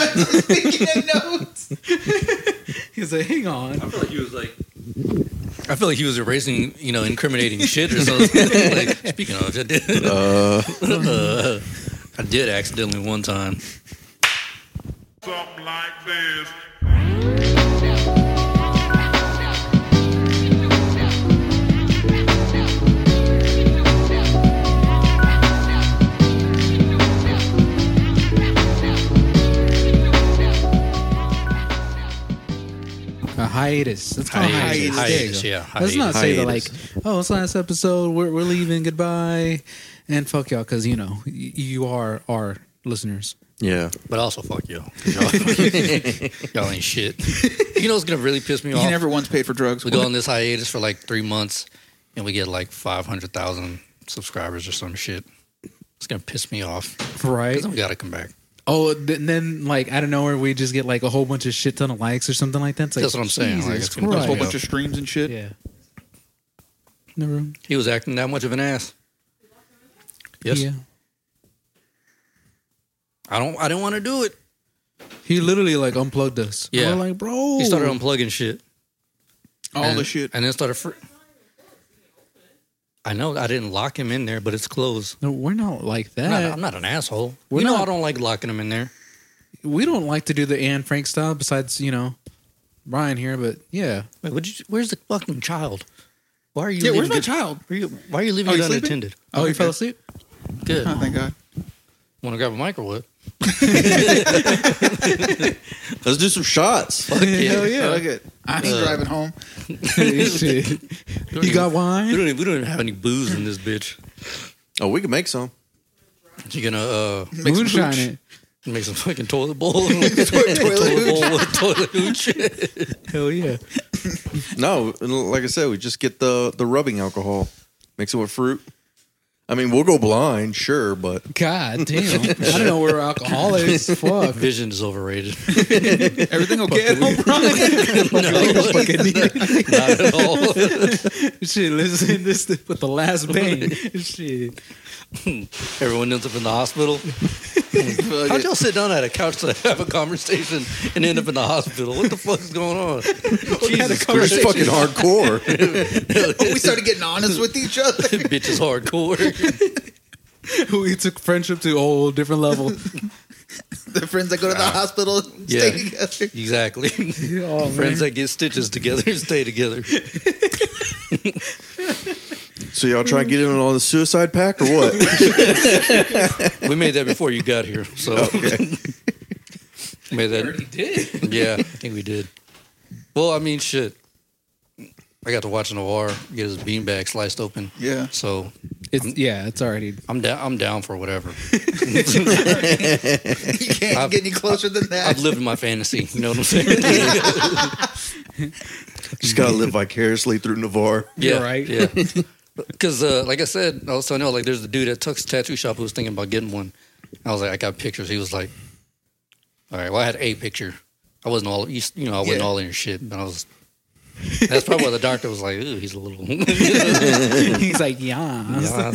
was making a note. He's like, hang I on. feel like he was like, I feel like he was erasing, you know, incriminating shit or something. like, speaking of, I did, Uh, uh, I did accidentally one time. Something like this. A hiatus. Let's call Hiatus. hiatus. Oh, There you Hiatus, go. yeah, Let's not say that like, hiatus. oh, it's last episode. We're we're leaving. Goodbye, and fuck y'all, because you know y- you are our listeners. yeah. But also, fuck y'all. 'cause Y'all, y'all ain't shit. You know what's gonna really piss me He off? never once paid for drugs. we go on this hiatus for like three months, and we get like five hundred thousand subscribers or some shit. It's gonna piss me off. 'Cause Right. Then we gotta come back. Oh, th- and then like out of nowhere, we just get like a whole bunch of shit ton of likes or something like that. It's like, That's what I'm saying, like, Jesus it's gonna There's a Christ. whole bunch of streams and shit. yeah. Never. He was acting that much of an ass. Yes. Yeah. I don't. I didn't want to do it. He literally like unplugged us. Yeah. We're like, bro. He started unplugging shit. All and, the shit. and then started. Fr- I know I didn't lock him in there, but it's closed. No, we're not like that. I'm not, I'm not an asshole. We're you know not- I don't like locking him in there. we don't like to do the Anne Frank style. Besides, you know, Ryan here, but yeah, Wait, would you, where's the fucking child? Why are you? Yeah, leaving where's my it- child? Why are you, why are you leaving Oh, it he's sleeping? unattended? Oh, you okay. fell asleep? Good. Oh, thank God. Want to grab a mic or what? Let's do some shots. Fuck yeah. Yeah, look at. I'm Uh, driving home. Shit. you got We wine? don't, even, we don't even have any booze in this bitch. Oh, we can make some. You gonna uh, Make some Moonshine hooch. it. make some fucking toilet bowl? toilet, bowl with toilet hooch. Hell yeah. No, like I said, we just get the the rubbing alcohol, mix it with fruit. I mean, we'll go blind, sure, but God damn. I don't know. We're alcoholics. Fuck. Vision is overrated. Everything okay at home, Brian? Not at all. Shit, listen this th- with the last bang. Shit. Everyone ends up in the hospital. How'd y'all sit down at a couch to have a conversation and end up in the hospital? What the fuck's going on? Jesus we're Christ. fucking hardcore. we started getting honest with each other. Bitch is hardcore. We took friendship to a whole different level. The friends that go to the hospital Yeah. stay together. exactly. Oh, Friends that get stitches together stay together. so y'all try and get in on all the suicide pack or what? We made that before you got here. So made that. did. Yeah, I think we did. Well, I mean, shit. I got to watch Noir get his beanbag sliced open. Yeah. So It's, yeah, it's already. I'm down. I'm down for whatever. You can't I've- get any closer than that. I've lived my fantasy. You know what I'm saying? just gotta live vicariously through Navarre. Yeah, You're right. Yeah. Because, uh, like I said, I also know, like, there's a dude at Tuck's Tattoo Shop who was thinking about getting one. I was like, I got pictures. He was like, all right, well, I had a picture. I wasn't all, you s- you know, I wasn't Yeah. all in your shit, but I was, that's probably why the doctor was like, ooh, he's a little, He's like, yeah. Yeah,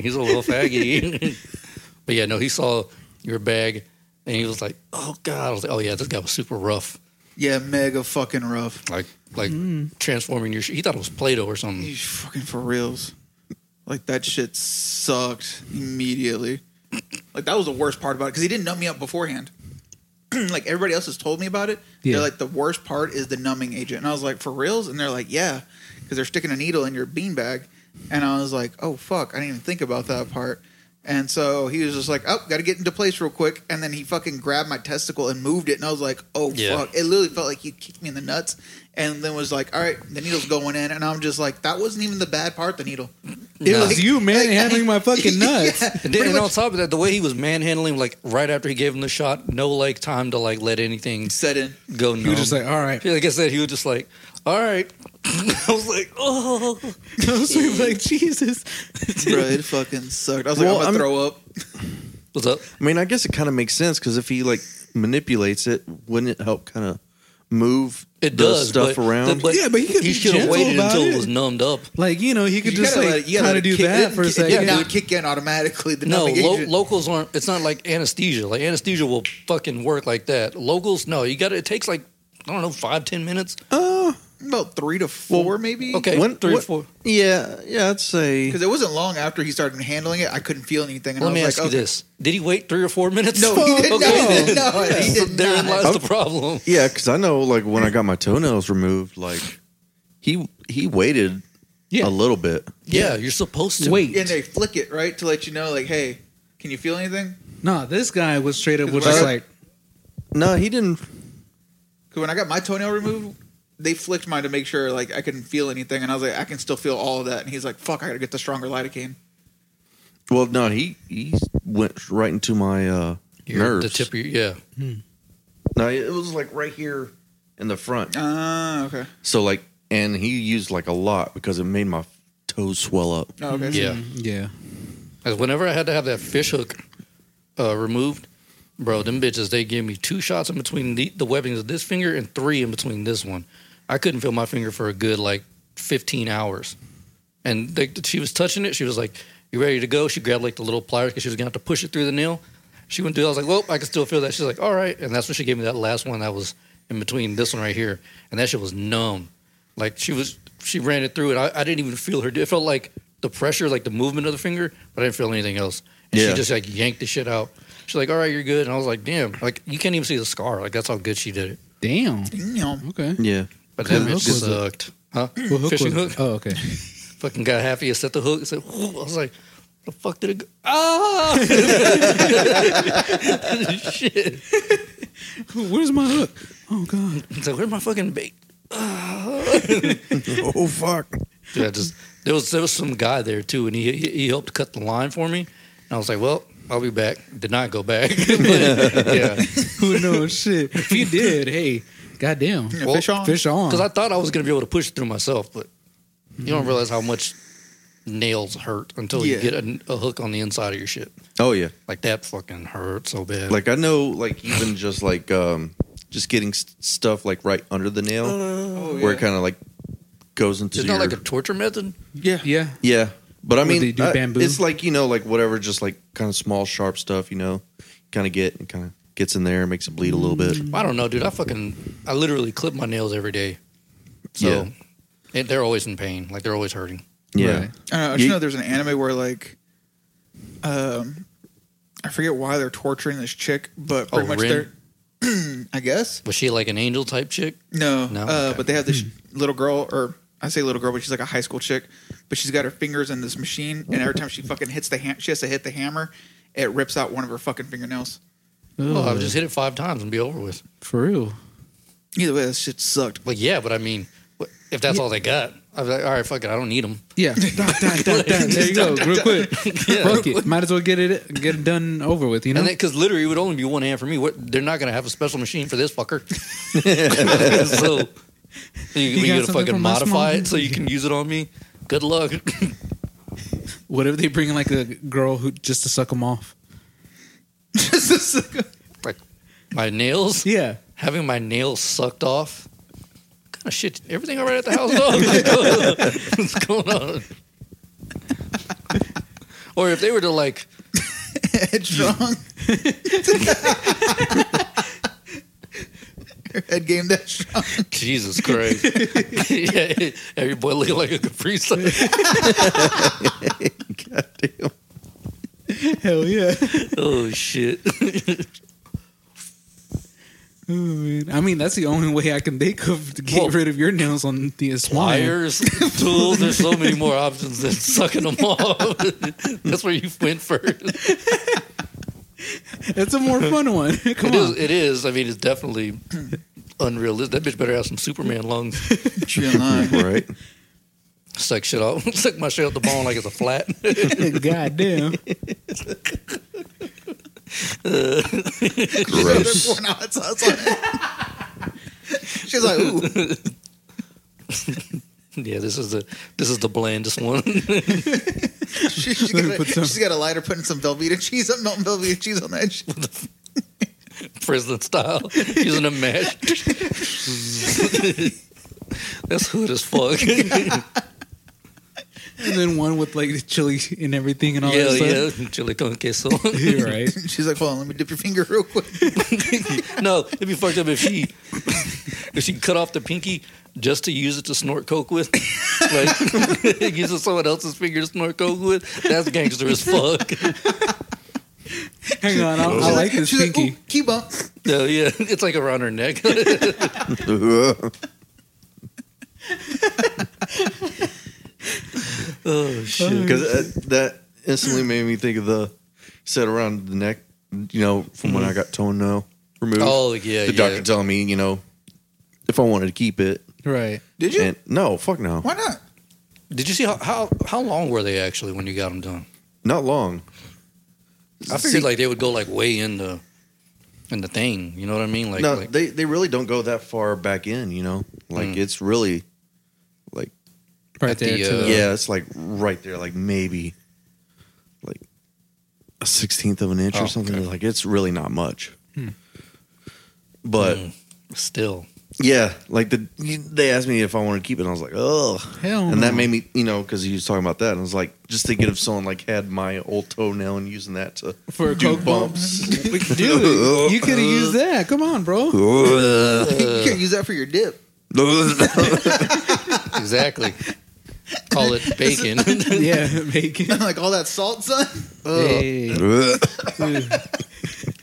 he's a little faggy. but yeah, no, he saw your bag and he was like, oh, God. I was like, oh, yeah, this guy was super rough. yeah, mega fucking rough. Like, like transforming your shit. He thought it was Play Doh or something. He's fucking for reals. Like that shit sucked immediately. Like that was the worst part about it because he didn't numb me up beforehand. like everybody else has told me about it. Yeah. They're like the worst part is the numbing agent, and I was like, for reals? And they're like, yeah, because they're sticking a needle in your beanbag, and I was like, oh fuck, I didn't even think about that part. And so he was just like, oh, got to get into place real quick. And then he fucking grabbed my testicle and moved it. And I was like, oh, Yeah. fuck. It literally felt like he kicked me in the nuts. And then was like, all right, the needle's going in. And I'm just like, that wasn't even the bad part, the needle. It was you, man, having my fucking nuts. And, then, and on top of that, the way he was manhandling, like right after he gave him the shot, no like time to like let anything Set in. go. He was just like, "Ah." all right. like I said, he was just like, all right. I was like, oh, I was like, Jesus. Bro, it fucking sucked. I was Well, like, I'm I'm- going to throw up. what's up? I mean, I guess it kind of makes sense because if he like manipulates it, wouldn't it help kind of move It the does stuff but, around? But Yeah, but he could be you should have gentle waited about until it. it was numbed up. Like you know, he could You just gotta like let it- you gotta kind let of it do kick- that it- for a it did second. not kick in automatically. The No, numbing lo- agent. locals aren't. It's not like anesthesia. Like anesthesia will fucking work like that. Locals, no. You got to. It takes like I don't know, five ten minutes. Uh, about three to four, maybe. Okay, When- three or what- four. yeah, yeah, I'd say. Because it wasn't long after he started handling it, I couldn't feel anything. And Let I was me like, ask you okay. this: Did he wait three or four minutes? No, he did Okay, not. No, he So did therein not. lies the problem. Yeah, because I know, like when I got my toenails removed, like he he waited Yeah. a little bit. Yeah, you're supposed to Wait. And they flick it right to let you know, like, hey, can you feel anything? No, this guy was straight up, was Well, just like, No, he didn't. Because when I got my toenail removed, they flicked mine to make sure like I couldn't feel anything, and I was like, I can still feel all of that. And he's like, fuck, I gotta get the stronger lidocaine. Well, no, he he went right into my uh, Your- nerves. The tip of your, yeah. Hmm. No, it was like right here in the front. Ah, okay, So like, and he used like a lot because it made my toes swell up. oh, okay, Yeah. yeah, Because whenever I had to have that fish hook uh, removed, bro, them bitches, they gave me two shots in between the, the webbings of this finger and three in between this one. I couldn't feel my finger for a good like 15 hours. And they, she was touching it. She was like, You ready to go? She grabbed like the little pliers because she was going to have to push it through the nail. She went through. I was like, Well, I can still feel that. She's like, All right. And that's when she gave me that last one that was in between this one right here. And that shit was numb. Like she was, she ran it through, and I, I didn't even feel her. It felt like the pressure, like the movement of the finger, but I didn't feel anything else. And Yeah. she just like yanked the shit out. She's like, "All right, you're good." And I was like, "Damn!" Like you can't even see the scar. Like that's how good she did it. damn. Damn. Okay. Yeah, But that What kind of bitch hook was it? sucked. Huh? What hook Fishing was hook. it? Oh, okay. Fucking got happy. I set the hook. I said, "Ooh." I was like, "The fuck did it go?" Ah! shit. Where's my hook? Oh God. It's like, "Where's my fucking bait?" oh fuck. Yeah, just there was there was some guy there too, and he he he helped cut the line for me. And I was like, "Well, I'll be back." Did not go back. but, yeah. Who knows? Shit. If you did, hey, goddamn. Yeah, Well, fish on. Fish on. because I thought I was going to be able to push it through myself, but you don't realize how much nails hurt until Yeah. you get a, a hook on the inside of your shit. Oh yeah. Like that fucking hurt so bad. Like I know, like even just like um, just getting s stuff like right under the nail Oh, where yeah. it kind of like goes into. it's your, not like a torture method. yeah. yeah. Yeah, but I What, mean, they do I- bamboo? it's like you know, like whatever, just like kind of small, sharp stuff. You know, kind of get and kind of gets in there, makes it bleed a little bit. Mm, I don't know, dude. I fucking I literally clip my nails every day, so Yeah. and they're always in pain. Like they're always hurting. Yeah, I, Right. don't know, I just You- know there's an anime where like, um, I forget why they're torturing this chick, but pretty Oh, much Rin? they're, I guess. Was she like an angel type chick? No, No? Uh, Okay. Hmm. But they have this little girl, or I say little girl, but she's like a high school chick. But she's got her fingers in this machine, and every time she fucking hits the ham, she has to hit the hammer. It rips out one of her fucking fingernails. Oh, I Ugh, would just hit it five times and be over with. for real. Either way, that shit sucked. Like yeah, but I mean, what- if that's all they got, I'd be like, all right, fuck it, I don't need them. Yeah. Dot, dot, dot, dot. There you go. Real quick. Fuck it. Might as well get it get it done over with. You know. And because literally, it would only be one hand for me. What, they're not going to have a special machine for this fucker. so you, got you going to something fucking from my modify small- it so you can use it on me? Good luck. what if they bring like a girl who just to suck them off? like my nails, Yeah. having my nails sucked off. What kind of shit? Everything all right at the house? dog? What's going on? or if they were to like, Headstrong. Her Head game that strong. Jesus Christ, yeah, every boy looking like a Capri Sun. Hell yeah. Oh shit. Oh, man. I mean, that's the only way I can think of to get Well- rid of your nails on the Esquire. pliers, tools. There's so many more options than sucking them off. That's where you went first. That's a more fun one. Come It on. is, it is. I mean, it's definitely unrealistic. That bitch better have some Superman lungs. right. Suck shit off. Suck my shit out the bone like it's a flat. God damn. Gross. Pouring hot sauce on it. She's like, ooh. yeah, this is the this is the blandest one. She, she Let me got a, put some- she's got a lighter putting some Velveeta cheese, up, melting Velveeta cheese on that shit. prison style, using a mesh. That's hood as fuck. yeah, And then one with like the chili and everything and all that yeah. stuff. Chili con queso. You're right. She's like, hold on, let me dip your finger real quick. no, it'd be fucked up if she if she cut off the pinky just to use it to snort coke with. Like using someone else's finger to snort coke with. That's gangster as fuck. Hang on, I, I She's like this she's pinky. Like, "Ooh, key bump. No, yeah, it's like around her neck. oh shit. Because uh, that instantly made me think of the set around the neck, you know, from Mm-hmm. when I got toenail removed. Oh yeah, the yeah. doctor telling me, you know, if I wanted to keep it. Right. Did you? And no, fuck no. Why not? Did you see how, how how long were they actually when you got them done? Not long. I figured like they would go like way in the in the thing. You know what I mean? Like, no, like they, they really don't go that far back in, you know? Like, Mm. it's really, like, Right At there. the, uh, to the- yeah, it's like right there, like maybe like a sixteenth of an inch Oh, or something. okay. Hmm. Like, it's really not much. But mm, still. yeah, like the they asked me if I wanted to keep it, and I was like, oh, Hell and that no. made me, you know, because he was talking about that, and I was like, just thinking if someone like had my old toenail and using that to for a do coke bumps. bump. Dude, you could have used that. Come on, bro. Uh. you can't use that for your dip. Exactly. Call it bacon. Yeah, bacon. like all that salt, son. Uh. Ugh. Hey,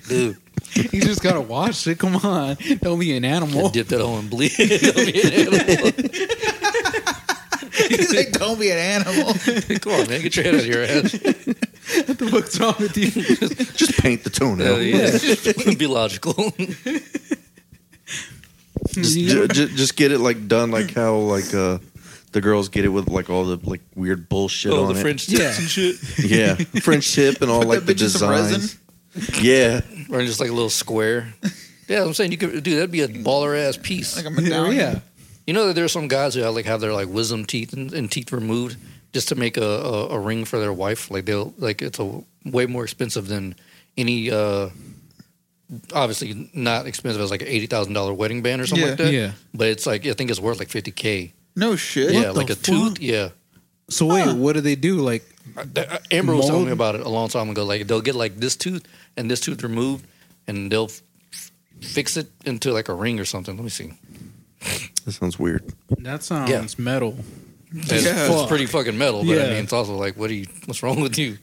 dude, Dude, you just gotta wash it. Come on, don't be an I animal. dip that whole in bleach. He's like, don't be an animal. Come on, man, get your head out of your ass. What the fuck's wrong with you? just paint the toenail. Hell Uh, yeah. Be logical. Just, ju- You- ju- just get it like done like how like uh the girls get it with like all the like weird bullshit oh, on the it. French tips Yeah. and shit. Yeah, French tip and all Put like the that bitch in some resin. designs. Yeah, Or just like a little square. Yeah, I'm saying you could do that'd be a baller ass piece. Like a Hell medallion. yeah. You know that there's some guys who have, like have their like wisdom teeth and, and teeth removed just to make a, a, a ring for their wife. Like they'll like it's a way more expensive than any. uh Obviously, not expensive as like an eighty thousand dollar wedding band or something Yeah. like that. Yeah. but it's like I think it's worth like fifty k. No shit. Yeah, the like a fuck? tooth. Yeah, So wait, what do they do? Like, I- I- Amber was telling Mold? me about it a long time ago. Like they'll get like this tooth and this tooth removed, and they'll f- fix it into like a ring or something. Let me see. that sounds weird. that sounds Yeah. metal. It's, Yeah. it's pretty fucking metal, but I Yeah. mean, it's also like, what are you? What's wrong with you?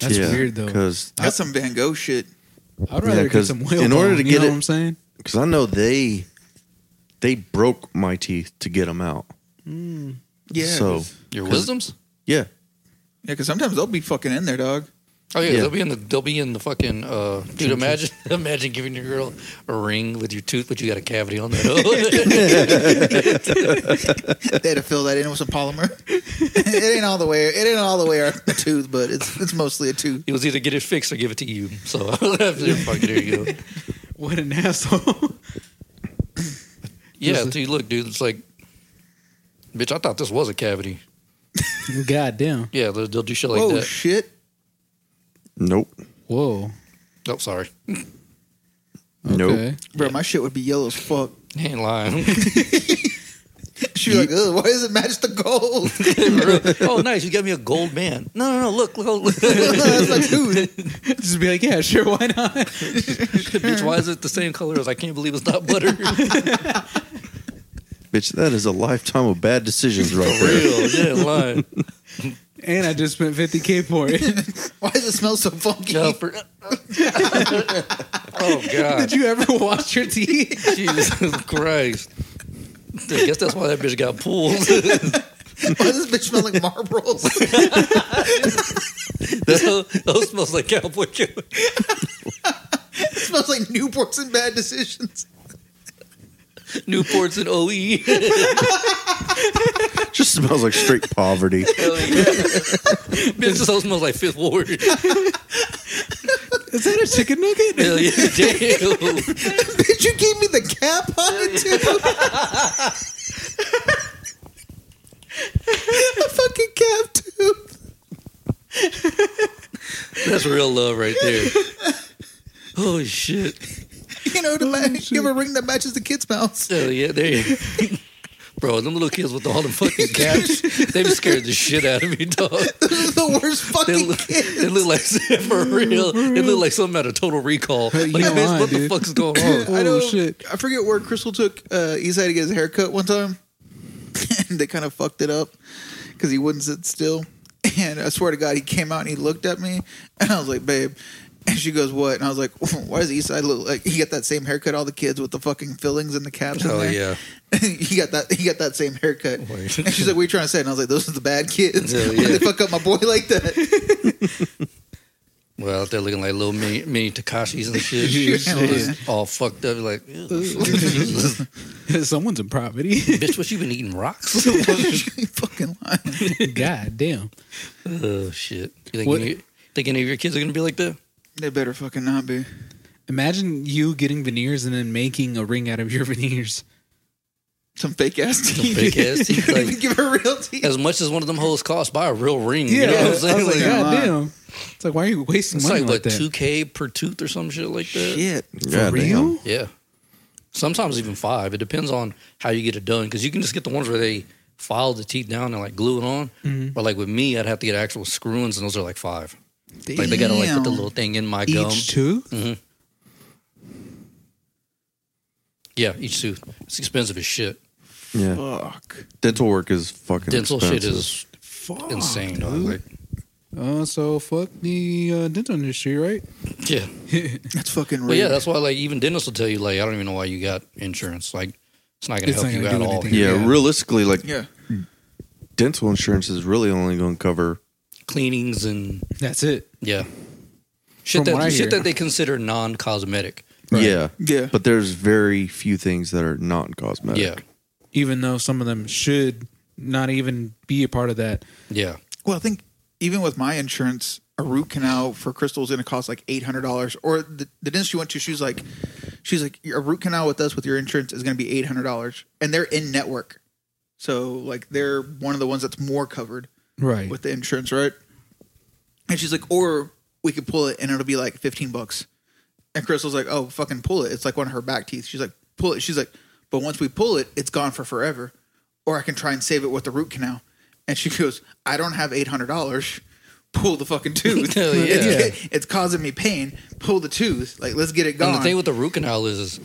That's weird though. Because That's some Van Gogh shit. I'd rather get 'cause some whale. in order bone, to you get know it- what I'm saying. because I know they they broke my teeth to get them out. Yeah. So Your 'Cause- wisdoms? yeah, Yeah, because sometimes they'll be fucking in there, dog. Oh yeah, Yeah. they'll be in the they'll be in the fucking uh, dude. Imagine imagine giving your girl a ring with your tooth, but you got a cavity on that. They had to fill that in with some polymer. it ain't all the way. It ain't all the way a tooth, but it's it's mostly a tooth. it was either get it fixed or give it to you. So fuck it, here you go. What an asshole. Yeah, Just- dude, look, dude, it's like, bitch, I thought this was a cavity. Goddamn. Yeah, they'll, they'll do shit like Whoa, that. shit! nope, Whoa. oh, sorry, nope. Okay. Bro, my shit would be yellow as fuck. ain't lying. She'd be like, Ugh, why does it match the gold? oh, nice, you got me a gold band. No, no, no, look, look, look. That's like, dude, Just be like, yeah, sure, why not? bitch, why is it the same color as? I can't believe it's not butter. Bitch, that is a lifetime of bad decisions right there. Real, yeah, lying. And I just spent 50k for it. why does it smell so funky? No, for- oh God, Did you ever wash your teeth? Jesus Christ! I guess that's why that bitch got pulled. Why does this bitch smell like marbles? that, that smells like cowboy joe. it smells like Newports and bad decisions. Newports and E. OE. Just smells like straight poverty. Hell yeah. bitch, this all smells like Fifth Ward. Is that a chicken nugget? Hell yeah, damn. Bitch, you gave me the cap on it too. a fucking cap too. That's real love right there. Oh shit! Give the ma- give a ring that matches the kid's mouse. So yeah, there you Bro, them little kids with all the fucking caps, they be scared the shit out of me, dog. the worst They fucking look, kid. they look like for real. They look like something out of Total Recall. Hey, you like, know bitch, why, what the dude? fuck's going on? Oh, I don't, shit. I forget where Crystal took uh, Isai to get his haircut one time. and they kind of fucked it up because he wouldn't sit still. And I swear to God, he came out and he looked at me, and I was like, "Babe." And she goes, "What?" And I was like, "Why does Eastside look like he got that same haircut? All the kids with the fucking fillings and the caps." in Oh, there. yeah. Oh, he got that. He got that same haircut. Wait. And she's like, "What are you trying to say?" And I was like, "Those are the bad kids. Yeah, Why yeah. they fuck up my boy like that?" Well, out there looking like little mini, mini Takashis and shit. Yeah. Just All fucked up. Like, ew, Someone's in poverty. bitch, what you been eating rocks? You fucking lying. God damn. oh, shit. You think, What- any, think any of your kids are going to be like that? They better fucking not be. Imagine you getting veneers and then making a ring out of your veneers. Some fake ass teeth. Fake ass teeth, Don't like- even give her real teeth. As much as one of them hoes cost, buy a real ring. you know what I'm saying? I was like, Like, yeah. God come on. damn. It's like, why are you wasting it's money like, like, what, that? 2K per tooth or some shit like that? Shit. For God damn. real? Yeah. Sometimes even five. It depends on how you get it done. Because you can just get the ones where they file the teeth down and like glue it on. Mm-hmm. But like with me, I'd have to get actual screw-ins, and those are like five. Like they gotta like put the Damn. little thing in my gum. Each two? Mm. Yeah, each tooth. It's expensive as shit. Yeah. Fuck. Dental work is fucking Dental shit expensive. is insane. dog. Like, Uh, so fuck the uh, dental industry, right? yeah, That's fucking rude. but yeah, that's why like even dentists will tell you like I don't even know why you got insurance. Like it's not gonna It's help not you gonna at do all. anything. Yeah, Yeah. realistically, like yeah. dental insurance is really only going to cover. Cleanings and That's it. yeah, shit From what I that hear. shit that they consider non-cosmetic. Yeah, Yeah. But there's very few things that are not cosmetic. Yeah, Even though some of them should not even be a part of that. yeah. Well, I think even with my insurance, a root canal for Crystal is going to cost like eight hundred dollars. Or the, the dentist she went to, she's like, she's like, a root canal with us with your insurance is going to be eight hundred dollars, and they're in network, so like they're one of the ones that's more covered Right. with the insurance, right? And she's like, or we could pull it and it'll be like fifteen bucks. And Crystal's like, oh, fucking pull it. It's like one of her back teeth. She's like, pull it. She's like, but once we pull it, it's gone for forever. Or I can try and save it with the root canal. And she goes, I don't have eight hundred dollars. Pull the fucking tooth. Hell yeah. it's, it's causing me pain. Pull the tooth. Like, let's get it gone. And the thing uh, with the root canal is, is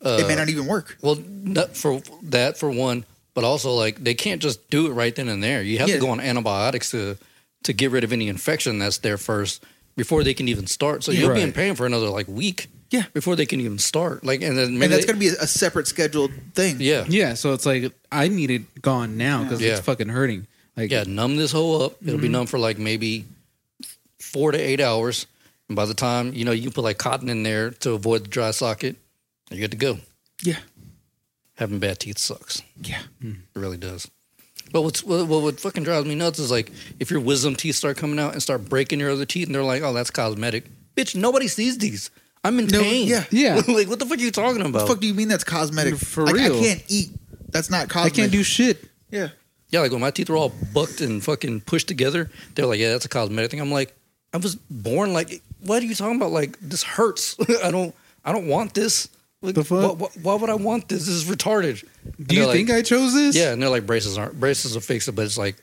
it may not even work. well, not for that for one, but also like they can't just do it right then and there. You have Yeah. to go on antibiotics to to get rid of any infection that's there first before they can even start. So you'll be in Right. pain for another like week. Yeah. Before they can even start. Like and then maybe And that's they- going to be a, a separate scheduled thing. yeah. yeah. Yeah, so it's like, I need it gone now because Yeah. it's fucking hurting. Like, numb this hole up. It'll Mm-hmm. be numb for like maybe four to eight hours. And by the time, you know, you can put like cotton in there to avoid the dry socket, you're good to go. Yeah. Having bad teeth sucks. Yeah. It really does. But what's what, what what fucking drives me nuts is like if your wisdom teeth start coming out and start breaking your other teeth, and they're like, "Oh, that's cosmetic, bitch." Nobody sees these. I'm in No, pain. yeah. Yeah. like what the fuck are you talking about? fuck do you mean that's cosmetic? For Like, I real. can't eat. That's not I cosmetic. can't do shit. Yeah. Yeah, like when my teeth were all bucked and fucking pushed together, they're like, "Yeah, that's a cosmetic thing." I'm like, I was born like. What are you talking about? Like this hurts. I don't. I don't want this. Like, The fuck? Why, why- why would I want this? This is retarded. Do you think I chose this? Yeah, and they're like braces aren't braces will fix it, but it's like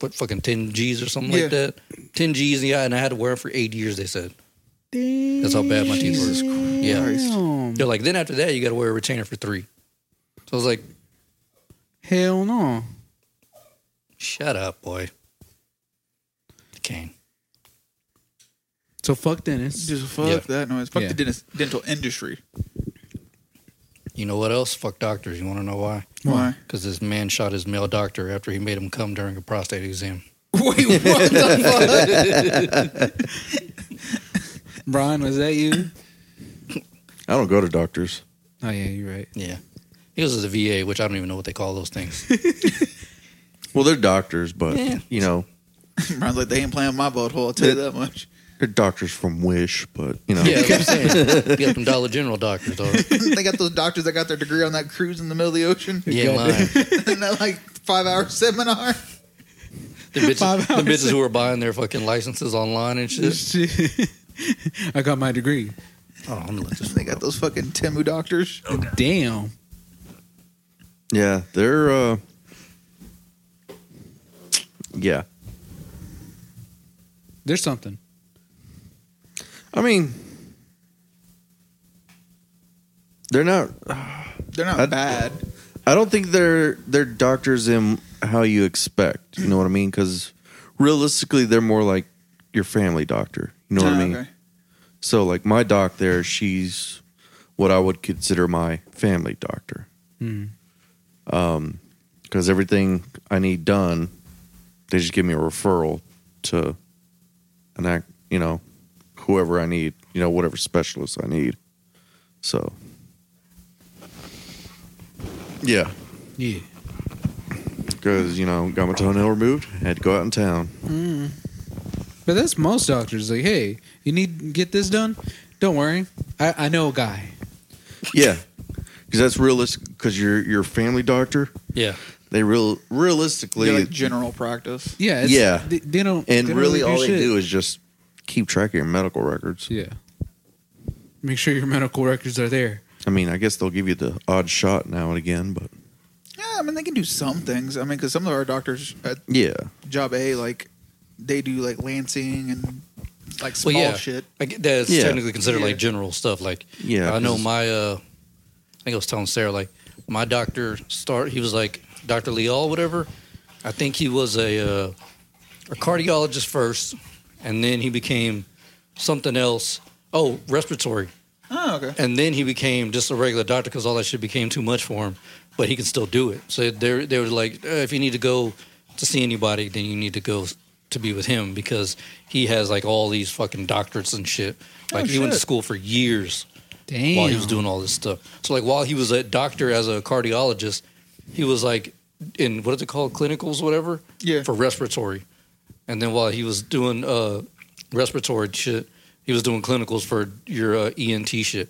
put fucking ten G's or something Yeah. like that. Ten G's, yeah, and I had to wear it for eight years. They said Damn. that's how bad my teeth Jesus were. Yeah, Damn. they're like then after that you got to wear a retainer for three. So I was like, Hell no. shut up, boy. Kane. So fuck Dennis. Just fuck Yeah. that noise. Fuck Yeah. the dentist, dental industry. You know what else? Fuck doctors. You want to know why? Why? Because this man shot his male doctor after he made him come during a prostate exam. Wait, what the fuck? Brian, was that you? I don't go to doctors. oh yeah, you're right. Yeah. He was at the VA, which I don't even know what they call those things. Well, they're doctors, but Yeah. you know Brian's like, they ain't playing my butthole, I'll tell you that much. they're doctors from Wish, but you know. yeah, that's what I'm saying. You got them Dollar General doctors, dog. they got those doctors that got their degree on that cruise in the middle of the ocean. You ain't lying. and that like five hour seminar. The bitches, Five the hours. bitches who are buying their fucking licenses online and shit. I got my degree. Oh, I'm gonna let this. They got those fucking Temu doctors. Damn. Yeah, they're uh Yeah. There's something. I mean they're not They're not I- bad. I don't think they're they're doctors in how you expect. You know what I mean? Cuz realistically they're more like your family doctor. You know what Ah, I mean? okay. So like my doc there, she's what I would consider my family doctor. Hmm. because everything I need done, they just give me a referral to an act, you know, whoever I need, you know, whatever specialist I need. So, yeah, Yeah. because you know, got my toenail removed, had to go out in town. But that's most doctors. Like, hey, you need to get this done? Don't worry. I, I know a guy. Yeah, because that's realistic. Because your your family doctor, Yeah, they real realistically They're like general practice. Yeah. It's, Yeah. They, they don't. And they don't really, do all they shit. do is just keep track of your medical records. Yeah. Make sure your medical records are there. I mean, I guess they'll give you the odd shot now and again, but Yeah, I mean they can do some things. I mean, because some of our doctors at yeah, job A, like they do like lancing and like small Well, yeah. shit. I get- that's Yeah. technically considered Yeah. like general stuff. Like, Yeah, I know 'cause- my. uh I think I was telling Sarah like my doctor start. He was like Doctor Leal, whatever. I think he was a uh, a cardiologist first, and then he became something else. Oh, respiratory, Oh, okay. and then he became just a regular doctor because all that shit became too much for him. But he can still do it. So they they were like, uh, if you need to go to see anybody, then you need to go to be with him because he has like all these fucking doctorates and shit. Like he went to shit. school for years Damn. while he was doing all this stuff. So like while he was a doctor as a cardiologist, he was like in what is it called clinicals whatever Yeah. for respiratory. And then while he was doing uh respiratory shit, he was doing clinicals for your uh, ENT shit.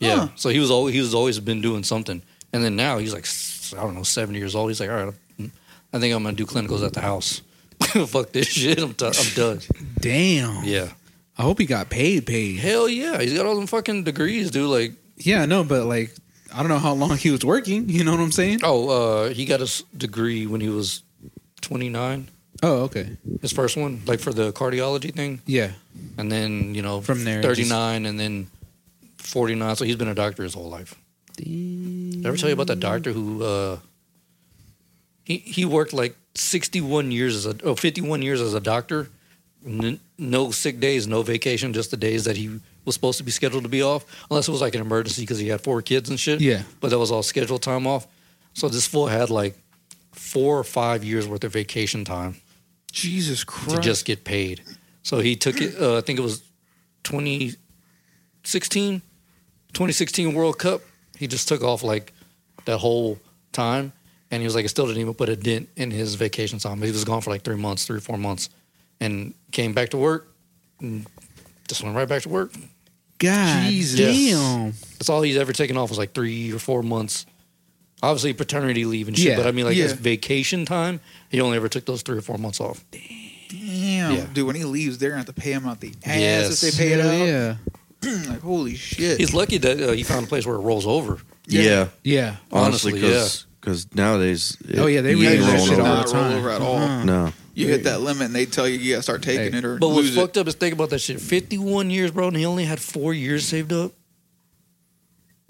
Yeah. Huh. So he was always he was always been doing something. And then now he's like s- I don't know, 70 years old. He's like, "All right, I'm- I think I'm going to do clinicals at the house." Fuck this shit. I'm, do- I'm done. Damn. Yeah. I hope he got paid. Paid. Hell yeah. He's got all them fucking degrees, dude. Like Yeah, I know, but like, I don't know how long he was working. You know what I'm saying? Oh, uh, he got his degree when he was 29, Oh, okay. his first one, like for the cardiology thing. Yeah. And then, you know, From there, it 39 and then 49. So he's been a doctor his whole life. Did I ever tell you about that doctor who, uh, he, he worked like 61 years as a, oh, 51 years as a doctor. N- no sick days, no vacation, just the days that he was supposed to be scheduled to be off, unless it was like an emergency because he had four kids and shit Yeah. but that was all scheduled time off. So this fool had like four or five years worth of vacation time Jesus to Christ. just get paid. So he took it. Uh, I think it was 2016, 2016 World Cup. He just took off like that whole time, and he was like, it still didn't even put a dent in his vacation time. He was gone for like three months, three or four months, and came back to work. And just went right back to work. God Jesus. damn. That's all he's ever taken off was like three or four months. Obviously paternity leave and shit, Yeah, but I mean like his yeah. vacation time, he only ever took those three or four months off. Damn, Yeah. dude, when he leaves, they're gonna have to pay him out the ass Yes. if they pay it Hell out. Yeah. Like, holy shit. He's lucky that uh, he found a place where it rolls over. yeah. Yeah. Yeah. Honestly, Honestly, because nowadays, it- Oh, yeah, they you really ain't do that rolling shit over. all not the roll time. Mm-hmm. over at all. Uh-huh. No, you hit that limit and they tell you you gotta start taking Hey. it or But what's lose it. fucked up is think about that shit. Fifty one years, bro, and he only had four years saved up.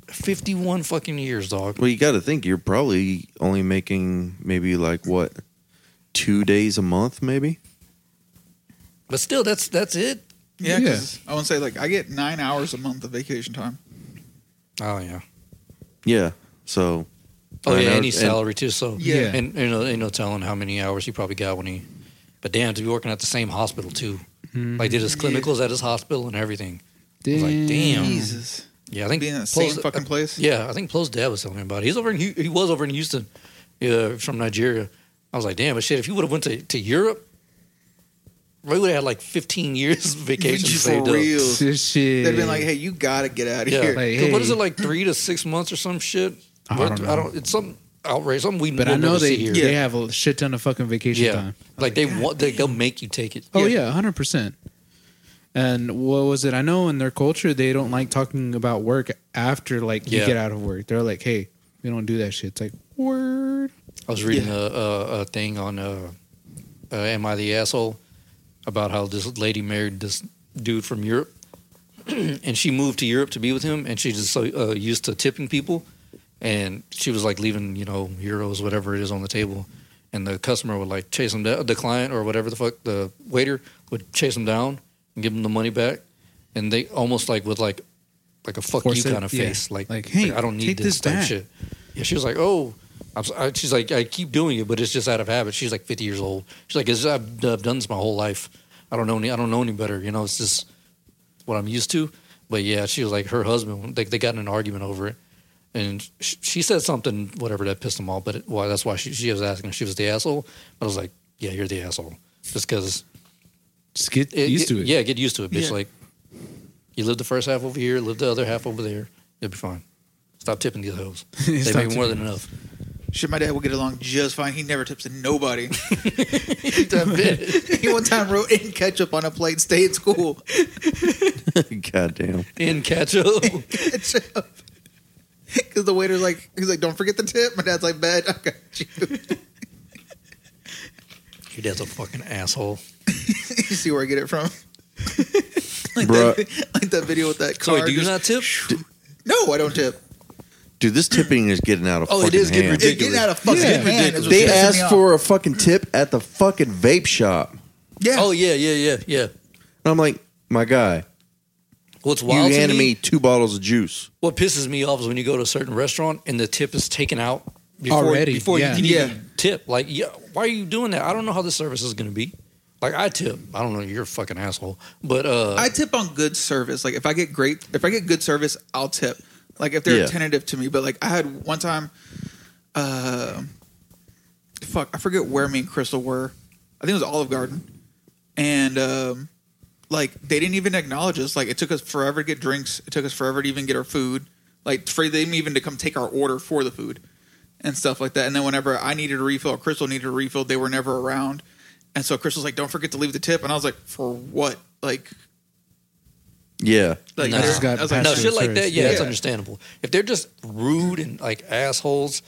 Fifty one fucking years, dog. well, you got to think you're probably only making maybe like what two days a month, maybe. But still that's that's it. Yeah, 'cause I want to say like I get nine hours a month of vacation time. Mm-hmm. Oh yeah. Yeah, so Oh Nine yeah, and hours- he's salary too, so Yeah. And you know, ain't no telling how many hours he probably got when he but damn to be working at the same hospital too. Like did his clinicals at his hospital and everything. was like, Mm-hmm. damn. Jesus, Yeah, I think uh, being in the Plo's- same fucking place. Yeah, I think Plo's dad was telling me about it. He's over in Hu- he was over in Houston, yeah, from Nigeria. I was like, damn, but shit, if you would have went to, to Europe, we would have had like 15 years vacation for saved real. up. This shit. They've been like, hey, you gotta get out of Yeah, here. Like, Cause what is hey. it like three to six months or some shit? I What- don't know. I don't. It's some outrage, something we. but I we'll know never they see here. they have a shit ton of fucking vacation yeah. time. Like they want, they, they'll make you take it. Oh yeah, hundred percent. And what was it? I know in their culture they don't like talking about work after like you Yeah. get out of work. They're like, hey, we don't do that shit. It's like word. I was reading a, a, a thing on uh, uh, Am I the Asshole about how this lady married this dude from Europe. and she moved to Europe to be with him. And she just so, uh, used to tipping people. And she was like leaving, you know, euros, whatever it is on the table. And the customer would like chase him down, the client or whatever the fuck, the waiter would chase him down and give him the money back. And they almost like with like, like a fuck Force you it, kind of yeah. face. Like, Like, like, "Hey, I don't need take this, this type back." shit. Yeah, she was like, oh, I'm, so- I, she's like, I keep doing it, but it's just out of habit. She's like 50 years old. She's like, it's, I've, I've done this my whole life. I don't know any. I don't know any better. You know, it's just what I'm used to. But yeah, she was like, her husband. They, they got in an argument over it, and she, she said something, whatever that pissed him off. But it, why? That's why she, she was asking. if She was the asshole. But I was like, yeah, you're the asshole. Just because Just get used to it. Yeah, get used to it, bitch. Yeah. Like you live the first half over here, live the other half over there. You'll be fine. Stop tipping these hoes. they Stop make more tipping than enough. Shit, my dad will get along just fine. He never tips to nobody. That bitch. he one time wrote in ketchup on a plate, stay at school. Goddamn. in ketchup. Ketchup. Because the waiter's like, he's like, don't forget the tip. My dad's like, bet I got you. Your dad's a fucking asshole. you see where I get it from? like, Bruh. that, like that video with that So car. wait, do you just- not tip? No, I don't tip. Dude, this tipping is getting out of Oh, it fucking is getting hand. ridiculous. It, getting out of fucking Yeah. hand. is what They pisses me asked off. for a fucking tip at the fucking vape shop. And Yeah. Oh yeah, yeah, yeah, yeah. I'm like, my guy, What's you wild to handed me, me two bottles of juice. what pisses me off is when you go to a certain restaurant and the tip is taken out before, Already, before yeah. you can Yeah. even tip. Like, yeah, why are you doing that? I don't know how the service is going to be. Like, I tip. I don't know. You're a fucking asshole. But uh, I tip on good service. Like if I get great, if I get good service, I'll tip. Like if they're Yeah. tentative to me, but like I had one time, uh, fuck, I forget where me and Crystal were. I think it was Olive Garden, and um, like they didn't even acknowledge us. Like it took us forever to get drinks. It took us forever to even get our food. Like for them even to come take our order for the food and stuff like that. And then whenever I needed a refill, or Crystal needed a refill, they were never around. And so Crystal's like, "Don't forget to leave the tip." And I was like, "For what?" Like Yeah. like, Nah. I Just got I was like, no Passion shit like service, that. Yeah, it's yeah. understandable. If they're just rude and like assholes,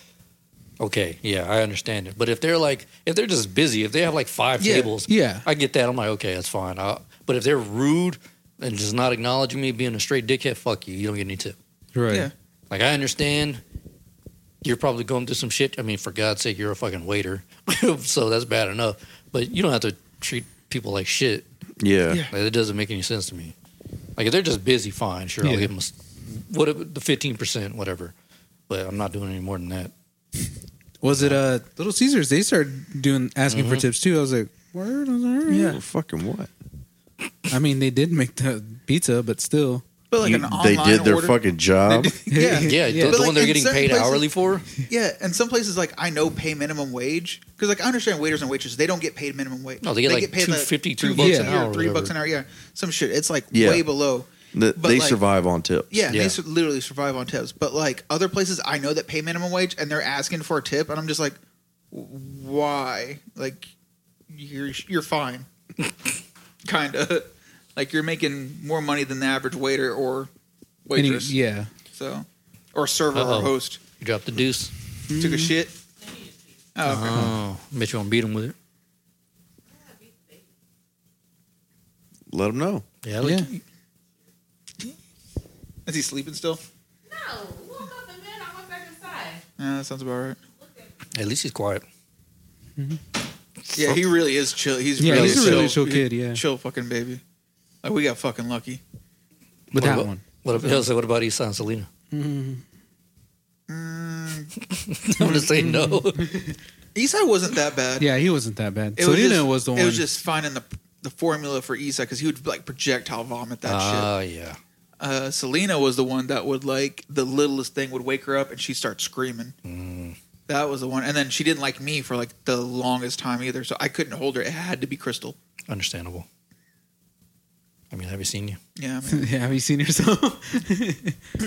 okay, yeah, I understand it. But if they're like, if they're just busy, if they have like five Yeah, tables, yeah. I get that. I'm like, okay, that's fine. I, but if they're rude and just not acknowledging me being a straight dickhead, fuck you. You don't get any tip. Right. Yeah. Like I understand you're probably going through some shit. I mean, for God's sake, you're a fucking waiter, so that's bad enough. But you don't have to treat people like shit. Yeah. Yeah. Like, it doesn't make any sense to me. Like if they're just busy, fine, sure, Yeah. I'll give them a, s- what if- the fifteen percent, whatever. But I'm not doing any more than that. Was it uh Little Caesars? They started doing asking for tips too. I was like, word. I was like, all right. Well, fucking what? I mean, they did make the pizza, but still. But like You- an they online did their order. fucking job. yeah, Yeah, Yeah. the, But, the like, one they're in getting certain paid places- hourly for. yeah. And some places like I know pay minimum wage because like I understand waiters and waitresses they don't get paid minimum wage. No, they get, like, $2.50, $3 bucks an yeah, hour or three bucks whatever. an hour. Yeah, some shit. It's like Yeah. way below. The- But, they like- survive on tips. Yeah, and Yeah. they su- literally survive on tips. But like other places, I know that pay minimum wage and they're asking for a tip, and I'm just like, why? Like you're you're fine, kind of. Like you're making more money than the average waiter or Any- waitress. yeah. So, or server Uh-oh. or host You drop the deuce. Mm-hmm. took a shit. Oh, okay. Oh, bet you won't beat them with it. Let them know. Yeah, like, yeah. Is he sleeping still? No, woke up and then I went back inside. Yeah, that sounds about right. at least he's quiet. Yeah, he really is chill. He's Yeah, really he's a chill. really chill kid, yeah. chill fucking baby. Like we got fucking lucky. But What that about- one. What about, so what about Eastside and Selena? Mm-hmm. I'm gonna say Mm-hmm. no. Isai wasn't that bad. Yeah, he wasn't that bad. it Selena just, was the one. It was just finding the the formula for Isai because he would like projectile vomit that shit. Ah, yeah. Uh, Selena was the one that would like the littlest thing would wake her up and she'd start screaming. Mm. That was the one, and then she didn't like me for like the longest time either. So I couldn't hold her. It had to be Crystal. Understandable. I mean, have you seen you? Yeah, I mean, yeah, have you seen yourself?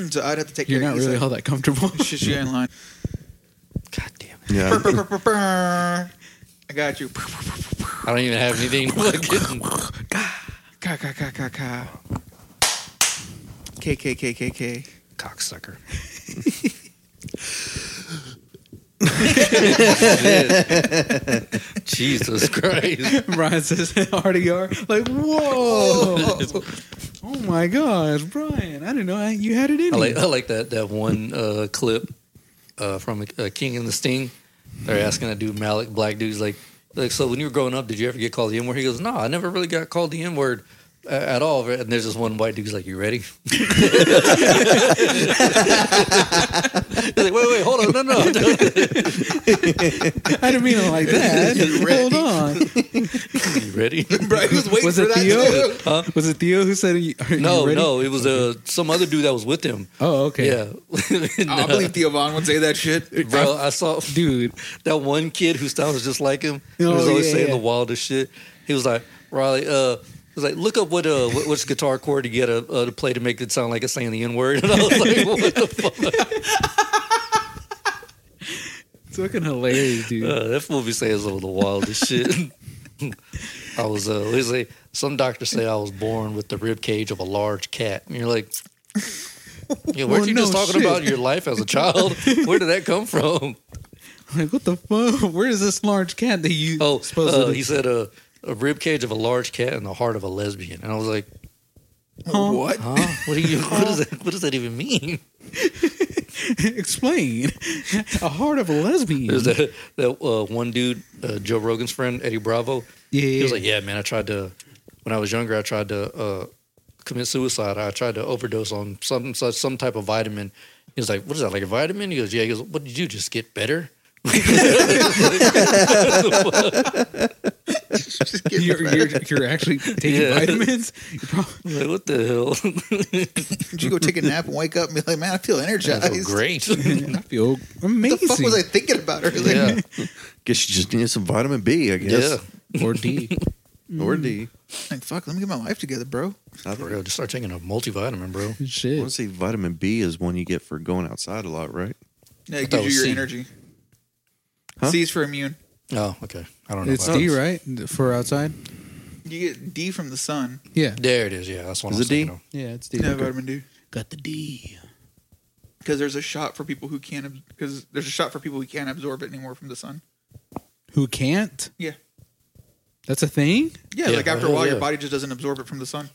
so I'd have to take. You're care not of really Isai. all that comfortable. Shit, she ain't lying. God damn it. Yeah. Brr, brr, brr, brr. I got you. I don't even have anything. fucking- Ka ka ka ka ka. K K K K K. Cocksucker. Jesus Christ. Brian says RDR. Like, whoa. oh my gosh, Brian. I didn't know I, you had it in I like, you. I like that, that one uh, clip uh, from uh, King and the Sting. They're asking that dude, Malik, black dude's like, like, so when you were growing up, did you ever get called the N word? He goes, no, I never really got called the N word at all. And there's this one white dude's like, you ready? He's like, wait, wait, hold on, no, no. I didn't mean it like that. Hold on. you ready? Bro, he was waiting Was for it that. Theo? too. Huh? Was it Theo who said, "Are you No, ready?" no, it was uh, some other dude that was with him. Oh, okay. Yeah, And, Oh, I uh, believe Theo Vaughn would say that shit. bro, I saw Dude, that one kid who sounds just like him. He Oh, was always yeah, saying yeah. the wildest shit. He was like, Riley, uh, he was like, look up what uh, what, which guitar chord to get a, uh, to play to make it sound like it's saying the n word. And I was like, what the fuck? it's fucking hilarious, dude. Uh, that movie says some of the wildest shit. I was uh, they say some doctors say I was born with the rib cage of a large cat, and you're like. Yeah, weren't Well, you just no talking shit. about your life as a child? Where did that come from? like, what the fuck? Where is this large cat that you Oh, supposed uh, to? he said a, a rib cage of a large cat and the heart of a lesbian. And I was like, What? huh? What, do you, what, does that, what does that even mean? Explain. a heart of a lesbian. There's that, that uh, one dude, uh, Joe Rogan's friend, Eddie Bravo. yeah, He was like, yeah, man, I tried to, when I was younger, I tried to uh, commit suicide. I tried to overdose on some, such- some type of vitamin. He was like, what is that, like a vitamin? He goes, yeah. He goes, what did you, just get better? Just get you're, better. you're, you're actually taking Yeah. vitamins. You're probably, I'm like, what the hell? Did you go take a nap and wake up and be like, man, I feel energized? I feel great. I feel amazing. What the fuck was I thinking about earlier? yeah, Guess you just need some vitamin B, I yeah. guess. Mm. Or D. Or D. Like, fuck, let me get my life together, bro. I For don't real, just start taking a multivitamin, bro. I Shit. want to say vitamin B is one you get for going outside a lot, right? Yeah, it thought it gives you was your C. energy. Huh? C's for immune. Oh, okay. I don't know. It's about D, it. right? For outside? You get D from the sun. Yeah. There it is. Yeah, that's what Is I'm it D? thinking of. Yeah, it's D. Yeah, Okay. vitamin D. Got the D. Because there's a shot for people who can't. Because there's a shot for people who can't absorb it anymore from the sun. Who can't? Yeah. That's a thing? Yeah, Yeah, like after a oh, while, your yeah. body just doesn't absorb it from the sun.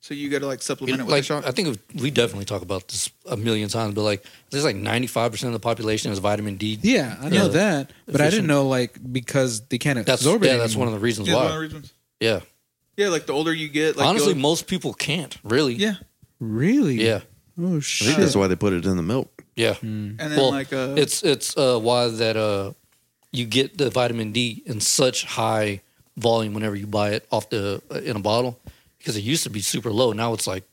So you got to like You supplement know, it with a like, shot. I think we definitely talk about this a million times, but like, there's like 95% of the population is vitamin D. Yeah, I know Yeah. that. But I didn't Efficient. know, like, because they can't that's absorb it. yeah, that's one of the reasons yeah, one of the why. reasons. Yeah. Yeah, like the older you get, like Honestly, you'll- most people can't really. yeah, Really? Yeah. Oh, I think shit. that's why they put it in the milk. Yeah. and then Well, like uh, it's it's uh, why that uh, you get the vitamin D in such high volume whenever you buy it off the uh, in a bottle because it used to be super low. Now it's like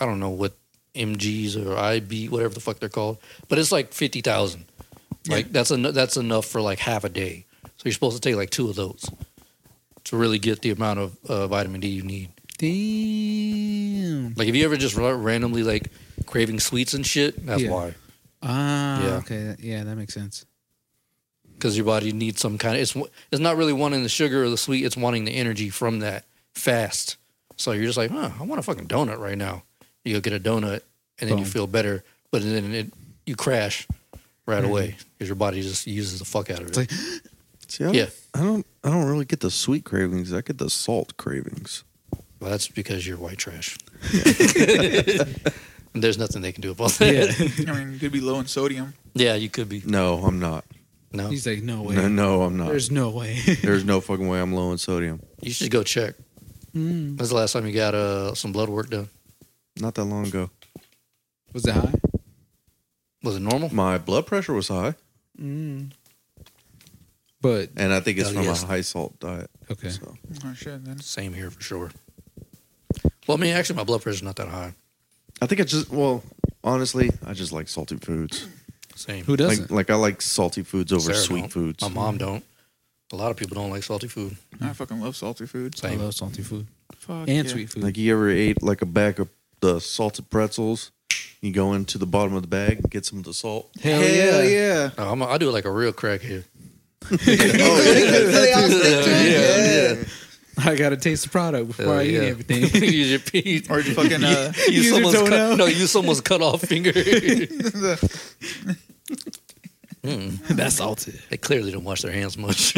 I don't know what mgs or IB whatever the fuck they're called, but it's like fifty thousand. Like that's en- that's enough for like half a day. So you're supposed to take like two of those to really get the amount of uh, vitamin D you need. Damn. Like if you ever just ra- randomly like craving sweets and shit, that's Yeah. why. Ah, Yeah. okay. Yeah, that makes sense. because your body needs some kind of it's it's not really wanting the sugar or the sweet it's wanting the energy from that fast so you're just like huh i want a fucking donut right now you go get a donut and then you Boom. feel better but then it you crash right away because your body just uses the fuck out of it Mm-hmm. like- See, I don't, Yeah. I don't. I don't really get the sweet cravings. I get the salt cravings. well, that's because you're white trash and there's nothing they can do about that Yeah. yeah, I mean, you could be low in sodium. you could be No, I'm not. no He's like, no Oh, way. No, no, I'm not. There's no way. There's no fucking way I'm low in sodium. you should go check Mm. when's the last time you got uh, some blood work done Not that long ago, Was that high? was it normal my blood pressure was high, Mm. But, and I think it's Oh, from yes. a high salt diet. okay. So Oh shit, then Same here for sure. Well, I mean, actually, my blood pressure's not that high. I think I just well, honestly, I just like salty foods. Same. Who doesn't? Like, like I like salty foods over Sarah sweet don't. foods. My mom don't. A lot of people don't like salty food. I fucking love salty food. I Same. love salty food Fuck and yeah. sweet food. Like you ever ate like a bag of the salted pretzels? You go into the bottom of the bag and get some of the salt. Hell, yeah. yeah. No, I'm a, I do it like a real crackhead. They all stick to it. yeah, yeah. I I gotta taste the product before Hell I yeah. eat everything. use your feet. Or you fucking uh, use Use your someone's toenail. cut, no, use someone's cut off finger. they the, That's salted. clearly don't wash their hands much.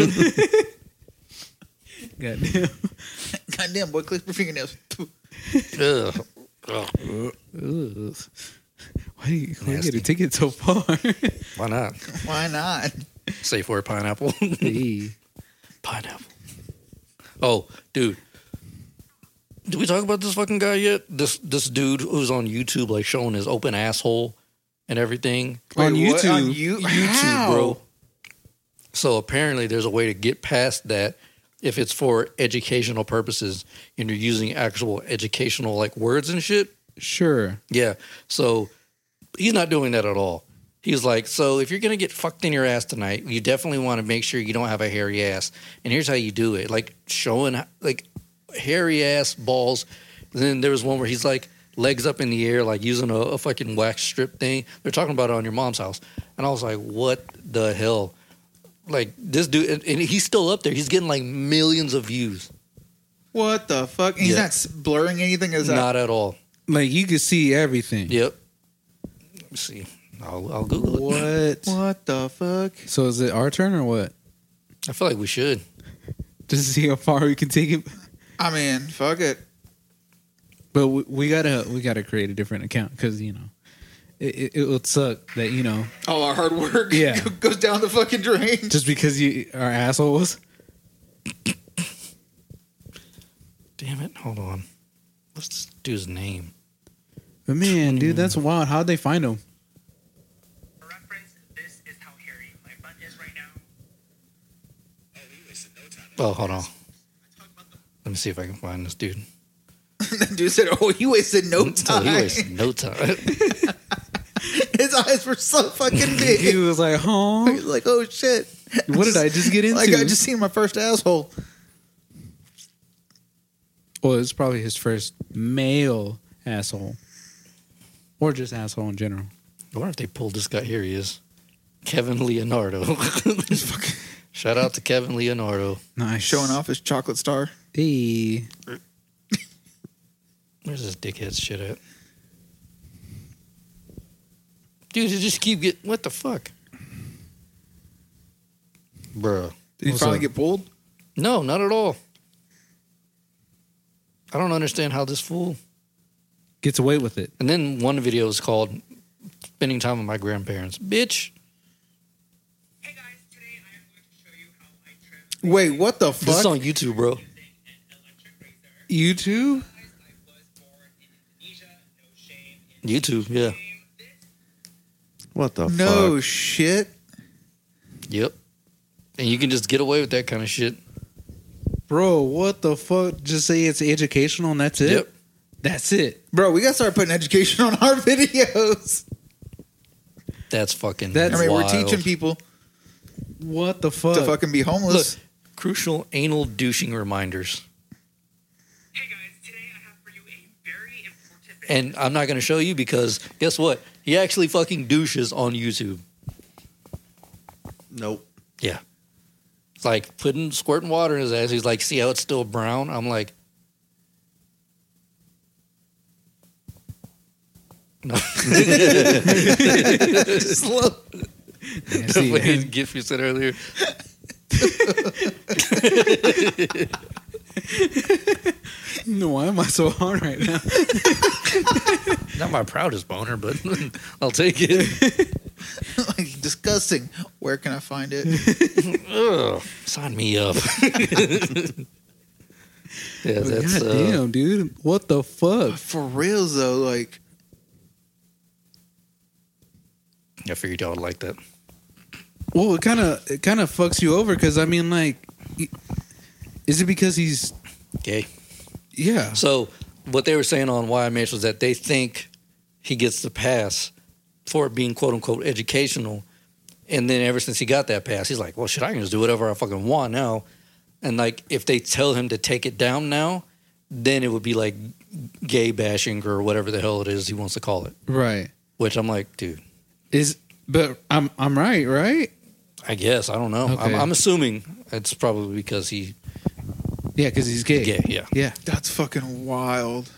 Goddamn. goddamn boy, click your fingernails. Ugh. Ugh. Ugh. Why do you why do you get Nasty. a ticket so far? Why not? Why not? Safe word, pineapple. Hey. pineapple. Oh, dude. Did we talk about this fucking guy yet? This this dude who's on YouTube, like showing his open asshole and everything. On Wait, what? YouTube. on you- YouTube, How? bro. So apparently, there's a way to get past that if it's for educational purposes and you're using actual educational like words and shit. Sure. Yeah. So he's not doing that at all. He's like, so if you're gonna get fucked in your ass tonight, you definitely want to make sure you don't have a hairy ass. And here's how you do it: like showing like hairy ass balls. And then there was one where he's like legs up in the air, like using a, a fucking wax strip thing. They're talking about it on your mom's house, and I was like, what the hell? Like this dude, and, and he's still up there. He's getting like millions of views. What the fuck? He's Yeah. not s- blurring anything. Is that? not at all. Like you can see everything. Yep. Let me see. I'll, I'll Google it. What? What the fuck? So is it our turn or what? I feel like we should. Just to see how far we can take it. I mean, fuck it. But we, we gotta we gotta create a different account because you know it, it, it would suck that you know All our hard work Yeah. goes down the fucking drain. just because you are assholes. Damn it. Hold on. What's this dude's name? But man, dude, that's wild. How'd they find him? For reference, this is how hairy my butt is right now. Oh, we wasted no time. Oh, hold on. Let me see if I can find this dude. The dude said, "Oh, he wasted no Oh, time. he wasted no time. His eyes were so fucking He big. was like, He's "Huh? like, oh shit, What did I just get into?" like I just seen my first asshole." well, it's probably his first male asshole, or just asshole in general. I wonder if they pulled this guy. Here he is. Kevin Leonardo. Shout out to Kevin Leonardo. Nice Showing off his chocolate star. Hey, Where's this dickhead shit at? Dude, it just keep getting. What the fuck? Bruh. Did he What's finally up? get pulled? No, not at all. I don't understand how this fool. gets away with it. And then one video is called Spending Time with My Grandparents. Bitch, Hey guys, today I am going to show you how I trim Wait, what the this fuck? is on YouTube, bro. using an electric razor. YouTube? Guys, I was born in Indonesia. No shame in YouTube, yeah. shame. This What the no fuck? shit. Yep. And you can just get away with that kind of shit. Bro, what the fuck? Just say it's educational and that's it. Yep. That's it. Bro, we gotta start putting education on our videos. That's fucking That's- I mean, wild. we're teaching people What the fuck? to fucking be homeless. Crucial anal douching reminders. Hey guys, today I have for you a very important video. And I'm not going to show you because guess what? He actually fucking douches on YouTube. Nope. Yeah. It's like putting squirting water in his ass. He's like, see how it's still brown? I'm like, no. Slow. Yeah, The see, way GIF you said earlier. no, why am I so hard right now? Not my proudest boner, but I'll take it. like disgusting. Where can I find it? Ugh, sign me up. yeah, God that's uh, damn, dude. What the fuck? For reals though, like I figured y'all would like that. Well, it kind of it kind of fucks you over because I mean, like, y- is it because he's Okay. yeah? So what they were saying on Why I Mitch was that they think he gets the pass for it being quote unquote educational. And then ever since he got that pass, he's like, Well shit, I can just do whatever I fucking want now. And like if they tell him to take it down now, then it would be like gay bashing or whatever the hell it is he wants to call it. Right. Which I'm like, dude, Is but I'm I'm right, right? I guess I don't know. Okay. I'm, I'm assuming it's probably because he Yeah, because he's gay. Yeah, yeah. Yeah. That's fucking wild.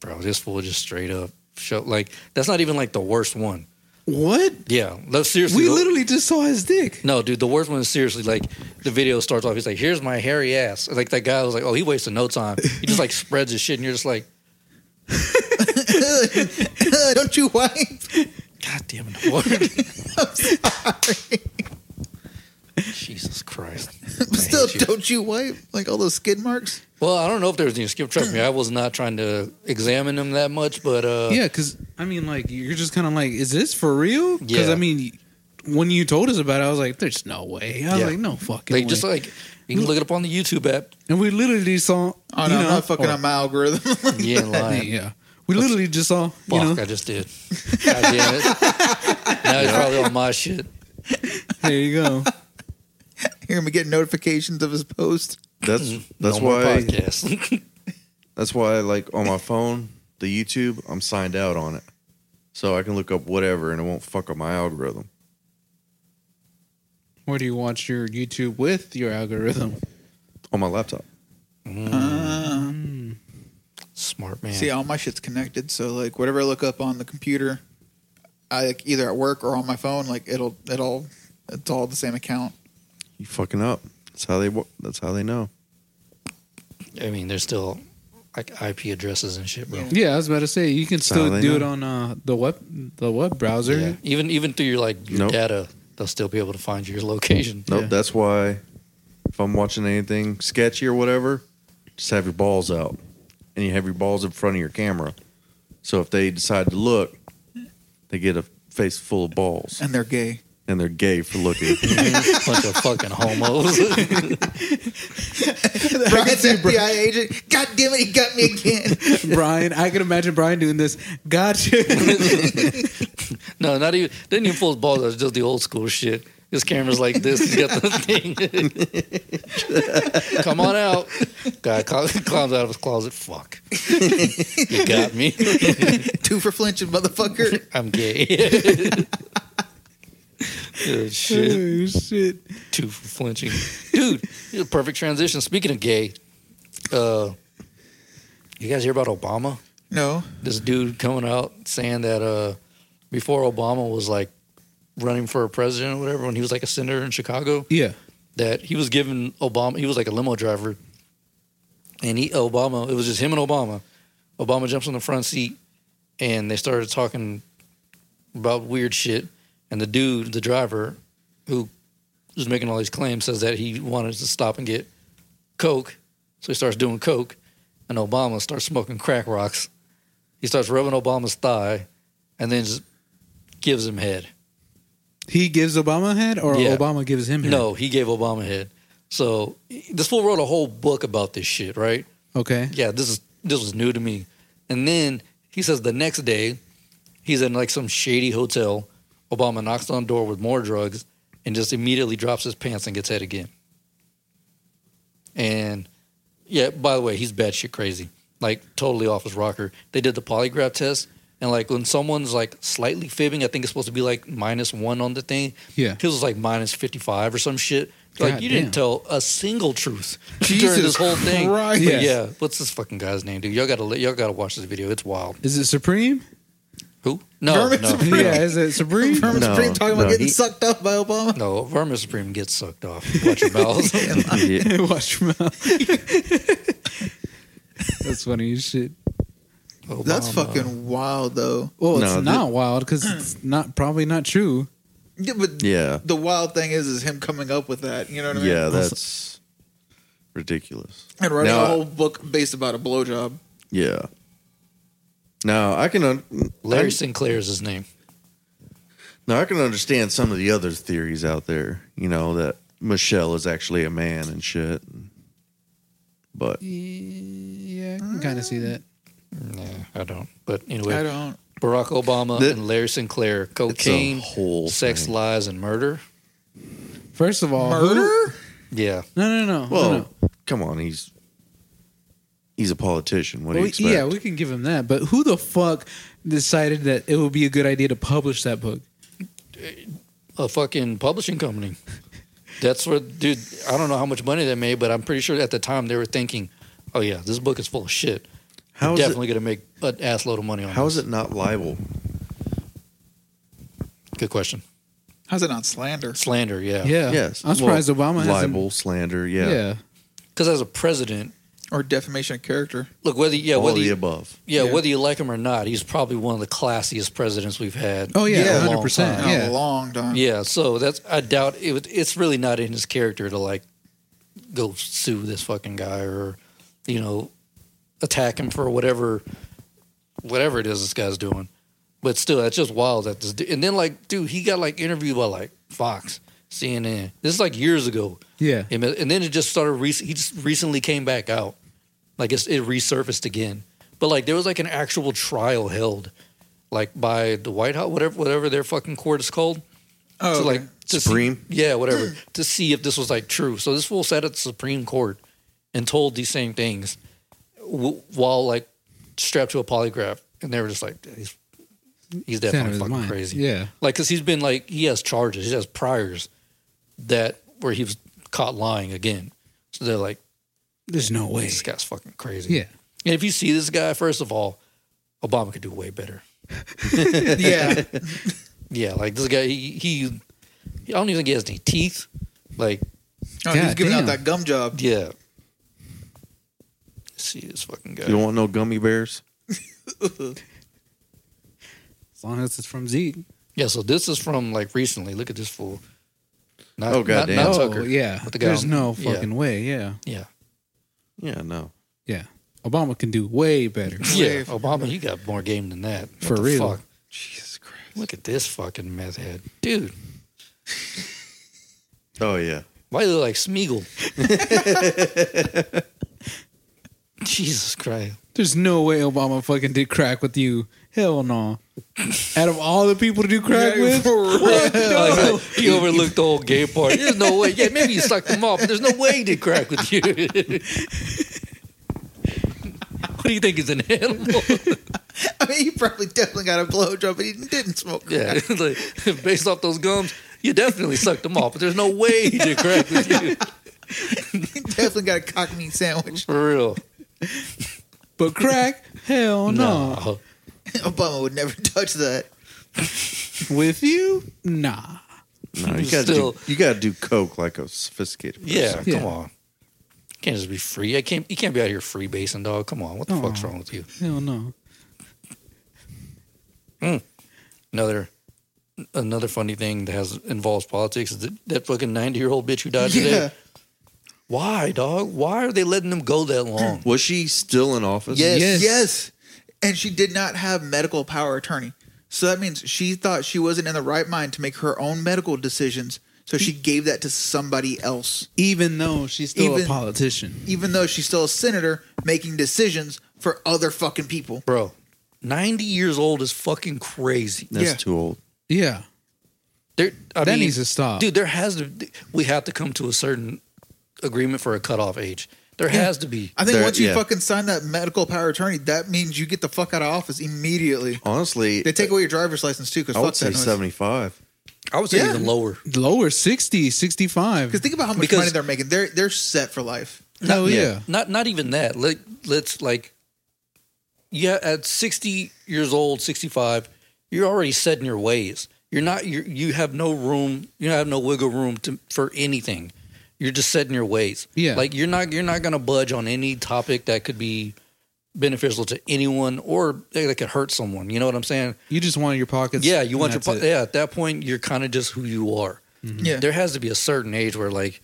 Bro, this fool just straight up show like that's not even like the worst one. What? Yeah. No, seriously. We the- literally just saw his dick. No, dude, the worst one is seriously like the video starts off. He's like, "Here's my hairy ass." Like that guy was like, "Oh, he wasted no time." He just like spreads his shit, and you're just like, Uh, Don't you whine? "God damn it, what?" Jesus Christ! I Still, hate you. don't you wipe like all those skid marks? Well, I don't know if there was any skip. Trust me, I was not trying to examine him that much, but uh, Yeah, because I mean, like, you're just kind of like, is this for real? Because Yeah. I mean, when you told us about it, I was like, there's no way. I was Yeah. like, no fucking they way. just like you can look it up on the YouTube app. and we literally saw. Oh no, you know, I'm not fucking or- up my algorithm. You ain't I mean, lying. Yeah, we literally just saw. You Fuck, know, I just did. God damn it! Now he's probably on my shit. there you go. Hear me get notifications of his post. That's that's no more why podcast. that's why like on my phone, the YouTube, I'm signed out on it, so I can look up whatever and it won't fuck up my algorithm. Where do you watch your YouTube with your algorithm? on my laptop. Smart man. See, all my shit's connected, so like whatever I look up on the computer, I like either at work or on my phone, like it'll it'll it's all the same account. You fucking up. That's how they. wa- That's how they know. I mean, there's still like IP addresses and shit, bro. Yeah. Yeah, I was about to say you can still they do know. it on uh, the web the web browser. Yeah. Even even through your like your Nope. data, they'll still be able to find your location. Nope. Yeah. That's why. If I'm watching anything sketchy or whatever, just have your balls out, and you have your balls in front of your camera. So if they decide to look, they get a face full of balls, And they're gay. and they're gay for looking. Bunch of fucking homos. Brian's FBI agent. God damn it, he got me again. Brian, I can imagine Brian doing this. Gotcha. no, not even didn't even full balls. That's just the old school shit. His camera's like this. He's got the thing. Come on out. Guy cl- climbs out of his closet. Fuck. you got me. Two for flinching, motherfucker. I'm gay. Good shit. Oh, shit. two for flinching. Dude, this is a perfect transition. Speaking of gay, uh, you guys hear about Obama? No. This dude coming out saying that uh, before Obama was like running for president or whatever, when he was like a senator in Chicago, Yeah. that he was giving Obama, he was like a limo driver, and he Obama, it was just him and Obama. Obama jumps on the front seat, and they started talking about weird shit. And the dude, the driver, who was making all these claims, says that he wanted to stop and get coke, so he starts doing coke, and Obama starts smoking crack rocks. He starts rubbing Obama's thigh, and then just gives him head. He gives Obama a head, or Yeah. Obama gives him head? No, he gave Obama head. So this fool wrote a whole book about this shit, right? Okay. Yeah, this is this was new to me. And then he says the next day, he's in like some shady hotel. Obama knocks on the door with more drugs and just immediately drops his pants and gets head again. And yeah, by the way, he's batshit crazy. Like totally off his rocker. They did the polygraph test. And like when someone's like slightly fibbing, I think it's supposed to be like minus one on the thing. Yeah. His was like minus fifty five or some shit. Like God you damn. didn't tell a single truth Jesus during this whole thing. Christ. But Yeah. yeah. What's this fucking guy's name, dude? Y'all gotta li- y'all gotta watch this video. It's wild. Is it Supreme? Who? No, Vermin no, Supreme. Yeah, is it Supreme? Herman No, Supreme talking about no, getting he- sucked up by Obama. no. Vermin Supreme gets sucked off. Watch your bowels. Yeah. Watch your mouth. That's funny as shit. That's Obama. fucking wild though. Well, No, it's thi- not wild because it's not probably not true. Yeah, but Yeah. the wild thing is is him coming up with that. You know what I mean? Yeah, that's ridiculous. And writing Now- a whole book based about a blowjob. Yeah. Now I can un- Larry Sinclair is his name. now I can understand some of the other theories out there. You know that Michelle is actually a man and shit. But Yeah, I can kind of see that. Yeah, I don't. But I anyway, don't. Barack Obama Th- and Larry Sinclair, cocaine, whole sex, thing. lies, and murder. First of all, who- Murder? Yeah, No, no, no. Well, no, no. come on, he's he's a politician. What do Well, you we- expect? yeah, we can give him that. But who the fuck decided that it would be a good idea to publish that book? a fucking publishing company. That's where, dude. I don't know how much money they made, but I'm pretty sure at the time they were thinking, "Oh yeah, this book is full of shit. How We're is it- definitely going to make an ass load of money on." How is this." it not libel? Good question. How's it not slander? Slander, yeah, Yeah. Yes. I'm surprised Well, Obama hasn't. libel, slander. Yeah, Yeah. Because as a president, Or defamation of character. look whether yeah all whether of the you, above. yeah, Yeah. whether you like him or not, he's probably one of the classiest presidents we've had. Oh yeah, Yeah. in a long 100%. time. In Yeah. a long time. Yeah, so that's I doubt it. was- It's really not in his character to like go sue this fucking guy or you know attack him for whatever whatever it is this guy's doing. But still, that's just wild. That this du- and then like, dude, he got like interviewed by like Fox, CNN. This is like years ago, Yeah. and and then it just started. Rec- he just recently came back out, like it's, it resurfaced again. But like there was like an actual trial held, like by the White House, whatever whatever their fucking court is called Oh, to okay. like to see- Supreme? yeah, whatever, to see if this was like true. So this fool sat at the Supreme Court and told these same things w- while like strapped to a polygraph, and they were just like, he's he's It's out of definitely his fucking mind. crazy. Yeah. Like, cause he's been like he has charges, he has priors that where he was caught lying again. So they're like, There's no way. this guy's fucking crazy. Yeah. And if you see this guy, first of all, Obama could do way better. yeah. Yeah, like this guy, he, he I don't even think he has any teeth. Like Oh, he was God giving damn. out that gum job. Yeah. see this fucking guy. You don't want no gummy bears. As long as it's from Zeke. yeah, so this is from like recently. Look at this fool. Not, Oh, goddamn. Not, not Oh, Tucker. yeah. But the guy There's on- no yeah. fucking way. Yeah. Yeah. Yeah, no. Yeah. Obama can do way better. Yeah. Obama, you got more game than that. What For the real. Fuck? Jesus Christ. Look at this fucking meth head. Dude, Oh yeah. why do they look like Smeagol? Jesus Christ. There's no way Obama fucking did crack with you. Hell no. Out of all the people to do crack Yeah, with, for real. Oh, Like, like, he overlooked the whole gay part. There's no way. Yeah, maybe you sucked him off. but There's no way he did crack with you. what do you think is an animal? I mean, he probably definitely got a blowjob, but he didn't smoke. Yeah, like, based off those gums, you definitely sucked them off. But there's no way he did crack with you He definitely got a cock meat sandwich. for real. but crack, hell Oh, no. No. Obama would never touch that. With you, nah. No, you gotta Still- do, you gotta do coke like a sophisticated person. Yeah, Yeah. come on. Can't just be free. I can't. You can't be out here free basing, dog. Come on, what the Aw. fuck's wrong with you? Hell no. Another, another funny thing that has involves politics is that, that fucking ninety year old bitch who died Yeah. today. Why, dog? Why are they letting them go that long? Was she still in office? Yes. Yes. yes. And she did not have medical power attorney. So that means she thought she wasn't in the right mind to make her own medical decisions. So she gave that to somebody else. Even though she's still a Even- politician. Even though she's still a senator making decisions for other fucking people. Bro, ninety years old is fucking crazy. That's Yeah. too old. Yeah. There, I That mean, needs to stop. dude. There has to. We have to come to a certain agreement for a cutoff age. There has to be. I think There- once you yeah. fucking sign that medical power attorney, that means you get the fuck out of office immediately. Honestly, They take away your driver's license too, because I fuck would say that noise. seventy five. I would say Yeah. even lower. Lower 60, 65. Because think about how much Because- money they're making. They're they're set for life. Hell Oh, yeah. yeah. Not not even that. Let let's like. Yeah, at sixty years old, sixty five, you're already set in your ways. You're not. You you have no room. You have no wiggle room to for anything. You're just set in your ways. Yeah. like you're not. You're not gonna budge on any topic that could be beneficial to anyone or that could hurt someone. You know what I'm saying? You just want your pockets. Yeah, you want your and po- that's it. Mm-hmm. yeah. At that point, you're kind of just who you are. Yeah. There has to be a certain age where, like,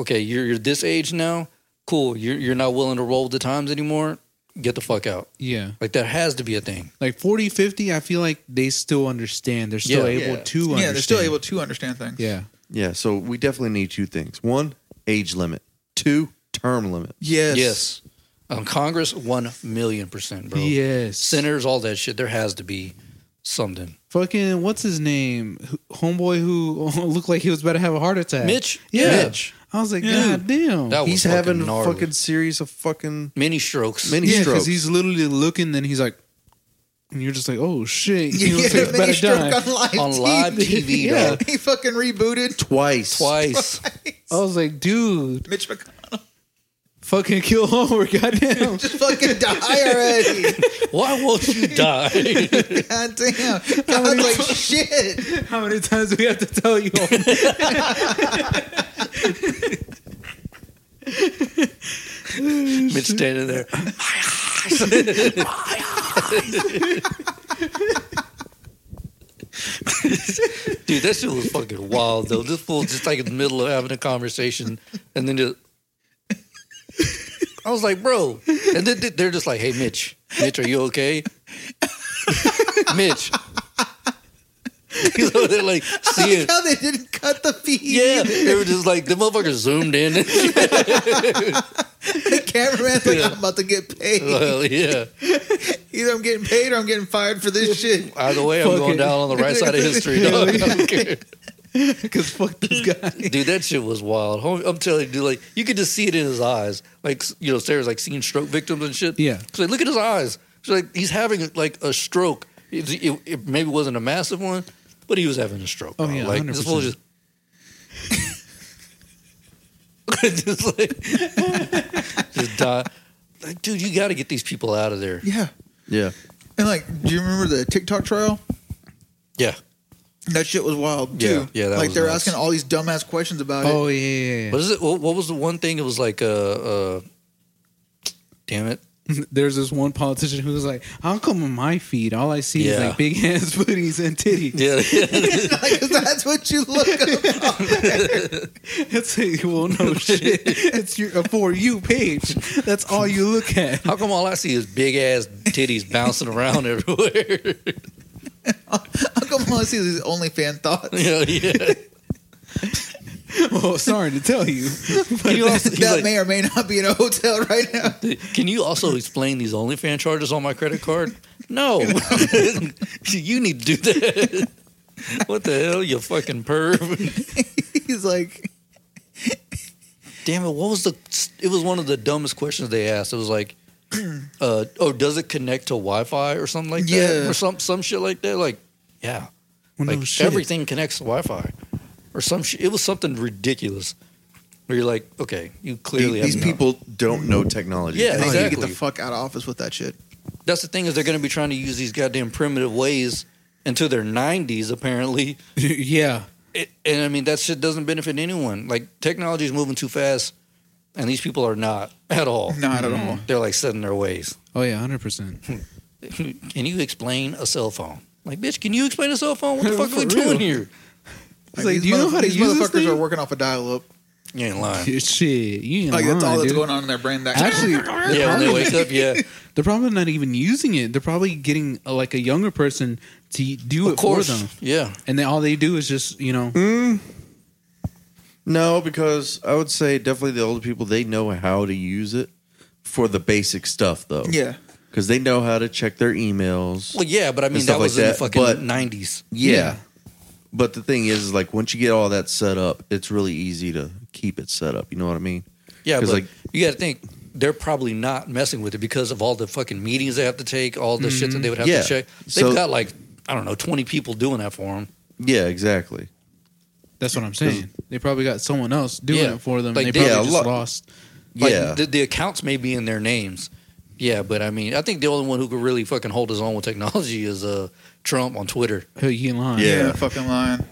okay, you're you're this age now. Cool, you're you're not willing to roll with the times anymore. Get the fuck out. Yeah. Like that has to be a thing. Like 40, 50, I feel like they still understand. They're still Yeah. able yeah. to Yeah, understand. they're still able to understand things. Yeah. Yeah, so we definitely need two things. One, age limit. Two, term limit. Yes. Yes. Um, Congress, one million percent, bro. Yes. Senators, all that shit. There has to be something. Fucking, what's his name? Who- Homeboy who looked like he was about to have a heart attack. Mitch. Yeah. Mitch. I was like, Yeah. God damn. That was He's having Oh, fucking gnarly. a fucking series of fucking many strokes. mini yeah, because strokes. he's literally looking and he's like, and you're just like, oh shit, you know, yeah, it's and then like, he better stroke die. on live On live TV, Yeah. dog. He fucking rebooted Twice. Twice. I was like, dude, Mitch McConnell. fucking kill Homer, goddamn. Just fucking die already. Why won't you die? God damn. God's like, shit. How many times do we have to tell you? Mitch standing there. Dude, that shit was fucking wild though. This fool just like in the middle of having a conversation and then just I was like, bro. And then they- they're just like, hey Mitch, Mitch, are you okay? Mitch. He's over there like seeing How they didn't cut the feed. Yeah. They were just like the motherfucker zoomed in. The cameraman's like, I'm about to get paid. well, yeah. Either I'm getting paid or I'm getting fired for this shit. Either way, I'm Fuck going it. down on the right side of history. dog. I don't care. Because fuck this guy. Dude, that shit was wild. Hom- I'm telling you, dude, like you could just see it in his eyes. Like s- you know, Sarah's like seeing stroke victims and shit. Yeah. She's like, look at his eyes. She's like, he's having like a stroke. It, it- it maybe wasn't a massive one, but he was having a stroke. Oh, dog. yeah, like this fool just. 100%. just like, just die. Like, dude, you got to get these people out of there. Yeah. Yeah. And like, do you remember the TikTok trial? Yeah, That shit was wild too. Yeah, yeah, that like was they're nuts. asking all these dumbass questions about it. Oh yeah, yeah, What is it? What, what was the one thing? It was like, uh, uh damn it. yeah. There's this one politician who was like, "How come on my feed all I see is Yeah. like big hands, booties, and titties?" Yeah, like, that's what you look up. It's like, well, no shit. It's your a for you page. That's all you look at. How come all I see is big ass titties bouncing around everywhere? How come all I see is these OnlyFans thoughts? yeah, yeah. Well, Oh, sorry to tell you. Can you also, he's that like, may or may not be in a hotel right now. can you also explain these OnlyFans charges on my credit card? No, you need to do that. what the hell, you fucking perv? He's like, Damn it! What was the? It was one of the dumbest questions they asked. It was like, uh, oh, does it connect to Wi-Fi or something like that, Yeah. or some some shit like that? Like, yeah. Well, no like shit. everything connects to Wi-Fi, or some. Sh- it was something ridiculous. Where you're like, okay, you clearly These have no- people don't know technology. Yeah, they need to "Oh, get exactly. the fuck out of office with that shit. That's the thing is they're going to be trying to use these goddamn primitive ways into their 90s apparently, yeah. it, and I mean that shit doesn't benefit anyone. Like technology is moving too fast, and these people are not at all. Not at all. They're like setting their ways. Oh yeah, hundred percent. Can you explain a cell phone? Like, bitch, can you explain a cell phone? What the fuck are For we real. doing here? It's like, do you know how to these use this motherfuckers thing? are working off a dial up. You ain't lying. Shit, you ain't Like that's lying, all that's dude. going on in their brain. That Actually, Yeah, when they wake up, yeah. they're probably not even using it. They're probably getting uh, like a younger person to do Of it course. Mm. for them, Yeah. and then all they do is just you know, No, because I would say definitely the older people they know how to use it for the basic stuff though. yeah, Because they know how to check their emails. Well, yeah, but I mean stuff that was like in that, the fucking but- 90s. yeah. yeah. But the thing is, is like once you get all that set up, it's really easy to keep it set up. You know what I mean? Yeah, 'Cause, but like- you got to think they're probably not messing with it because of all the fucking meetings they have to take, all the shit that they would have Mm-hmm. Yeah. to check. They've So- got like I don't know, twenty people doing that for them. Yeah, exactly. That's what I'm saying. They probably got someone else doing Yeah. it for them. Like, and they probably yeah, a just lot- lost. Like yeah. the, the accounts may be in their names. Yeah, but I mean, I think the only one who could really fucking hold his own with technology is uh, Trump on Twitter. Who you ain't lying? Yeah. fucking lying.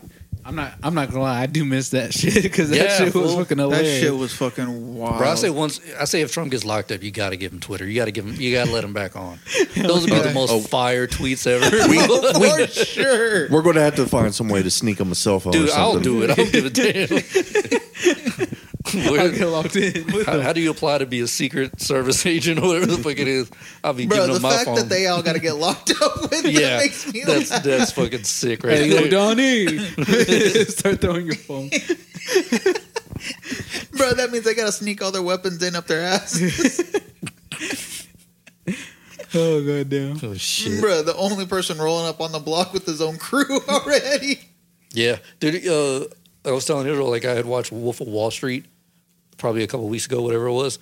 I'm not. I'm not gonna lie. I do miss that shit because that Yeah, shit was fool. fucking That hilarious. shit was fucking wild. Bro, I say once, I say if Trump gets locked up, you got to give him Twitter. You got to give him, you got to let him back on. Those would be the yeah. most Oh. fire tweets ever. for sure. We're going to have to find some way to sneak them a cell phone. Dude, or I'll something. do it. I don't give a damn. I Where- get locked in. with how, them. how do you apply to be a secret service agent or whatever the fuck it is? I'll be Bro, giving the them my fact phone. that they all got to get locked up with yeah, that makes me that's laugh. that's fucking sick, right? Hey, yo, there. Donnie, start throwing your phone. Bro, that means they got to sneak all their weapons in up their ass. Oh goddamn! Oh shit! Bro, the only person rolling up on the block with his own crew already. Yeah, dude. Uh, I was telling Israel like I had watched Wolf of Wall Street probably a couple weeks ago, whatever it was.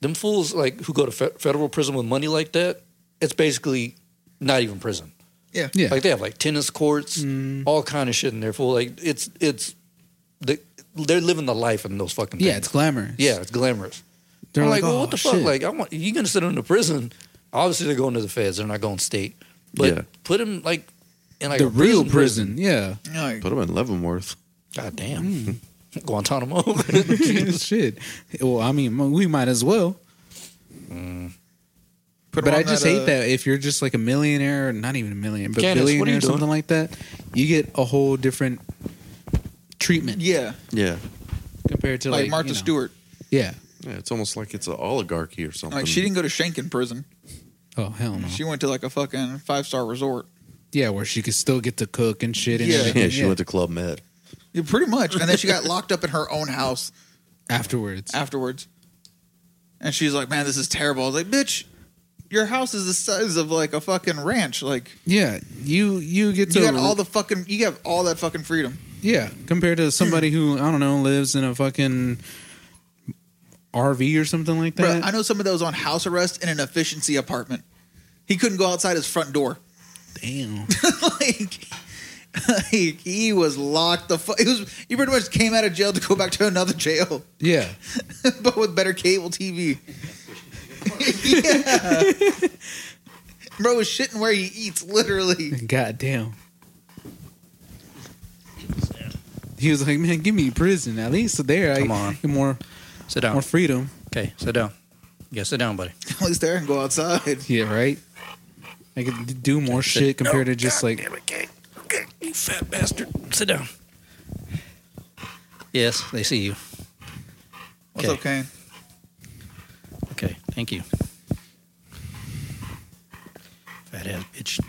Them fools like who go to fe- federal prison with money like that. It's basically not even prison. Yeah. Yeah. Mm. Like they have like tennis courts, all kind of shit in there. For like it's it's they, they're living the life in those fucking yeah, it's things. glamorous. yeah, it's glamorous. They're I'm like, like, well, "Oh, what the fuck? shit." Like, I want you gonna send him to prison? Obviously, they're going to the feds. They're not going state. But Yeah. put him like in like the a real prison, prison. Yeah. Like, Put them in Leavenworth. God damn, Guantanamo. shit. Well, I mean, we might as well. Mm. put 'em But on I just uh, hate that if you're just like a millionaire, not even a million, but Candace, what are you billionaire or doing? something like that, you get a whole different treatment Yeah, Yeah. compared to like, like, Martha you know. Stewart. Yeah. Yeah, it's almost like it's an oligarchy or something. Like she didn't go to Shankin prison. Oh hell no. She went to like a fucking five star resort. Yeah, where she could still get to cook and shit. And Yeah. everything. Yeah, she went to Club Med. Yeah, pretty much. And then she got locked up in her own house afterwards. afterwards. And she's like, "Man, this is terrible." I was like, "Bitch, your house is the size of like a fucking ranch. Like yeah, you you get to you got all the fucking you have all that fucking freedom." yeah compared to somebody who I don't know lives in a fucking RV or something like Bro, that. I know somebody that was on house arrest in an efficiency apartment. He couldn't go outside his front door. Damn. like, like he was locked the fuck. He was he pretty much came out of jail to go back to another jail, yeah. but with better cable TV. yeah. Bro was shitting where he eats, literally. God damn. He was like, man, give me prison. At least there, I Come on. get more sit down. more freedom. Okay, sit down. Yeah, sit down, buddy. At least there and go outside. Yeah, right. I could d- do more shit compared to just like okay, okay, you fat bastard, sit down. Yes, they see you. What's Okay. up, Kane? Okay, thank you. Fat ass bitch.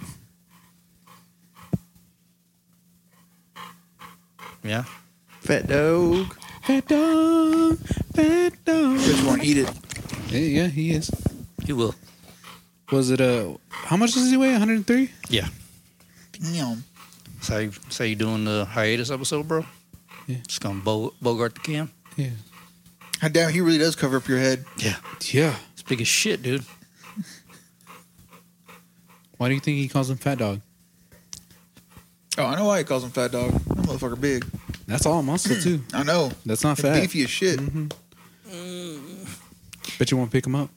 Yeah. Fat dog. fat dog, fat dog. Bitch won't eat it. Yeah, yeah, he is. You will. Was it uh how much does he weigh? 103? Yeah. Damn. That's how you, that's how you doing the hiatus episode, bro? Yeah. Just gonna bo- bogart the cam? Yeah. God damn, he really does cover up your head. Yeah. Yeah. It's big as shit, dude. Why do you think he calls him fat dog? Oh, I know why he calls him Fat Dog. That motherfucker big. That's all muscle too. I know. That's not And fat. Beefy as shit. Bet you won't pick him up.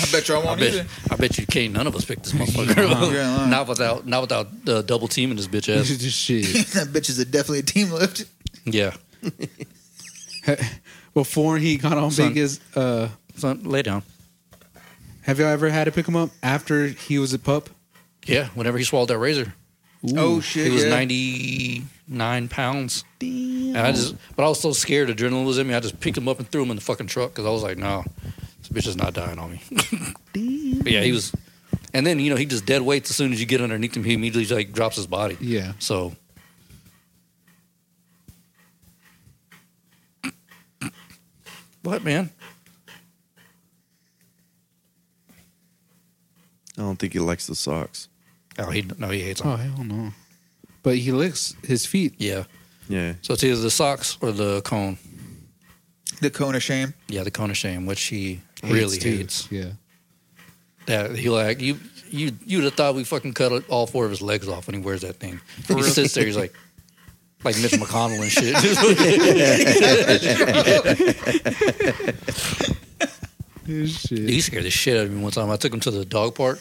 I bet you I I won't eat bet, it. I bet you can't none of us picked this motherfucker up. You're lying. not without not without the double teaming this bitch ass. Just shit. that bitch is a, definitely a team lift. yeah. Before he got on Son. big as uh Son, lay down. have y'all ever had to pick him up after he was a pup? Yeah, whenever he swallowed that razor. Oh shit! He was yeah. 99 pounds. And I just, but I was so scared adrenaline was in me. I just picked him up and threw him in the fucking truck because I was like, no, this bitch is not dying on me. but yeah, he was. And then, you know, he just dead weights as soon as you get underneath him. He immediately like drops his body. Yeah. So what, man? I don't think he likes the socks. Oh, he no, he hates him. Oh hell no. But he licks his feet. Yeah. Yeah. So it's either the socks or the cone. The cone of shame. Yeah, the cone of shame, which he really too. hates. Yeah. That he like you you you'd have thought we fucking cut all four of his legs off when he wears that thing. he sits there, he's like like Mitch McConnell and shit. he Shit. scared the shit out of me one time. I took him to the dog park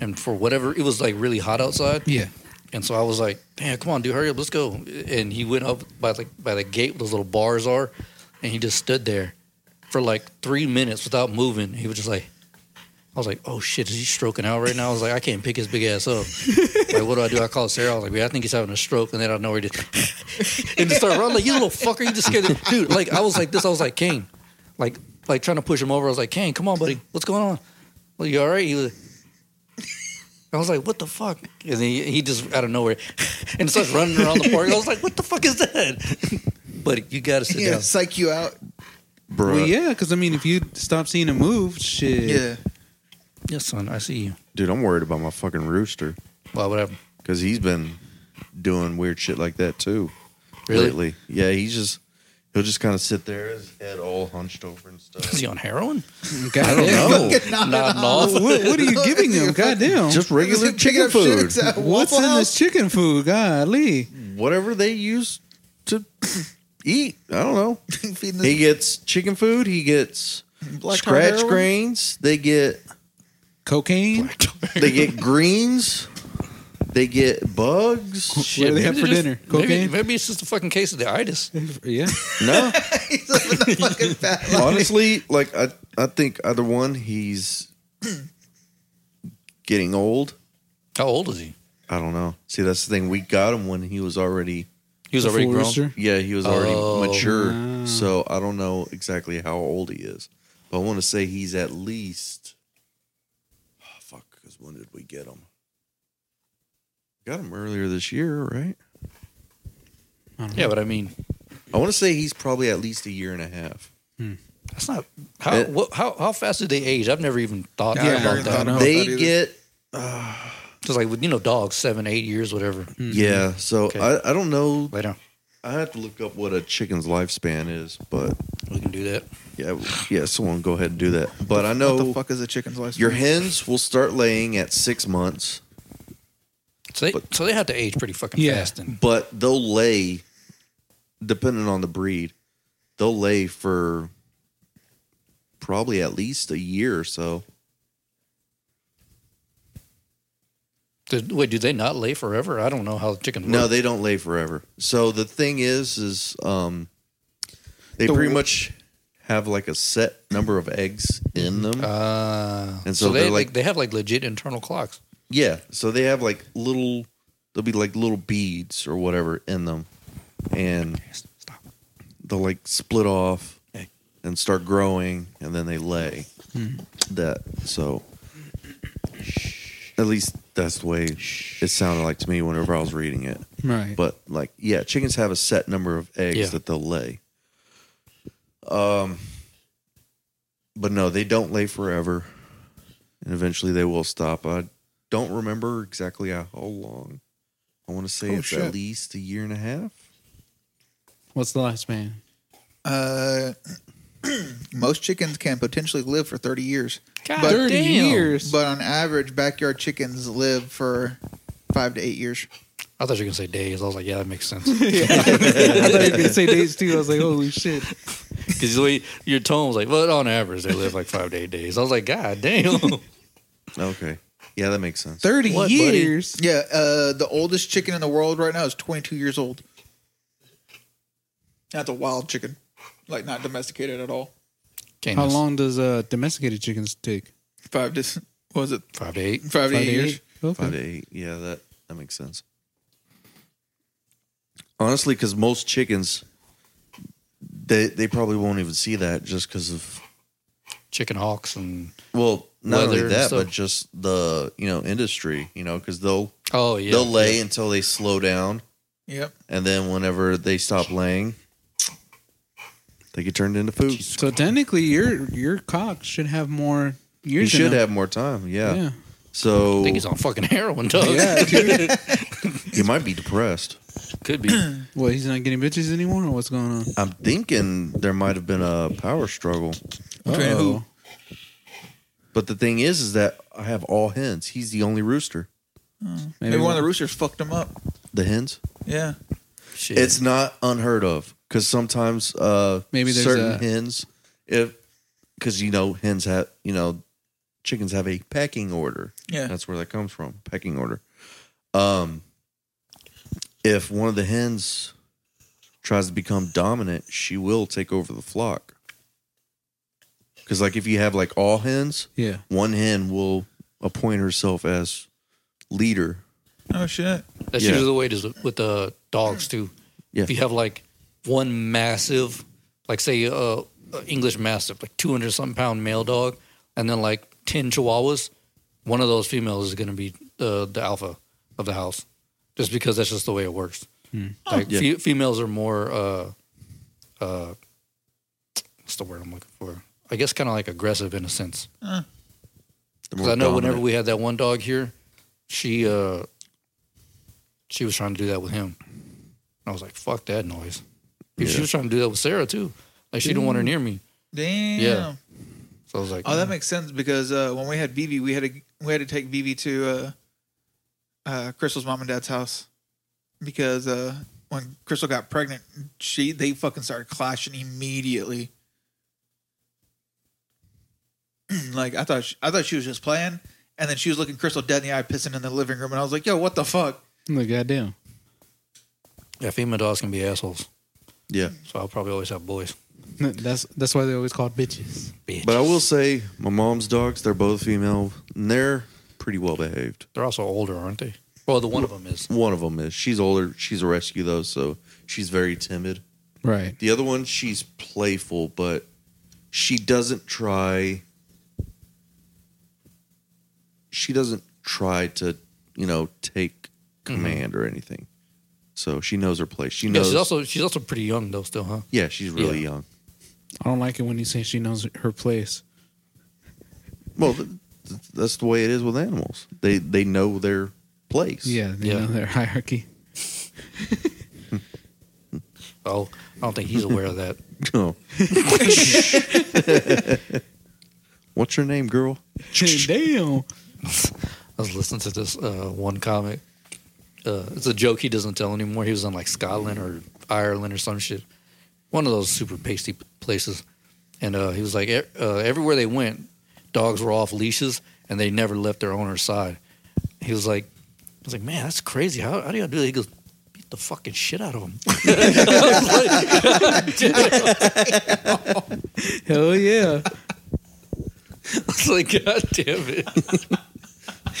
and for whatever it was like really hot outside. Yeah. And so I was like, damn, come on, dude, hurry up, let's go. And he went up by the by the gate where those little bars are, and he just stood there for like three minutes without moving. He was just like, I was like, oh shit, is he stroking out right now? I was like, I can't pick his big ass up. like, what do I do? I called Sarah. I was like, yeah, I think he's having a stroke. And then I know he did. and just started running, like, you little fucker, you just scared the dude. Like, I was like this. I was like, Kane, like, like trying to push him over. I was like, Kane, come on, buddy, what's going on? Well, you all right? He was, I was like, what the fuck? And he, he just out of nowhere and starts running around the park. I was like, what the fuck is that? Buddy, you gotta sit Yeah, down. psych you out. Bruh. Well, yeah, because I mean, if you stop seeing him move, shit. Yeah, Yes, son, I see you. Dude, I'm worried about my fucking rooster Why would I? because he's been doing weird shit like that too Really? lately. Yeah, he's just He'll just kind of sit there, his head all hunched over and Is stuff. he on heroin? I don't know. Not at all. What, what are you giving him? Goddamn. Just regular Just picking chicken up food, chicks at What's Waffle in House? this chicken food? Golly. whatever they use to eat. I don't know. Feeding He this gets chicken food. He gets black tar scratch heroin? grains. They get Cocaine? they get greens. They get bugs. What do they have maybe for just- dinner? Maybe, Cocaine? maybe it's just a fucking case of the itis. Yeah. No, He's living a fucking fat life. honestly, like I, I think either one. He's getting old. How old is he? I don't know. See, that's the thing. We got him when he was already. He was already Full grown. rooster? Yeah, he was already Oh. mature. Ah. So I don't know exactly how old he is, but I want to say he's at least. Oh, fuck! Because when did we get him? Got him earlier this year, right? Yeah, but I mean, I want to say he's probably at least a year and a half. that's not how It- what, how how fast do they age? I've never even thought Yeah, I never about thought Oh, that. about that they either. get Just like with you know dogs, seven, eight years, whatever. Hmm. yeah. So Hmm. Okay. I, I don't know. Lay down. I have to look up what a chicken's lifespan is, but We can do that. yeah, yeah. Someone go ahead and do that. But I What the know fuck is a chicken's lifespan? your hens will start laying at six months. So they But- so they have to age pretty fucking Yeah. fast. And but they'll lay depending on the breed they'll lay for probably at least a year or so did- wait, do they not lay forever? I don't know how chickens. no work. they don't lay forever so the thing is is um they The pretty wo- much have like a set number of eggs in them Uh, And so so, they they're like, like- they have like legit internal clocks. yeah so they have like little there'll be like little beads or whatever in them and Stop. they'll like split off Hey. Hmm. and start growing and then they lay that so at least that's the way it sounded like to me whenever i was reading it Right. but like yeah chickens have a set number of eggs Yeah. that they'll lay um but no they don't lay forever and eventually they will stop i don't remember exactly how how long i want to say Oh, it's shit. at least a year and a half What's the lifespan? Uh, most chickens can potentially live for 30 years, God But- 30 years. but on average, backyard chickens live for five to eight years. I thought you were gonna say days. I was like, yeah, that makes sense. I thought you were going to say days too. I was like, holy shit. Because your tone was like, well, on average, they live like five to eight days. I was like, God damn. okay yeah that makes sense 30 What, buddy? years? Yeah, uh, the oldest chicken in the world right now is 22 years old. That's a wild chicken, like not domesticated at all. Can't How miss. long does uh, domesticated chickens take? Five to what was it? Five to eight. Five, to eight years. Okay. Five to eight. Yeah, that that makes sense. Honestly, because most chickens, they they probably won't even see that just because of Chicken hawks and well, not Weather only and that, stuff. but just the you know industry, you know, because they'll oh yeah, they'll lay Yeah. until they slow down, Yep. and then whenever they stop laying, they get turned into food. So technically, your your cock should have more years. You in should them. have more time. Yeah. Yeah. So I think he's on fucking heroin, dog. Yeah, dude. you might be depressed. Could be. what, he's not getting bitches anymore, or what's going on? I'm thinking there might have been a power struggle. Uh-oh. who? But the thing is, is that I have all hens. He's the only rooster. Maybe, one of the roosters fucked them up. The hens. Yeah. Shit. It's not unheard of because sometimes uh, Maybe there's certain a- hens, if because you know hens have you know chickens have a pecking order. Yeah. That's where that comes from. Pecking order. Um, if one of the hens tries to become dominant, she will take over the flock. Because like if you have like all hens, Yeah. one hen will appoint herself as leader. Oh shit. That's yeah. usually the way it is with- with uh, dogs too. Yeah. If you have like one massive, like say uh, uh, English Mastiff, like two hundred something pound male dog, and then like ten Chihuahuas, one of those females is going to be the the alpha of the house, just because that's just the way it works. Like Hmm. Yeah. fe- females are more, uh, uh, what's the word I'm looking for? I guess kind of like aggressive in a sense. The Because more I know whenever dominant- we had that one dog here, she uh she was trying to do that with him. I was like, "Fuck that noise!" If she Yeah. was trying to do that with Sarah too, like she didn't want her near me. Damn. Yeah. So I was like, Mm. Oh, that makes sense because uh, when we had BB, we had to we had to take BB to uh, uh, Crystal's mom and dad's house because uh, when Crystal got pregnant, she they fucking started clashing immediately. like I thought, she, I thought she was just playing, and then she was looking Crystal dead in the eye, pissing in the living room, and I was like, "Yo, what the fuck?" Like, goddamn. yeah, female dogs can be assholes. Yeah. So I'll probably always have boys. That's that's why they always called bitches. Bitch. But I will say, my mom's dogs, they're both female, and they're pretty well behaved. They're also older, aren't they? Well, the one of them is. One of them is. She's older. She's a rescue, though, so she's very timid. Right. The other one, she's playful, but she doesn't try. She doesn't try to, you know, take command or anything. So she knows her place. She Mm-hmm. Yeah, knows. she's also she's also pretty young though, still, huh? yeah, she's really Yeah. young. I don't like it when you say she knows her place. Well, th- th- that's the way it is with animals. They they know their place. Yeah, they Yeah. know their hierarchy. Oh, I don't think he's aware of that. Oh. What's your name, girl? Damn. I was listening to this uh, one comic. Uh, it's a joke he doesn't tell anymore. He was in like Scotland or Ireland or some shit, one of those super pasty p- places. And uh, he was like, e- uh, everywhere they went, dogs were off leashes and they never left their owner's side. He was like, I was like, man, that's crazy. How, how do y'all do that? He goes, beat the fucking shit out of them. Hell yeah. I was like, God damn it.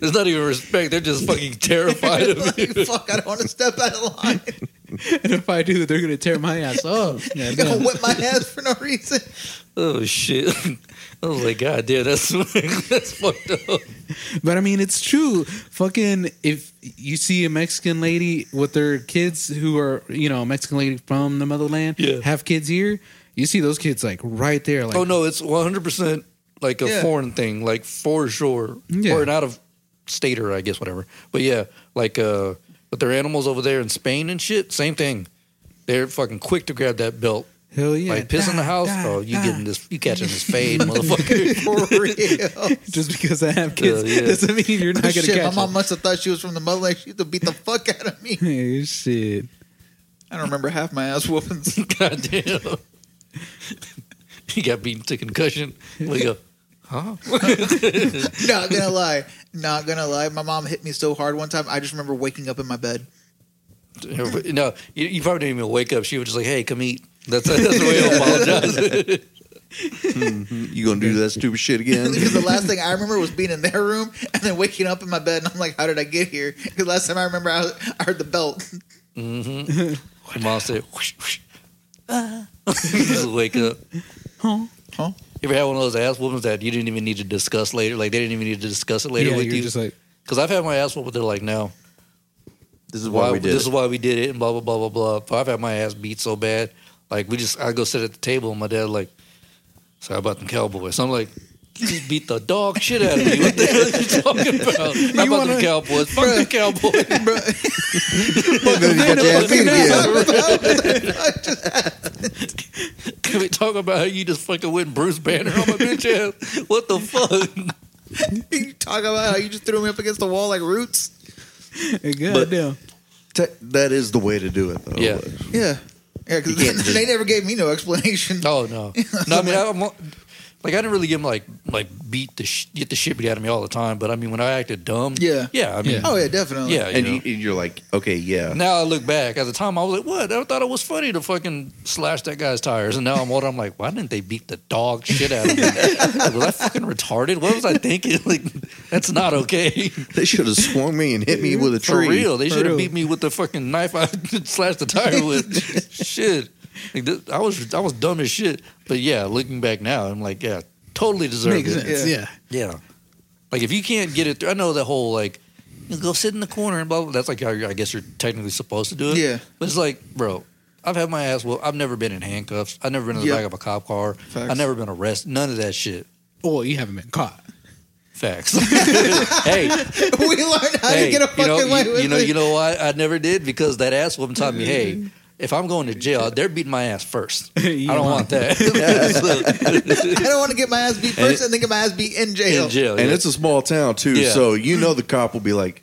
There's not even respect. They're just fucking terrified of you. like, fuck, I don't want to step out of line. and if I do, they're gonna tear my ass up. Yeah, I'm gonna damn. whip my ass for no reason. Oh shit! I was like, God damn, that's that's fucked up. But I mean, it's true. Fucking, if you see a Mexican lady with their kids who are, you know, a Mexican lady from the motherland, Yeah. have kids here, you see those kids like right there. Like, Oh no, it's one hundred percent like a Yeah. foreign thing, like for sure, Yeah. or an out of stater, I guess, whatever. But yeah, like, uh, but their animals over there in Spain and shit, same thing. They're fucking quick to grab that belt. hell yeah. like piss in the house, oh, you getting this, you catching this fade, motherfucker. For real. Just because I have kids yeah. doesn't mean you're not gonna Shit, my catch mom it. must have thought she was from the motherland. She used to beat the fuck out of me. Hey, shit. I don't remember half my ass whoopings. God damn. He got beaten to concussion. Like, a, huh? not gonna lie, not gonna lie. My mom hit me so hard one time. I just remember waking up in my bed. Everybody- No, you, you probably didn't even wake up. She was just like, "Hey, come eat." That's that's the way I apologize. You gonna do that stupid shit again? Because the last thing I remember was being in their room and then waking up in my bed. And I'm like, how did I get here? Because last time I remember, I, I heard the belt. Mm-hmm. My Mom said, whoosh, whoosh. Ah. "Just wake up." Huh? Huh? You ever had one of those ass whoopings that you didn't even need to discuss later? Like they didn't even need to discuss it later Yeah, with you're you. just like, Because I've had my ass whooped. They're like, "No, This is why? why we did. this is it. why we did it." And blah blah blah blah blah. I've had my ass beat so bad. Like we just, I go sit at the table and my dad like, "Sorry about them cowboys." I'm like. You just beat the dog shit out of me. What the hell are you talking about? How about wanna- the cowboys? Fuck the cowboys. Can we talk about how you just fucking went Bruce Banner on my bitch ass? What the fuck? you talk about how you just threw me up against the wall like roots. goddamn. Te- that is the way to do it, though. Yeah. Yeah. Yeah, because can't just- they never gave me no explanation. Oh no, no. I mean, I'm like I didn't really give him like like beat the sh- get the shit beat out of me all the time. But I mean, when I acted dumb, Yeah. yeah. I mean, Yeah. Oh, yeah, definitely. yeah. you and, know. you, and you're like, okay, yeah, now I look back at the time, I was like, what? I thought it was funny to fucking slash that guy's tires. And now I'm older, I'm like, why didn't they beat the dog shit out of me? Like, was I fucking retarded? What was I thinking? Like, that's not okay. they should have swung me and hit me with a For tree. real, they For should real. have beat me with the fucking knife I slashed the tire with. shit, like this, I was I was dumb as shit. But yeah, looking back now, I'm like, yeah, totally deserved Makes it. sense. Yeah. Yeah. Yeah, like if you can't get it, through, I know the whole like you go sit in the corner and blah. blah that's like how you're- I guess you're technically supposed to do it. Yeah. but it's like, bro. I've had my ass well. I've never been in handcuffs. I've never been in the Yeah. back of a cop car. Facts. I've never been arrested. None of that shit. Well, you haven't been caught. Facts. hey, we learned how to Hey, get a fucking you know, way you, with you know, it. you know why I never did because that ass woman taught me, hey, If I'm going to jail, they're beating my ass first. You I don't know. want that. I don't want to get my ass beat And first it- and then get my ass beat in jail. In jail, And yeah. it's a small town too, Yeah. so you know the cop will be like,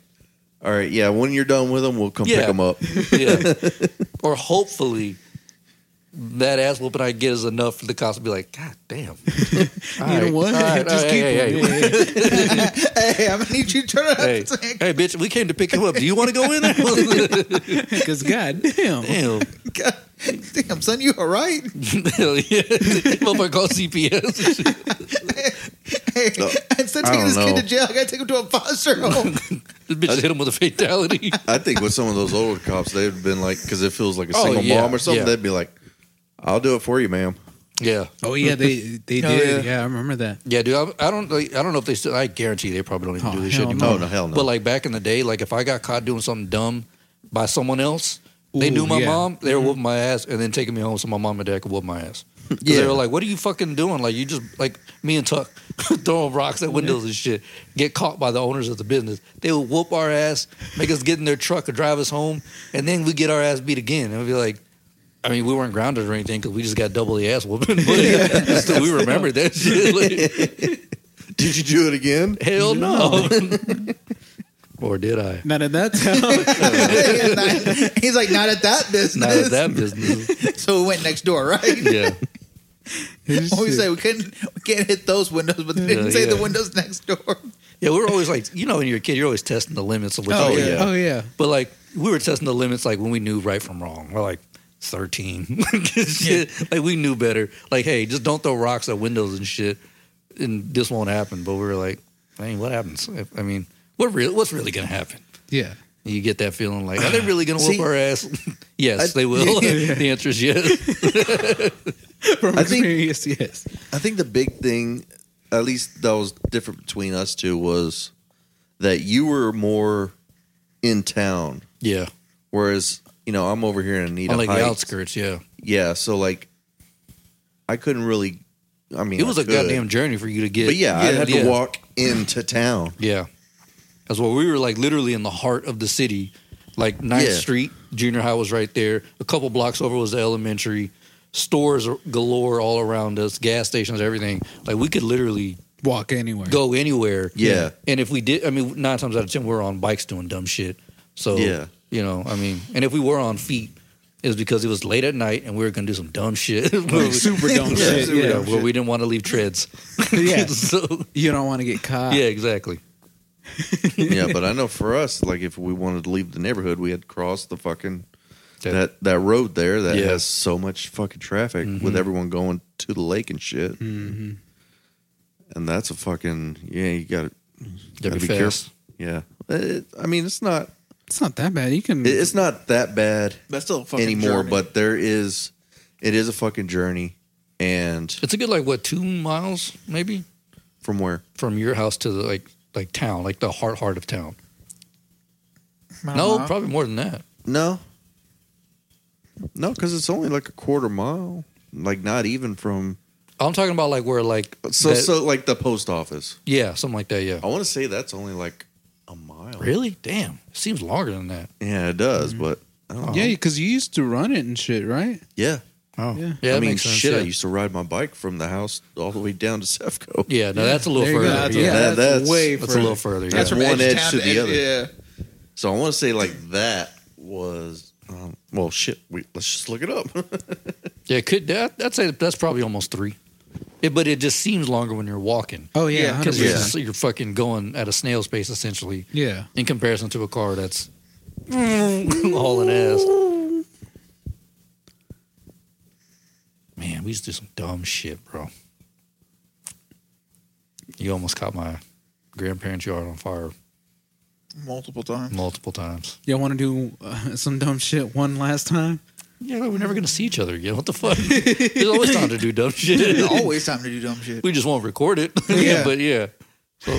"All right, yeah, when you're done with them, we'll come pick Yeah. 'em pick them up." yeah. Or hopefully that ass whooping I get is enough for the cops to be like, God damn. You know what? Just keep hey, him. hey, hey. Hey, I'm gonna need you to turn it Hey, up. the tank. hey, bitch, we came to pick you up. Do you want to go in there? Because god damn. Damn. God, damn, son, you all right? Hell yeah. Motherfucker called CPS. Hey, No, instead I of taking don't this kid know. to jail, I gotta take him to a foster home. This bitch hit him with a fatality. I think with some of those older cops, they'd have been like, because it feels like a Oh, single yeah, mom or something, yeah. they'd be like, "I'll do it for you, ma'am." Yeah. Oh yeah, they they Oh, did. yeah. Yeah, I remember that. Yeah, dude. I, I don't. Like, I don't know if they still. I guarantee they probably don't even Oh, do this shit hell anymore. No, no, hell no. But like back in the day, like if I got caught doing something dumb by someone else, they Ooh, knew my yeah. Mm-hmm. mom. They were whooping my ass and then taking me home so my mom and dad could whoop my ass. 'Cause They Yeah. were like, "What are you fucking doing? Like you just like me and Tuck throwing rocks at windows and shit. Get caught by the owners of the business. They would whoop our ass, make us get in their truck or drive us home, and then we get our ass beat again. And we'd be like. I mean, we weren't grounded or anything because we just got double the ass whooping. But still, we remembered that shit. Like, Did you do it again? Hell Oh, no. or did I? Not at that time. He's like, not at that business. Not at that business. So we went next door, right? Yeah. What we say we couldn't, we can't hit those windows, but they didn't Yeah, say the yeah. windows next door. Yeah, we were always like, you know, when you're a kid, you're always testing the limits of what Oh, you yeah. yeah. Oh yeah. But like, we were testing the limits like when we knew right from wrong. We're like 13. shit. Like, we knew better. Like, hey, just don't throw rocks at windows and shit, and this won't happen. But we were like, dang, what happens? I- I mean, what real? what's really going to happen? Yeah. You get that feeling like, are they really going to See- whoop our ass? yes, I- they will. Yeah. the answer is yes. From I think- experience, yes. I think the big thing, at least that was different between us two, was that you were more in town, Yeah. whereas you know I'm over here in Anita On like the Heights. outskirts, yeah. Yeah, so like, I couldn't really. I mean, It was I a could, goddamn journey for you to get. But yeah, I get- had yeah, to walk into town. Yeah, that's why we were like literally in the heart of the city, like 9th Yeah. Street. Junior High was right there. A couple blocks over was the elementary. Stores galore all around us. Gas stations, everything. Like we could literally Walk anywhere. go anywhere. Yeah. And if we did, I mean, nine times out of ten, we were on bikes doing dumb shit. So Yeah. you know, I mean, and if we were on feet, it was because it was late at night and we were gonna do some dumb shit. Where we- super dumb Yeah, shit. super yeah. yeah, where we didn't want to leave treads. Yeah. so You don't want to get caught. yeah, exactly. yeah, but I know for us, like if we wanted to leave the neighborhood, we had to cross the fucking That- that that road there that Yeah. Mm-hmm. has so much fucking traffic with everyone going to the lake and shit. And that's a fucking yeah. You got to Gotta be fast. Yeah, It- I mean it's not It's not that bad. You can. it- Mm-hmm. it's not that bad That's still a fucking anymore, journey. but there is it is a fucking journey. And It's a good like what two miles maybe from where? from your house to the like like town, like the heart heart of town. I don't No, know. probably more than that. No. No, because it's only like a quarter mile. Like not even from I'm talking about like where like Uh, so that- so like the post office. yeah, something like that. Yeah, I want to say that's only like a mile. really? Mm-hmm. Damn, seems longer than that. Yeah, it does, but I don't know. yeah, because you used to run it and shit, right? Yeah. Oh, yeah. Yeah. that I mean, makes sense, shit, Yeah. I used to ride my bike from the house all the way down to Sefco. yeah, no, that's a little There you go. further. That's, yeah, yeah, That- that's, that's- way that's further. a little further. That's yeah. from one edge, edge town to the other. Yeah. So I want to say like that was um, well, shit. We, let's just look it up. Yeah, it could that, that's a, that's probably almost three. It, but it just seems longer when you're walking Oh yeah, Yeah, because 100%. you're, yeah. just- you're fucking going at a snail's pace essentially in comparison to a car that's hauling ass. Man, we used to do some dumb shit, bro. You almost caught my grandparents' yard on fire Multiple times. multiple times. Y'all want to do uh, some dumb shit one last time? Yeah, like, we're never gonna see each other again. What the fuck? There's always time to do dumb shit. There's always time to do dumb shit. We just won't record it. Yeah. but yeah. So,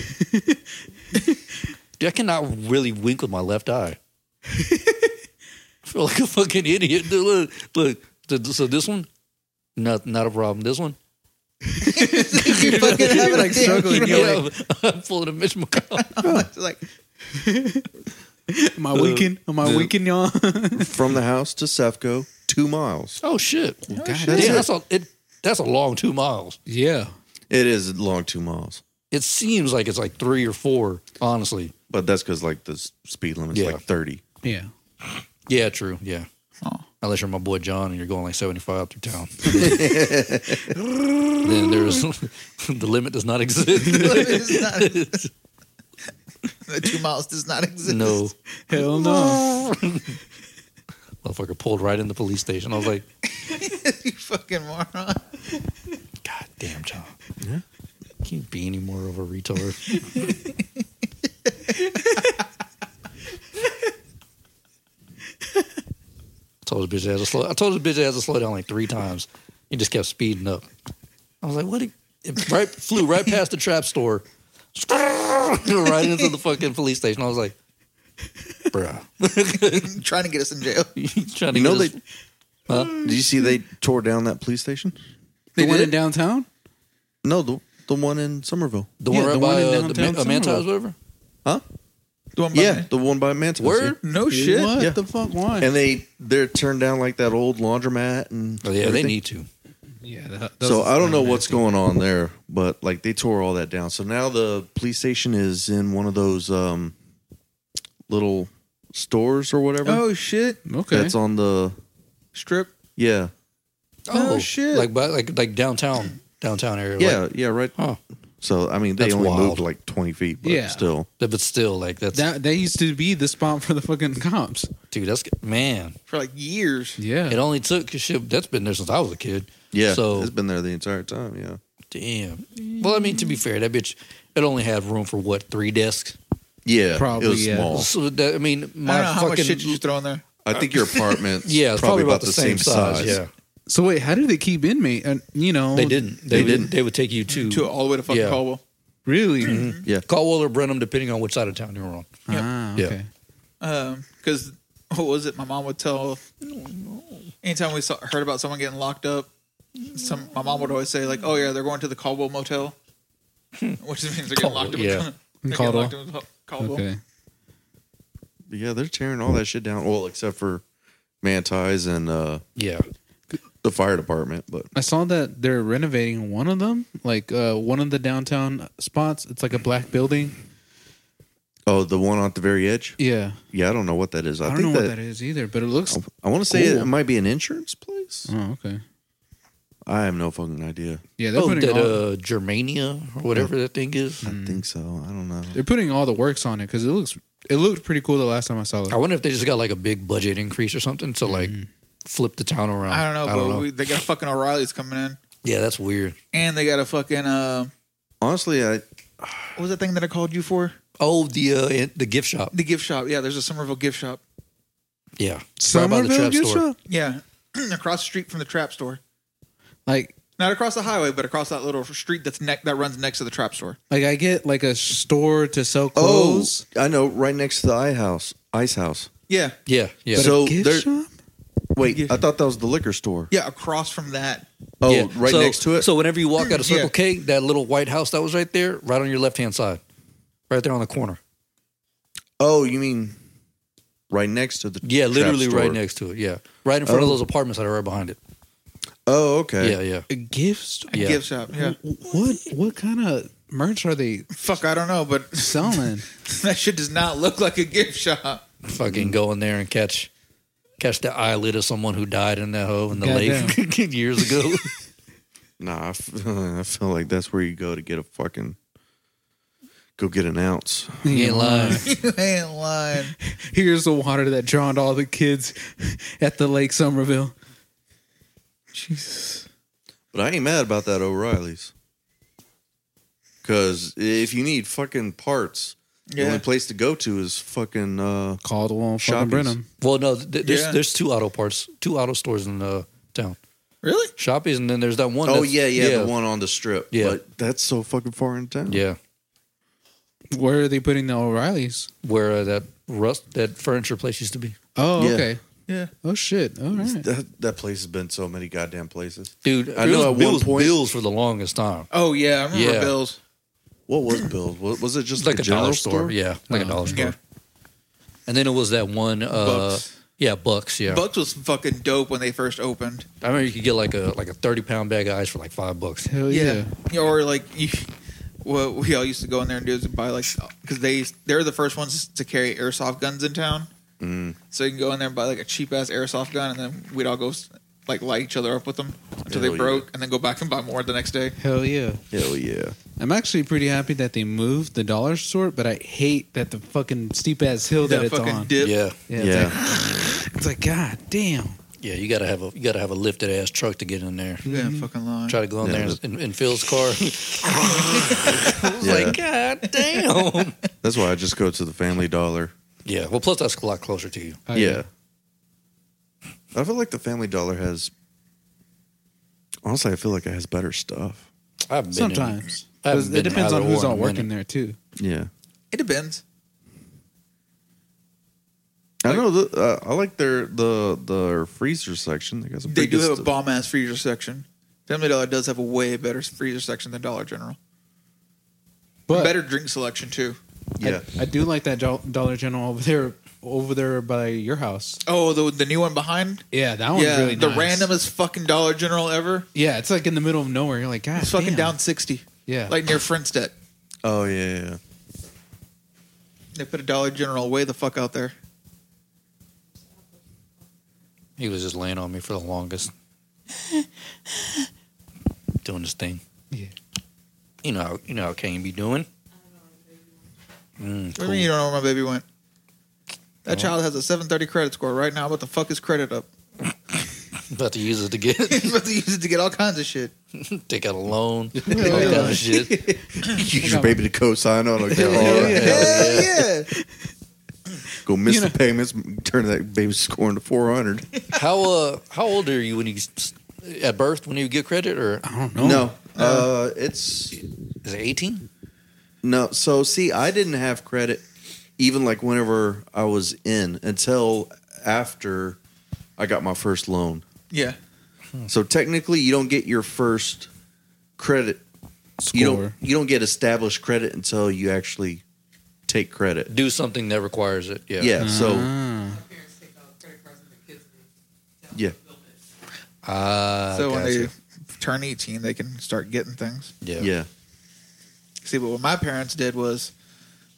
dude, I cannot really wink with my left eye. I feel like a fucking idiot. Dude, look, look. So- So this one, not not a problem. This one, you fucking having like struggling. yeah, I'm pulling a Mitch McConnell. like, Am I weekend? Am I the- weekend, y'all? from the house to Sefco two miles. Oh shit! God shit. damn. yeah, it. that's a it, that's a long two miles. Yeah. It is long two miles, It seems like it's like three or four. Honestly, but that's because like the s- speed limit's Yeah. like thirty. Yeah. yeah, true. Yeah, Oh. unless you're my boy John and you're going like 75 through town, then there's the limit does not exist. It's not- the two miles does not exist. no, Hell no. motherfucker pulled right in the police station. I was like, you fucking moron. God damn, John. Can you be any more of a retard? I told the bitch ass to slow. I told the bitch ass to slow down like three times. He just kept speeding up. I was like, "What?" It, it right flew right past the trap store, right into the fucking police station. I was like, "Bruh, trying to get us in jail. you trying to You know get us- they. Did you see they tore down that police station? They went did? in downtown? No, the the one in Somerville. the yeah, one right the by one in uh, the, downtown Ma- uh, Mantis, Somerville. whatever." The one by Yeah, me. the one by Mantis. yeah. Word? No shit. What Yeah. the fuck? Why? And they they're turned down like that old laundromat and Oh, yeah, they everything. need to. yeah. that- that So was- I don't know what's going on there, but like they tore all that down. So now the police station is in one of those um little stores or whatever. Oh shit. Okay. That's on the Strip. yeah. Oh, shit. Like by like like downtown downtown area. Yeah, Like, yeah, right. huh. So I mean they That's only wild. moved like 20 feet, but Yeah. still. Th- But still, like that's that that used to be the spot for the fucking cops. dude. That's man. For like years. Yeah. It only took 'cause shit. That's been there since I was a kid. Yeah. So it's been there the entire time, yeah. damn. Well, I mean, to be fair, that bitch. It only had room for what three desks. Yeah, Probably, it was yeah. small. So that, I mean, I my don't know how much fucking shit you just throw in there. I think your apartment's yeah, it's probably, about, the same, size. Yeah, So wait, how did they keep inmate? And you know, they didn't. They, They would, didn't. They would take you to, To all the way to fucking Yeah. Caldwell. really. Mm-hmm. Caldwell or Brenham, depending on which side of town you were on. ah, Yeah. okay. because Um, what was it? My mom would tell. Anytime we saw, heard about someone getting locked up, some my mom would always say like, "Oh yeah, they're going to the Caldwell Motel," which means they're getting locked up. Caldwell, in- yeah. they're getting Caldwell. locked up in Cal- Caldwell. Okay. Yeah, they're tearing all that shit down. Well, except for Mantis and uh Yeah, the fire department, but I saw that they're renovating one of them, like uh, one of the downtown spots. It's like a black building. oh, the one at the very edge. Yeah, Yeah, I don't know what that is. I, I, don't think know that, what that is either, but it looks. I want to say Cool. it might be an insurance place. Oh, okay. I have no fucking idea. Yeah, they're oh, putting that all, uh, Germania or whatever that thing is. I think so. I don't know. they're putting all the works on it because it looks it looked pretty cool the last time I saw it. I wonder if they just got like a big budget increase or something to like Mm. flip the town around. I don't know, but We, they got fucking O'Reilly's coming in, yeah, that's weird. and they got a fucking uh, Honestly, I what was that thing that I called you for? Oh, the uh, in- the gift shop. The gift shop. Yeah, there's a Somerville gift shop. Yeah, Somerville gift shop? Yeah, across the street from the trap store. Like, Not across the highway, but across that little street that's ne- that runs next to the trap store. like I get like a store to sell clothes. I know, right next to the ice house. Ice house. Yeah, Yeah, yeah. but So a gift they're- shop? Wait, I thought that was the liquor store. yeah, across from that. Oh, Yeah. right So- next to it. So whenever you walk out of Circle Yeah. K, that little white house that was right there, right on your left hand side, right there on the corner. oh, you mean right next to the Yeah, trap literally right store. next to it. Yeah, right in front of Oh. those apartments that are right behind it. Oh, okay. Yeah, yeah. A gift store? Yeah. Gift shop. Yeah. What what kind of merch are they Fuck, I don't know, but selling? that shit does not look like a gift shop. Fucking go in there and catch catch the eyelid of someone who died in that hole in the lake years ago. Nah, I f- I feel like that's where you go to get a fucking go get an ounce. you ain't lying. you ain't lying. Here's the water that drowned all the kids at the Lake Somerville. Jesus. But I ain't mad about that O'Reilly's. Cause if you need fucking parts, the Yeah. only place to go to is fucking uh Caldwell, fucking Shoppies. Brenham. Well, no, th- there's Yeah. there's two auto parts, two auto stores in the town, Really? Shoppies, and then there's that one. Oh that's- yeah, yeah, the one on the strip. Yeah. But that's so fucking far in town. Yeah, Where are they putting the O'Reillys? where uh, that rust that furniture place used to be. Oh, Yeah. okay. Yeah. Oh shit. All right. That that place has been so many goddamn places. Dude, I know it at was- one it was point- Bills for the longest time. Oh yeah, I remember Yeah. Bills. What was Bill's? Was, was it just It's like a general dollar store. Yeah, like a dollar store. Yeah. And then it was that one uh Bucks. Yeah, bucks. Yeah, Bucks was fucking dope when they first opened. I remember you could get like a like a thirty pound bag of ice for like five bucks. Hell yeah. Yeah, Or like, you, what we all used to go in there and do is buy like, because they they're the first ones to carry airsoft guns in town. Mm. So you can go in there and buy like a cheap ass airsoft gun, and then we'd all go like light each other up with them Hell until they yeah. broke, and then go back and buy more the next day. Hell yeah. Hell yeah. I'm actually pretty happy that they moved the dollar store, but I hate that the fucking steep ass hill that, That it's fucking on. dip. Yeah, yeah. It's, yeah. Like, it's like, God damn. yeah, you gotta have a you gotta have a lifted ass truck to get in there. Yeah, Mm-hmm. fucking lie. Try to go in Yeah. there and, and, and Phil's car. I was Yeah. like, God damn. That's why I just go to the Family Dollar. yeah. Well, plus that's a lot closer to you. I- yeah. I feel like the Family Dollar has. Honestly, I feel like it has better stuff. I've been in- Sometimes. I haven't 'Cause been It in depends on either who's or all in a working minute. there, too. Yeah. It depends. I know. The, uh, I like their the the freezer section. They got some. They pretty do good have a stuff. bomb ass freezer section. Family Dollar does have a way better freezer section than Dollar General. But better drink selection too. I- Yeah. I, do like that Dol- Dollar General over there, over there by your house. Oh, the the new one behind. Yeah, that one's yeah, really the nice. randomest fucking Dollar General ever. Yeah, it's like in the middle of nowhere. You're like, God, It's fucking damn. down sixty, Yeah, like near Friendstead. Oh yeah, yeah. They put a Dollar General way the fuck out there. He was just laying on me for the longest, doing his thing. Yeah. You know, how- you know how Kane be doing. Mm, What do you mean cool. you don't know where my baby went? That child has a 730 credit score right now. What the fuck is credit up? About to use it to get He's about to use it to get all kinds of shit. take out a loan, all yeah. kind of shit. Use your baby to co-sign on a Hell car. yeah. Hell yeah. Go miss You know- the payments. Turn that baby's score into four hundred. How uh, how old are you when you s- at birth when you get credit or I don't know. No, uh, it's is it eighteen? No, so see, I didn't have credit even like whenever I was in until after I got my first loan. Yeah. So technically, you don't get your first credit. Score. You don't you don't get established credit until you actually take credit. Do something that requires it. Yeah. Yeah, so Ah. Parents take out credit cards from the kids. and tell Yeah. them to build it. Ah, so when they gotcha. turn 18, they can start getting things. yeah. yeah. See, but what my parents did was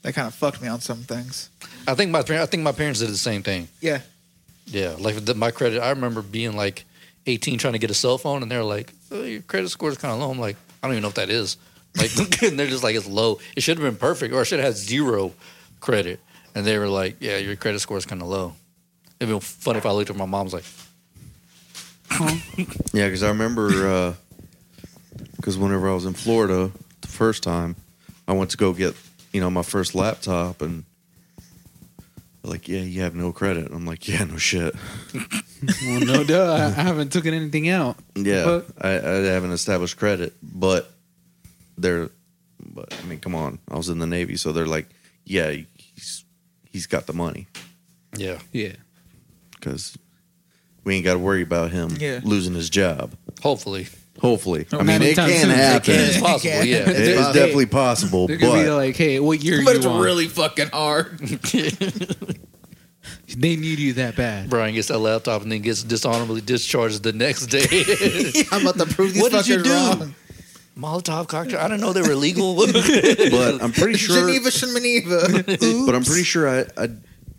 they kind of fucked me on some things. I think my par- I think my parents did the same thing. Yeah. Yeah, like the, my credit. I remember being like 18 trying to get a cell phone, and they're like, oh, "Your credit score is kind of low." I'm like, "I don't even know what that is." Like, and they're just like, "It's low. It should have been perfect, or I should have had zero credit." And they were like, "Yeah, your credit score is kind of low." It'd been funny if I looked at my mom's like, Yeah, because I remember because whenever I was in Florida the first time, I went to go get you know my first laptop and they're like yeah you have no credit. And I'm like yeah no shit. Well, no duh. I, I haven't taken anything out. Yeah, But- I, I haven't established credit, but they're, but I mean, come on, I was in the Navy, so they're like, yeah, he's he's got the money "Yeah, Yeah. because we ain't got to worry about him Yeah. losing his job. hopefully, Hopefully, I not mean, it anytime can soon. It happen. can. it's possible." Yeah, It is They're- definitely possible, They're but gonna be like, hey, what year But you it's on? really fucking hard. They need you that bad. Brian gets that laptop and then gets dishonorably discharged the next day. I'm about to prove these What fuckers did you do? wrong. Molotov cocktail. I didn't know they were legal. but I'm pretty sure, Geneva, Geneva. but I'm pretty sure I, I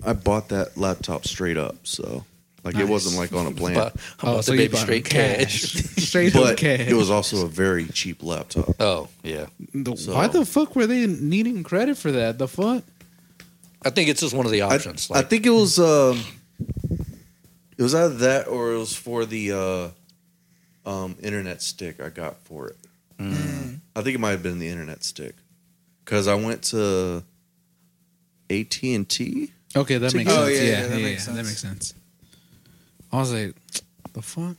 I bought that laptop straight up, so like it wasn't like on a plan, But I'm about to baby Oh, bought straight them cash. cash. straight up but cash. it was also a very cheap laptop. Oh yeah. The- so- Why the fuck were they needing credit for that? The fuck? I think it's just one of the options. I, like, I think it was um, it was either that or it was for the uh, um, internet stick I got for it. Mm. I think it might have been the internet stick because I went to AT and T. Okay, that makes Oh, sense. yeah, yeah, Yeah, yeah, that yeah, makes that sense. makes sense. I was like, the fuck?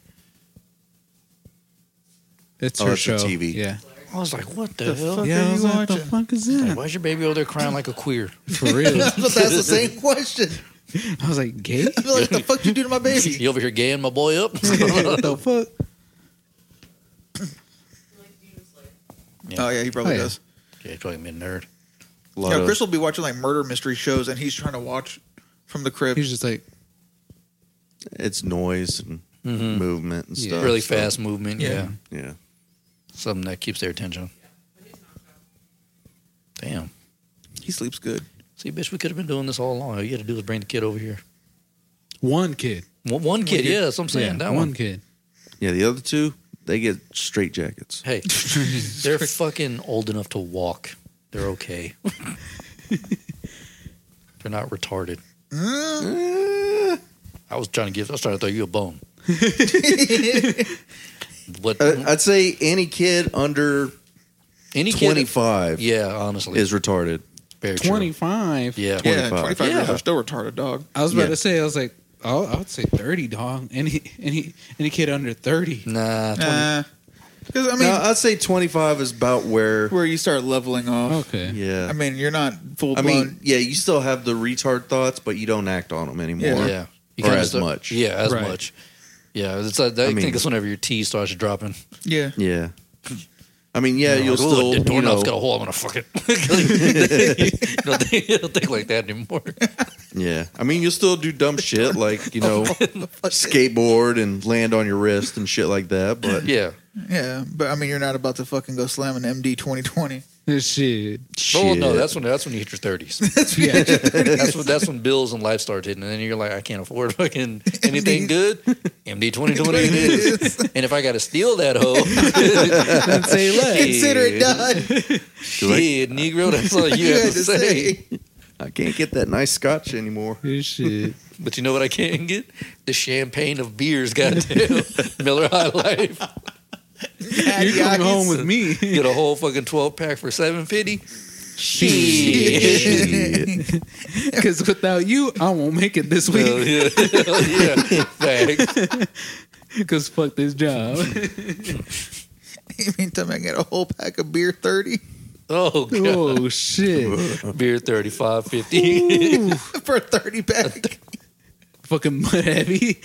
It's Oh, her it's show. a TV. Yeah. I was like, what the, hell? fuck? Yeah, are I was you like, the watching? fuck is Like, that? why is your baby over there crying like a queer? For real. but that's the same question. I was like, gay? I feel like, the fuck you do to my baby? You over here gaying my boy up? what the fuck? Like Demon Slayer. Yeah. Oh, yeah, he probably Oh, yeah. does. yeah, calling me a nerd. A lot Yeah, of- Chris will be watching like murder mystery shows, and he's trying to watch from the crib. He was just like, It's noise and movement and Yeah. stuff. Mm-hmm. really so- fast movement. Yeah. Yeah. Yeah. something that keeps their attention. Damn. He sleeps good. See, bitch, we could have been doing this all along. All you had to do was bring the kid over here. One kid. One, one kid, yeah, that's what I'm saying. that one, one. kid. Yeah. The other two, they get straight jackets. Hey, they're fucking old enough to walk. They're okay. they're not retarded. I was trying to give. I was trying to throw you a bone. What I- I'd say any kid under Mm-hmm. any kid? 25 Yeah, honestly, is retarded. very true. Twenty five. Yeah, Yeah, 25. 25 years Yeah. are still retarded, dog. I was about Yeah. to say. I was like, oh, I would say thirty, dog. Any any any kid under thirty. nah, 20, Because, I mean, No, I'd say 25 is about where. where you start leveling off. Oh, Okay. Yeah. I mean, you're not full I blown. mean, yeah, you still have the retard thoughts, but you don't act on them anymore. Yeah. yeah, or kinda as much. Yeah, as Right. much. Yeah, it's like, I, mean- think it's whenever your tea starts dropping. yeah. Yeah. I mean, yeah, you'll Like, "Ooh, still, the you doorknob's know, got a hole. I'm gonna fuck it. you know, they don't think like that anymore. yeah. I mean, you'll still do dumb shit like you know, skateboard and land on your wrist and shit like that. But Yeah, Yeah. But I mean, you're not about to fucking go slam an MD 2020. Shit. shit. but well, no, that's when that's when you hit your thirties. Yeah. That's when that's when bills and life start hitting, and then you're like, I can't afford fucking anything good. MD twenty twenty it is, and if I got to steal that hoe, Don't say less. Consider it done. shit, Negro, that's all you, have to say. I can't get that nice scotch anymore. Shit. But you know what I can get? The champagne of beers, goddamn. Miller High Life. You're coming home with me. Get a whole fucking 12 pack for 750. Shit. Shit. Because without you, I won't make it this Hell week. yeah. Hell yeah. Facts. Because fuck this job. You mean tell me I get a whole pack of beer 30? Oh, God. oh shit! Beer 35, 50. For a 30 pack. Fucking mud heavy.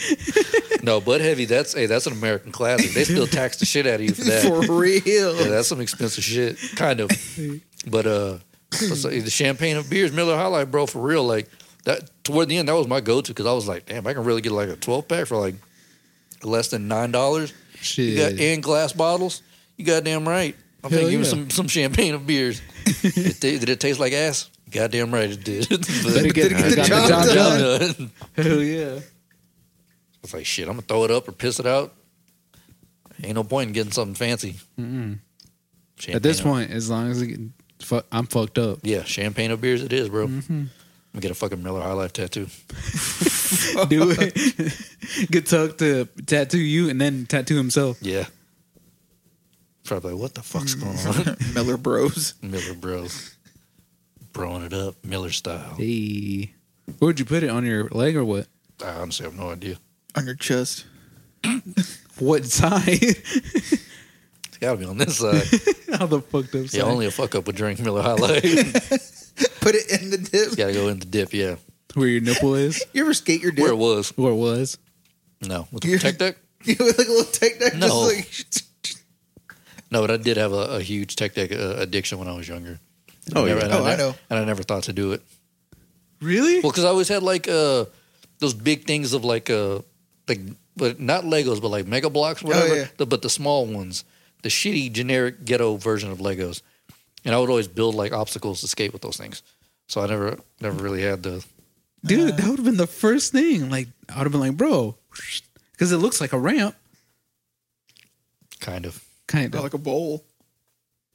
no, Bud Heavy, that's hey, that's an American classic. They still tax the shit out of you for that. For real. Yeah, that's some expensive shit, kind of. But uh, let's say the champagne of beers, Miller High Life, bro, for real. Like that toward the end, that was my go-to because I was like, damn, I can really get like a twelve pack for like less than nine dollars. You got Shit. in glass bottles. You goddamn right. I'm Hell thinking you yeah. some some champagne of beers. It- did it taste like ass? Goddamn right it did. uh, But- Better get, Get the got job Job done. done. Hell yeah! I was like, shit, I'm gonna throw it up or piss it out. Ain't no point in getting something fancy. At Champagne this of- point, as long as it, can- fu- I'm fucked up. Yeah, champagne of beers it is, bro. Mm-hmm. I'm gonna get a fucking Miller High Life tattoo. Do it. Get Tuck to tattoo you and then tattoo himself. Yeah. Probably like, what the fuck's going Mm. on? Miller Bros. Miller Bros. Broing it up, Miller style. Hey, where'd you put it on your leg or what? I honestly have no idea. On your chest. What side? It's gotta be on this side. How the fucked up side? yeah, only a fuck up would drink Miller High Life. it's Put it in the dip. gotta go in the dip, yeah. Where your nipple is? You ever skate your Where it dip? was. Where it was? No. With the tech deck? You like a little take that? No. Just No, but I did have a, a huge tech deck uh, addiction when I was younger. And Oh, I never- yeah. and Oh, I ne- know. And I never thought to do it. Really? Well, because I always had like uh those big things of like uh like but not Legos, but like Mega Blocks, whatever. yeah. the, but the small ones, the shitty generic ghetto version of Legos, and I would always build like obstacles to skate with those things. So I never never really had the Dude, that would have been the first thing. Like, I would have been like, bro, because it looks like a ramp, kind of kind like, of. like a bowl.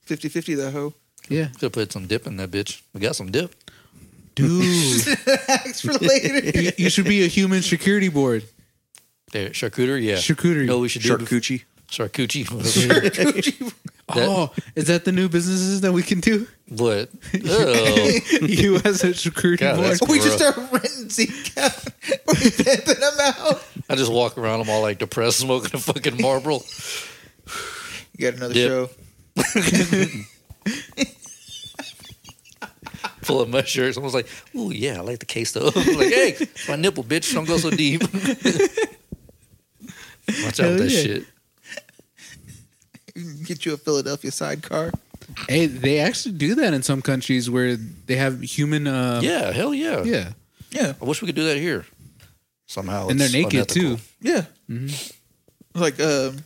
50 50 that hoe. yeah, could put some dip in that bitch. We got some dip. dude, Thanks for later. you, you should be a human security board. There, charcuterie, yeah. Charcuterie. No, we should do bef- Charcuterie. charcuterie. oh, is that the new businesses that we can do? But oh, you as a security God, board. that's we just gross. start renting Zcash. We're pimping them out. I just walk around. I'm all like depressed, smoking a fucking Marlboro. You got another Dip. show. pull up my shirt. Someone's like, "Ooh, yeah, I like the case though." I'm like, hey, my nipple, bitch, don't go so deep. Watch out Hell with that yeah. shit. We can Get you a Philadelphia sidecar. Hey, they actually do that in some countries where they have human. Uh, Yeah, hell yeah. yeah. Yeah. I wish we could do that here. somehow. And they're it's naked unethical. too. Yeah. Like, um,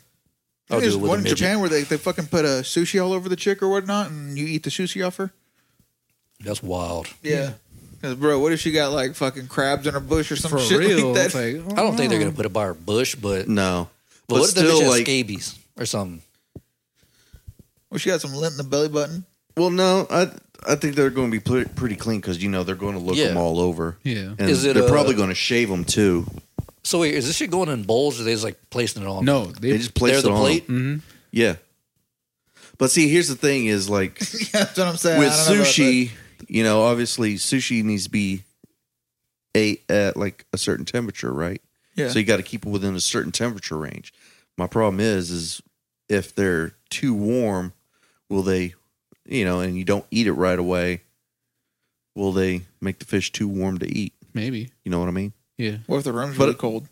I'll do there's it with a one in midget. Japan where they, they fucking put a sushi all over the chick or whatnot, and you eat the sushi off her. That's wild. Yeah. 'Cause, bro, what if she got like fucking crabs in her bush or some For shit real. like it's that? like, oh, I don't think they're gonna put it by her bush, but but, No, but, what if the bitch still has like scabies or something? Well, she got some lint in the belly button. Well, no, I I think they're going to be pre- pretty clean because you know they're going to look Yeah. them all over. Yeah. and Is it they're a- probably going to shave them too. So wait, is this shit going in bowls or they just like placing it on? No, they, They just place There's it a on. 'em. plate? Mhm. Yeah, but see, here's the thing: is like yeah, that's what I'm saying. with I don't know about sushi, you know, obviously sushi needs to be a at like a certain temperature, right? that. Yeah. So you got to keep it within a certain temperature range. My problem is, is if they're too warm, will they, you know, and you don't eat it right away, will they make the fish too warm to eat? maybe. You know what I mean? Yeah. what if the room's But- really cold?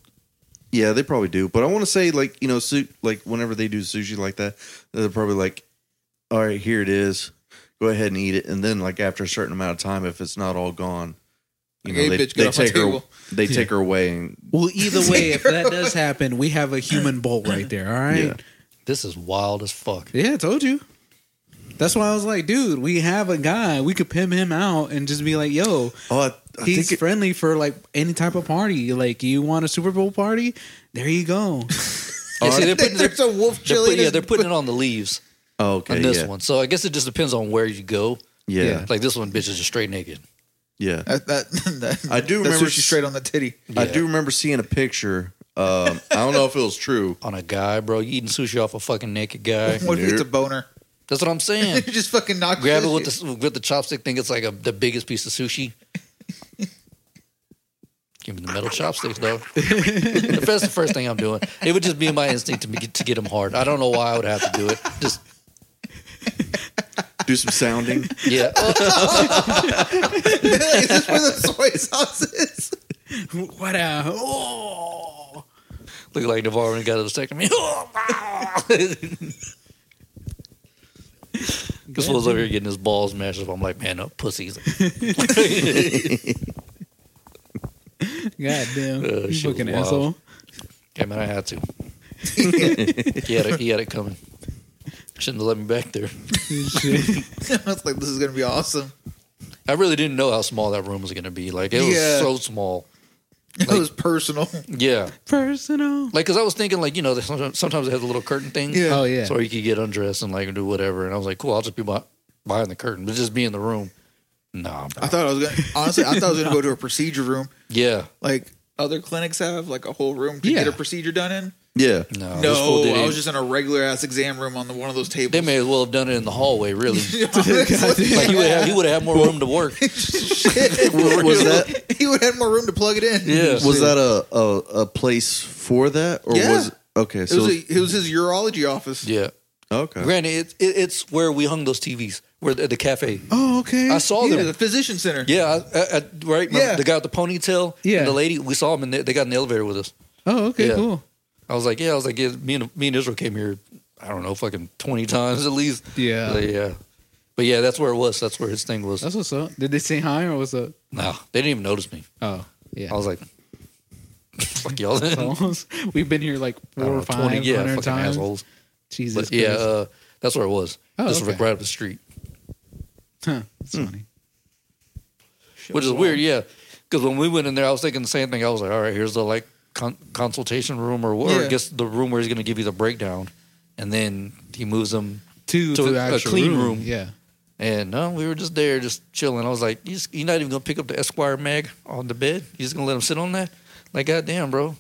Yeah, they probably do. But I want to say, like, you know, su- like whenever they do sushi like that, they're probably like, all right, here it is. Go ahead and eat it. And then, like, after a certain amount of time, if it's not all gone, you Hey, know, they, bitch, get they off my take her, table. they take her away. And Well, either way, if that does happen, we have a human bolt right there. All right. This is wild as fuck. Yeah, I told you. That's why I was like, dude, we have a guy. We could pimp him out and just be like, yo, oh, I, I he's think it, friendly for like any type of party. Like, you want a Super Bowl party? There you go. Yeah, see, they're putting, There's a wolf they're chili. putting- in yeah, his- they're putting it on the leaves oh, okay, on this yeah, one. So I guess it just depends on where you go. yeah, Yeah. yeah, Like this one, bitch is just straight naked. That, that, that, I do that remember sushi s- straight on the titty. I do remember seeing a picture. Um, I don't know if it was true. On a guy, bro, you eating sushi off a fucking naked guy. What if it's a Nope. boner? That's what I'm you saying. just fucking knock Grab it this- with the with the chopstick. Think it's like a, the biggest piece of sushi. Give me the metal chopsticks, though. if that's the first thing I'm doing, it would just be my instinct to be, to get them hard. I don't know why I would have to do it. Just Do some sounding. yeah. is this where the soy sauce is? what a. Oh. Look like Navarro and got a second me. This fool's over here getting his balls mashed up. I'm like, man, no pussies. God damn. Uh, shit you was fucking wild. asshole. Yeah, man, I had to. he, had it, he had it coming. Shouldn't have let me back there. Shit. I was like, this is gonna be awesome. I really didn't know how small that room was going to be. Like, it was Yeah. so small. it was personal. Yeah. Personal. Like, because I was thinking, like, you know, sometimes, sometimes it has a little curtain thing. Yeah. Oh, yeah. So you could get undressed and, like, do whatever. And I was like, cool, I'll just be beh- behind the curtain, but just be in the room. Nah, bro. I thought I was gonna honestly. I thought I was gonna go to a procedure room Yeah. like other clinics have, like a whole room to get Yeah. a procedure done in. Yeah, No. Oh, this fool No, did I it. was just in a regular ass exam room on the, one of those tables. They may as well have done it in the hallway, really. like you would have, you would have had more room to work. was that he would have more room to plug it in. Yeah. was that a, a a place for that or Yeah. was okay? It So was, a, it was his urology office. Yeah. okay, Granted, it, it, it's where we hung those TVs, where the, the cafe. Oh, okay. I saw Yeah, them. the physician center. Yeah, I, I, I, right. Remember Yeah. The guy with the ponytail. Yeah. And the lady, we saw him and they, they got in the elevator with us. oh, okay, Yeah. cool. I was like, yeah, I was like, yeah, me and me and Israel came here. I don't know, fucking twenty times at least. Yeah. Like, yeah. But yeah, that's where it was. That's where his thing was. That's what's up. Did they say hi or what's up? no, they didn't even notice me. Oh, yeah. I was like, fuck y'all. I don't We've been here like four know, or five hundred yeah, fucking times. assholes. Jesus. But yeah, Christ. uh, that's where it was. Oh, Just okay. like right up the street, Huh, that's hmm. funny. which is weird. Yeah, because when we went in there, I was thinking the same thing. I was like, all right, here's the like con- consultation room, or, or Yeah. I guess the room where he's going to give you the breakdown, and then he moves them. To, So to a- the a actual clean room. Yeah. And no, we were just there, just chilling. I was like, you just- you're not even gonna pick up the Esquire mag on the bed. You're just gonna let him sit on that? Like, goddamn, bro,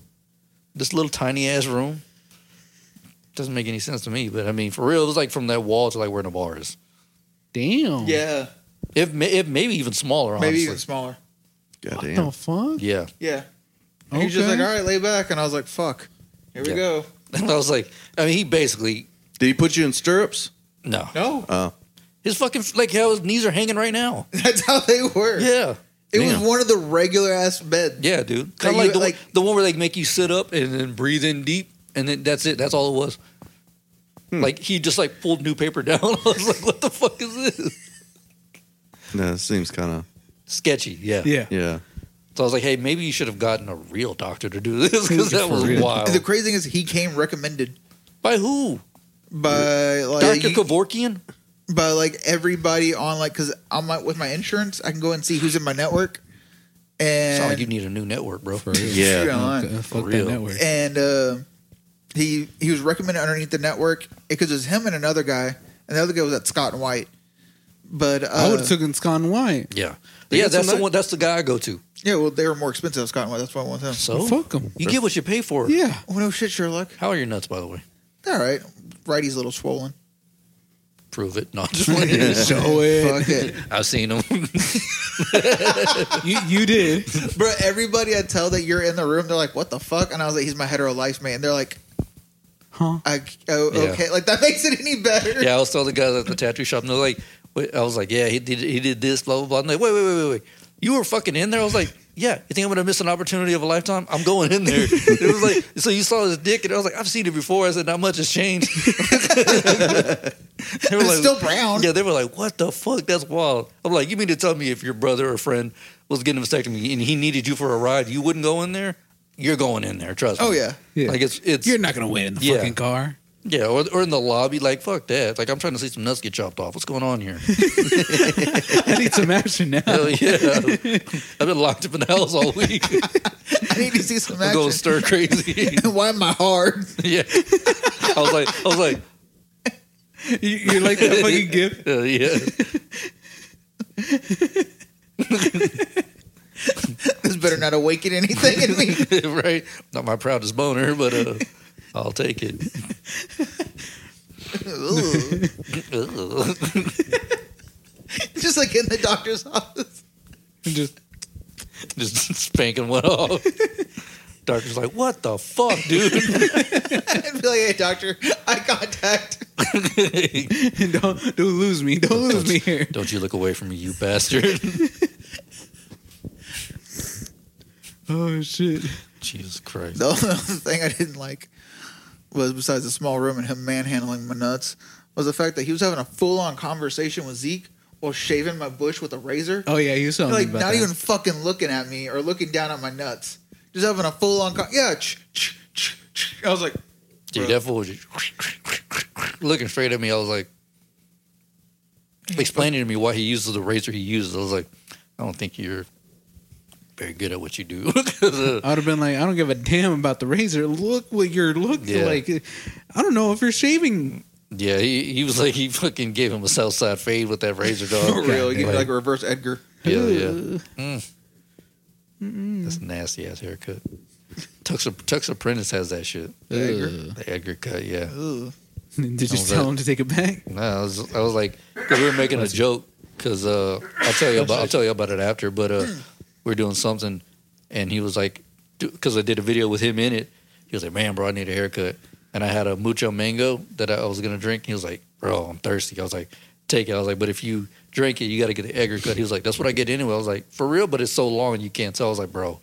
this little tiny ass room doesn't make any sense to me. But I mean, for real, it was like from that wall to like where the bar is. Damn. Yeah. If may- if maybe even smaller, Maybe honestly. even smaller. What goddamn. the fuck? yeah. Yeah. And He was just Okay. like, all right, lay back. And I was like, fuck. Here we Yeah. go. And I was like, I mean, he basically Did he put you in stirrups? no, No. Oh, his fucking like how his knees are hanging right now. That's how they were. Yeah. It Damn. was one of the regular ass beds. Yeah, dude. Kind of Like like, you- the, one- like- the one where they make you sit up and then breathe in deep, and then that's it. That's all it was. Like he just like pulled new paper down. I was like, what the fuck is this? no, that seems kind of Sketchy. Yeah. Yeah. yeah. So I was like, hey, maybe you should have gotten a real doctor to do this because that was wild. The crazy thing is, he came recommended By who? by like Dr. Kevorkian? by like everybody on like because I'm like with my insurance, I can go and see who's in my network, Sound and like you need a new network, bro. For real. Yeah. Yeah, online. Fuck- fuck that real. network. and uh, he he was recommended underneath the network because it was him and another guy, and the other guy was at Scott and White. But uh, I would have taken Scott and White. Yeah. They Yeah, got that's some the one. That's the guy I go to. yeah, well, they were more expensive. at Scott and White. That's why I went with him. So Fuck him. you get what you pay for. Yeah. Oh no, shit, Sherlock. How are your nuts, by the way? All right, righty's a little swollen. Prove it. No, I'm just playing. Show it. Fuck it, I've seen them. You, you did. bro. Everybody I tell that you're in the room, they're like, "What the fuck?" And I was like, "He's my hetero life mate," and they're like, Huh? I, oh, Yeah. "Okay, like that makes it any better." yeah, I was telling the guys at the tattoo shop, and they're like, wait, I was like, yeah, he did, he did this, blah blah blah. And they, wait, wait, wait, wait, wait, you were fucking in there. I was like, yeah, you think I'm gonna miss an opportunity of a lifetime? I'm going in there. it was like, so you saw his dick, and I was like, I've seen it before. I said, not much has changed. they were It's still brown. Yeah, they were like, what the fuck? That's wild. I'm like, you mean to tell me if your brother or friend was getting a vasectomy and he needed you for a ride, you wouldn't go in there? You're going in there, trust me. Oh yeah. Yeah. Like it's it's You're not gonna win in the Yeah. fucking car. yeah, or, or in the lobby, like fuck that. Like I'm trying to see some nuts get chopped off. What's going on here? I need some action now. Hell yeah. I've been locked up in the house all week. I need to see some I'm going action. stir crazy. Why am I hard? yeah. I was like, I was like, You- You're like that fucking gift. uh, yeah. This better not awaken anything in me. right? Not my proudest boner, but uh, I'll take it. Ooh. Ugh. Just like in the doctor's office. Just Just spanking one off. Doctor's like, what the fuck, dude? I'd be like, hey, doctor, eye contact. don't don't lose me. Don't lose me here. Don't you look away from me, you bastard. Oh shit. Jesus Christ. The only other thing I didn't like was, besides the small room and him manhandling my nuts, was the fact that he was having a full on conversation with Zeke while shaving my bush with a razor. Oh yeah, you saw me like, about not that. even fucking looking at me or looking down at my nuts. Just having a full on. Con- yeah. Ch- ch- ch- ch- I was like, Dude, that fool was just looking straight at me. I was like, explaining to me why he uses the razor he uses. I was like, I don't think you're very good at what you do. 'Cause, uh, I would have been like, I don't give a damn about the razor. Look what you're looking Yeah. like. I don't know if you're shaving. yeah, he, he was like, he fucking gave him a south side fade with that razor dog. for real. You Like, like a reverse Edgar. yeah, yeah. Mm. That's a nasty ass haircut. Tux, Tux Apprentice has that shit. The Edgar. The Edgar cut, yeah. Ooh. Did you Oh, tell that- him to take it back? No, I was, I was like, because we were making a joke. Because uh, I'll tell you about I'll tell you about it after. But uh, we are doing something, and he was like, because I did a video with him in it. He was like, "Man, bro, I need a haircut." And I had a mucho mango that I was gonna drink. He was like, "Bro, I'm thirsty." I was like, "Take it." I was like, "But if you drink it, you got to get the egg cut." He was like, "That's what I get anyway." I was like, "For real?" But it's so long, you can't tell. I was like, "Bro,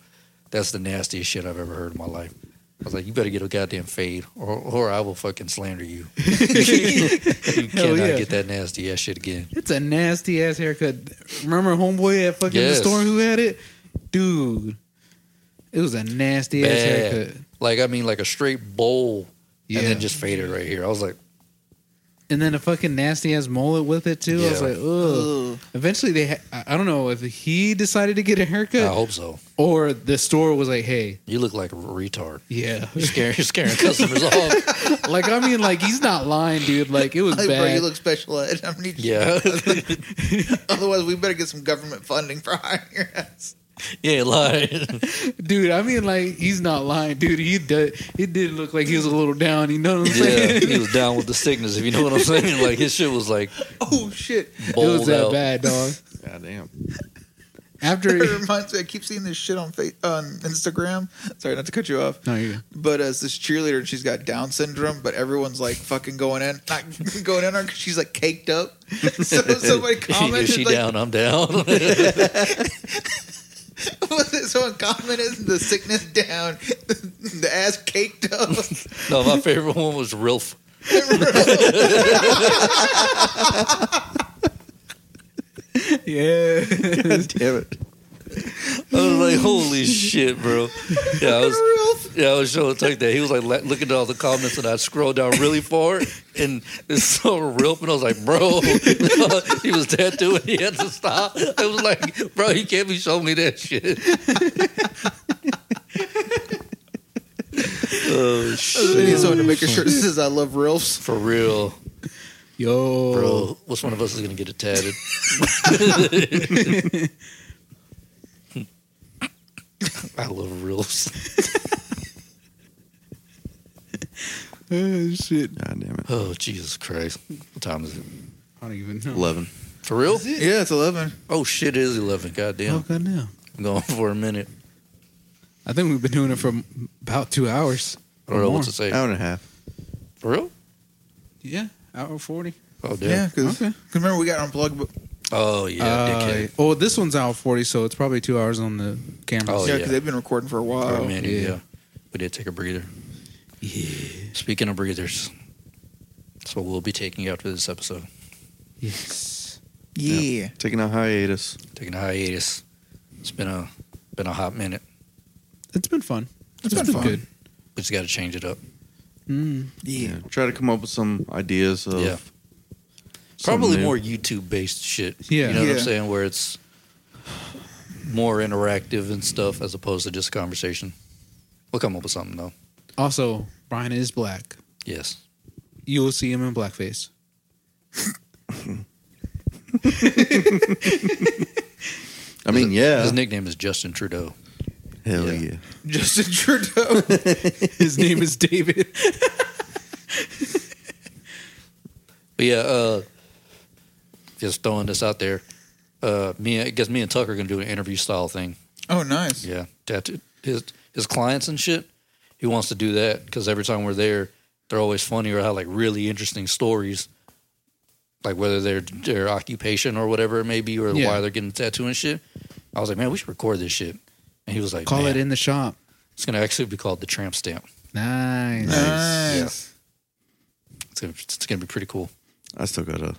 that's the nastiest shit I've ever heard in my life." I was like, "You better get a goddamn fade, or or I will fucking slander you." You Hell cannot yeah. get that nasty ass shit again. It's a nasty ass haircut. Remember homeboy at fucking Yes. the store who had it? Dude. It was a nasty ass Bad. haircut. Like I mean, like a straight bowl, Yeah. and then just faded right here. I was like, And then a fucking nasty ass mullet with it too. I was Yeah. like, ugh. Ooh. Eventually they ha- I I don't know if he decided to get a I haircut hope so. or the store was like, "Hey, You look like a retard. yeah." You're scaring, you're scaring customers off. like I mean like he's not lying, dude. Like it was Hey, bad. bro, you look special ed. I need you. Yeah, Otherwise, we better get some government funding for hiring your ass. you ain't lying. Dude, I mean, like he's not lying, dude. He did. It did look like he was a little down. You know what I'm Yeah, saying? he was down with the sickness. If you know what I'm saying, like his shit was like Oh shit! it bowled was that out. bad, dog. God damn. It After, reminds me. I keep seeing this shit on fa- on Instagram. Sorry, not to cut you off. no, you But uh, it's this cheerleader, and she's got Down syndrome. But everyone's like fucking going in, not going in on because she's like caked up. So somebody If commented, she like, down, I'm down. someone commented the sickness down, the, ass caked up. no, my favorite one was Rilf. yeah, Damn it. I was like, holy shit, bro. Yeah, I was. Yeah, I was showing Tuck that. He was like la- looking at all the comments, and I scrolled down really far, and it's so Rilf, and I was like, bro, he was tattooing. He had to stop. I was like, bro, you can't be showing me that shit. oh I need shit, someone to make a shirt that says "I love Rilfs." for real, Yo, bro. Which one of us is gonna get it tatted? I love Rilfs. Oh, shit. God damn it. Oh Jesus Christ, what time is it? I don't even know. 11. For real? Yeah, it's eleven. Oh shit, it is eleven. God Oh damn. god, no. I'm going for a minute. I think we've been doing it for about two hours. I don't know More. what to say. Hour and a half. For real? Yeah, hour forty. Oh damn. Yeah, because Okay. remember we got unplugged, but Oh yeah, Uh, dickhead. Oh, this one's hour forty, so it's probably two hours on the camera. Oh, yeah, yeah. Oh, because they've been recording for a For a while. minute, yeah. yeah. We did take a breather. Yeah. Speaking of breathers, that's what we'll be taking after this episode. Yes. Yeah, Taking a hiatus. Taking a hiatus. It's been a been a hot minute. It's been fun. It's been fun. good. We just gotta change it up. Mm. yeah. Try to come up with some ideas of. Yeah. something Probably new. more YouTube based shit. Yeah. You know what I'm Yeah. saying? Where it's more interactive and stuff as opposed to just conversation. We'll come up with something though. Also, Brian is black. Yes. You will see him in blackface. I mean, yeah. His nickname is Justin Trudeau. Hell yeah. Yeah. Justin Trudeau. His name is David. But yeah, uh, just throwing this out there. Uh, me, I guess me and Tucker are gonna do an interview style thing. oh, nice. Yeah, tattoo his his clients and shit. He wants to do that because every time we're there, they're always funny or have like really interesting stories, like whether they're their occupation or whatever it may be, or Yeah. why they're getting tattooed and shit. I was like, man, we should record this shit. And he was like, Call "Man, it in the shop. It's gonna actually be called the Tramp Stamp. Nice. Nice. It's gonna, it's gonna be pretty cool. I still got to.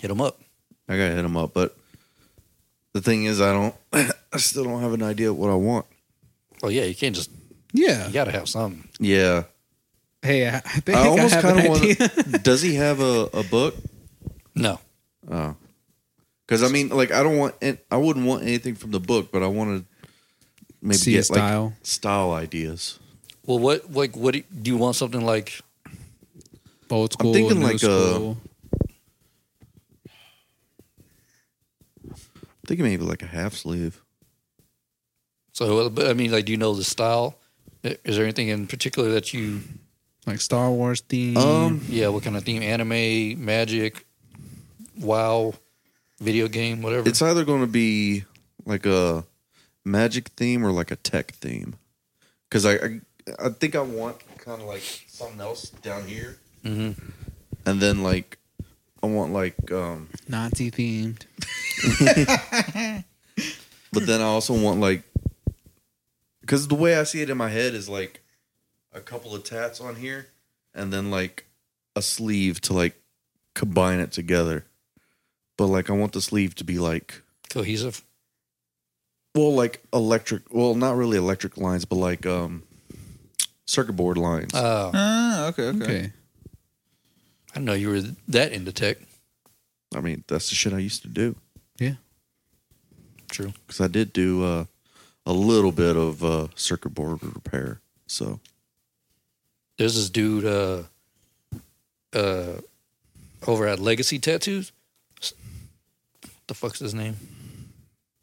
Hit him up. I got to hit them up. But the thing is, I don't. I still don't have an idea what I want. Oh yeah, you can't just Yeah. you gotta have something. Yeah. Hey, I, I think I I, almost have an kind of idea. want. Does he have a, a book? No. Oh, because I mean, like, I don't want, an- I wouldn't want anything from the book, but I want to maybe See get style. like style ideas. Well, what like what do you- do you want something like? Old school, thinking new like uh, a- school. I'm thinking maybe like a half sleeve. So but, I mean, like, do you know the style? Is there anything in particular that you? like Star Wars theme. Um, Yeah, what kind of theme? Anime, magic, WoW, video game, whatever. it's either going to be like a magic theme or like a tech theme, because I, I, I think I want kind of like something else down here, Mhm. and then like, I want like, um, Nazi themed. But then I also want like, because the way I see it in my head is like a couple of tats on here, and then like a sleeve to like combine it together. But like, I want the sleeve to be like, cohesive. well, like electric. Well, not really electric lines, but like um circuit board lines. Oh, Ah, okay, okay. Okay. I didn't know you were that into tech. I mean, that's the shit I used to do True. because I did do uh, a little bit of uh, circuit board repair. So There's this dude uh, uh, over at Legacy Tattoos. The fuck's his name?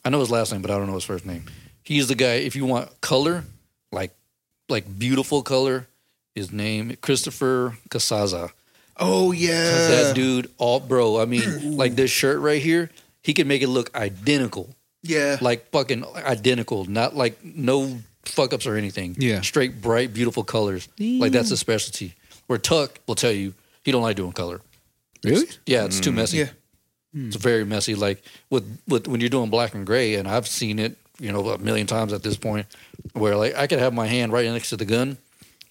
I know his last name, but I don't know his first name. He's the guy. If you want color, like like beautiful color, his name Christopher Casaza. Oh Cause yeah, that dude, all bro. I mean, like this shirt right here, he can make it look identical, yeah. like fucking identical, not like no fuck ups or anything. Yeah. straight, bright, beautiful colors. Like that's his specialty. Where Tuck will tell you he don't like doing color. Really? Yeah, it's too messy. Yeah. It's very messy. Like with with when you're doing black and gray, and I've seen it, you know, a million times at this point, where like I could have my hand right next to the gun,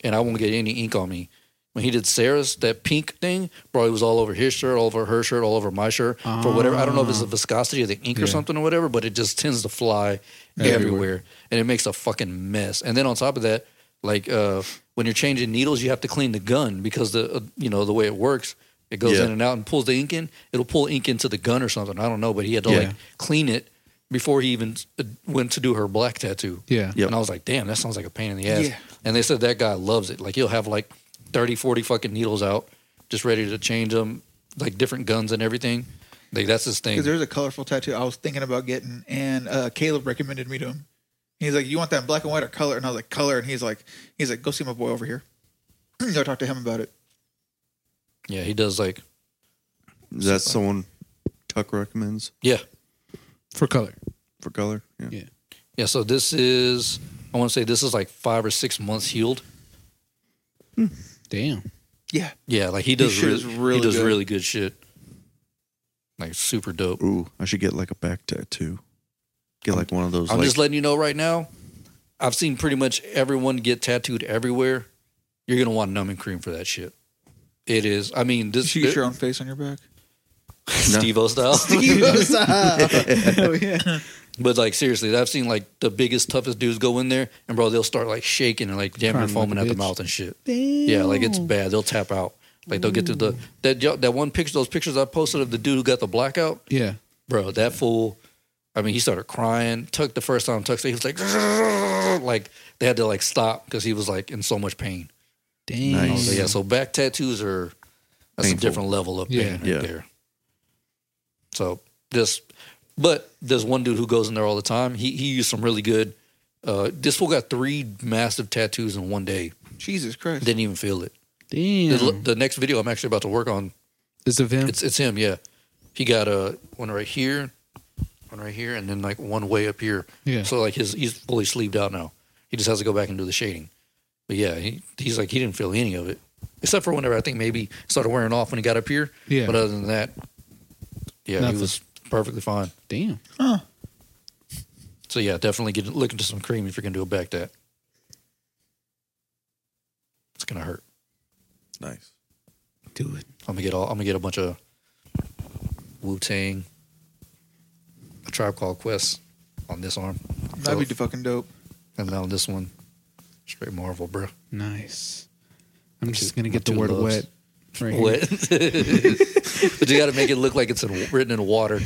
and I won't get any ink on me. When he did Sarah's, that pink thing, bro, it was all over his shirt, all over her shirt, all over my shirt for whatever. I don't know if it's the viscosity of the ink or Yeah. something or whatever, but it just tends to fly Everywhere. everywhere. and it makes a fucking mess. And then on top of that, like uh, when you're changing needles, you have to clean the gun because the uh, you know the way it works, it goes Yeah. in and out and pulls the ink in. It'll pull ink into the gun or something. I don't know, but he had to Yeah. like clean it before he even uh, went to do her black tattoo. Yeah. Yep. And I was like, damn, that sounds like a pain in the ass. Yeah. And they said that guy loves it. Like he'll have like 30, 40 fucking needles out, just ready to change them, like different guns and everything. Like that's his thing. Because there's a colorful tattoo I was thinking about getting, and uh, Caleb recommended me to him. He's like, "You want that in black and white or color?" And I was like, "Color." And he's like, "He's like, go see my boy over here. go talk to him about it." Yeah, he does like Is that someone Tuck recommends yeah. for color. for color? Yeah. Yeah, so this is I want to say this is like five or six months healed. Damn. Yeah, Yeah, like he does shit is really, really he does good. really good shit. Like super dope. Ooh, I should get like a back tattoo. Get like one of those. I'm like, just letting you know right now. I've seen pretty much everyone get tattooed everywhere. You're gonna want numbing cream for that shit. It is. I mean, you this should get your own face on your back. Steve O style. oh yeah, but like seriously, I've seen like the biggest, toughest dudes go in there, and bro, they'll start like shaking and like damn near Crying like foaming a at the bitch. mouth and shit. Yeah, like it's bad. They'll tap out. Like they'll get to the that jo- that one picture, those pictures I posted of the dude who got the blackout, Yeah. bro. That fool. I mean, he started crying. Tuck the first time Tuck said he was like, like they had to like stop because he was like in so much pain. Damn. Nice. Oh, So yeah, so back tattoos are that's Painful. a different level of pain Yeah. right Yeah. there. So this, but there's one dude who goes in there all the time. He he used some really good. Uh, this fool got three massive tattoos in one day. Jesus Christ! Didn't even feel it. Damn. The, the next video I'm actually about to work on, Is the vamp? it's it's him. Yeah, he got uh, one right here, one right here, and then like one way up here. Yeah. So like his he's fully sleeved out now. He just has to go back and do the shading. But yeah, he, he's like he didn't feel any of it except for whenever I think maybe it started wearing off when he got up here. Yeah. But other than that, yeah, Nothing. he was perfectly fine. Damn. So yeah, definitely get look into some cream if you're gonna do a back that. It's gonna hurt. nice. Do it. I'm gonna get all. I'm gonna get a bunch of Wu Tang, a tribe called Quest on this arm, That'd be fucking dope. and then on this one, straight Marvel, bro. Nice. I'm My just two- gonna my get the two word loves. wet. Right here. What? but you got to make it look like it's in, written in water. Oh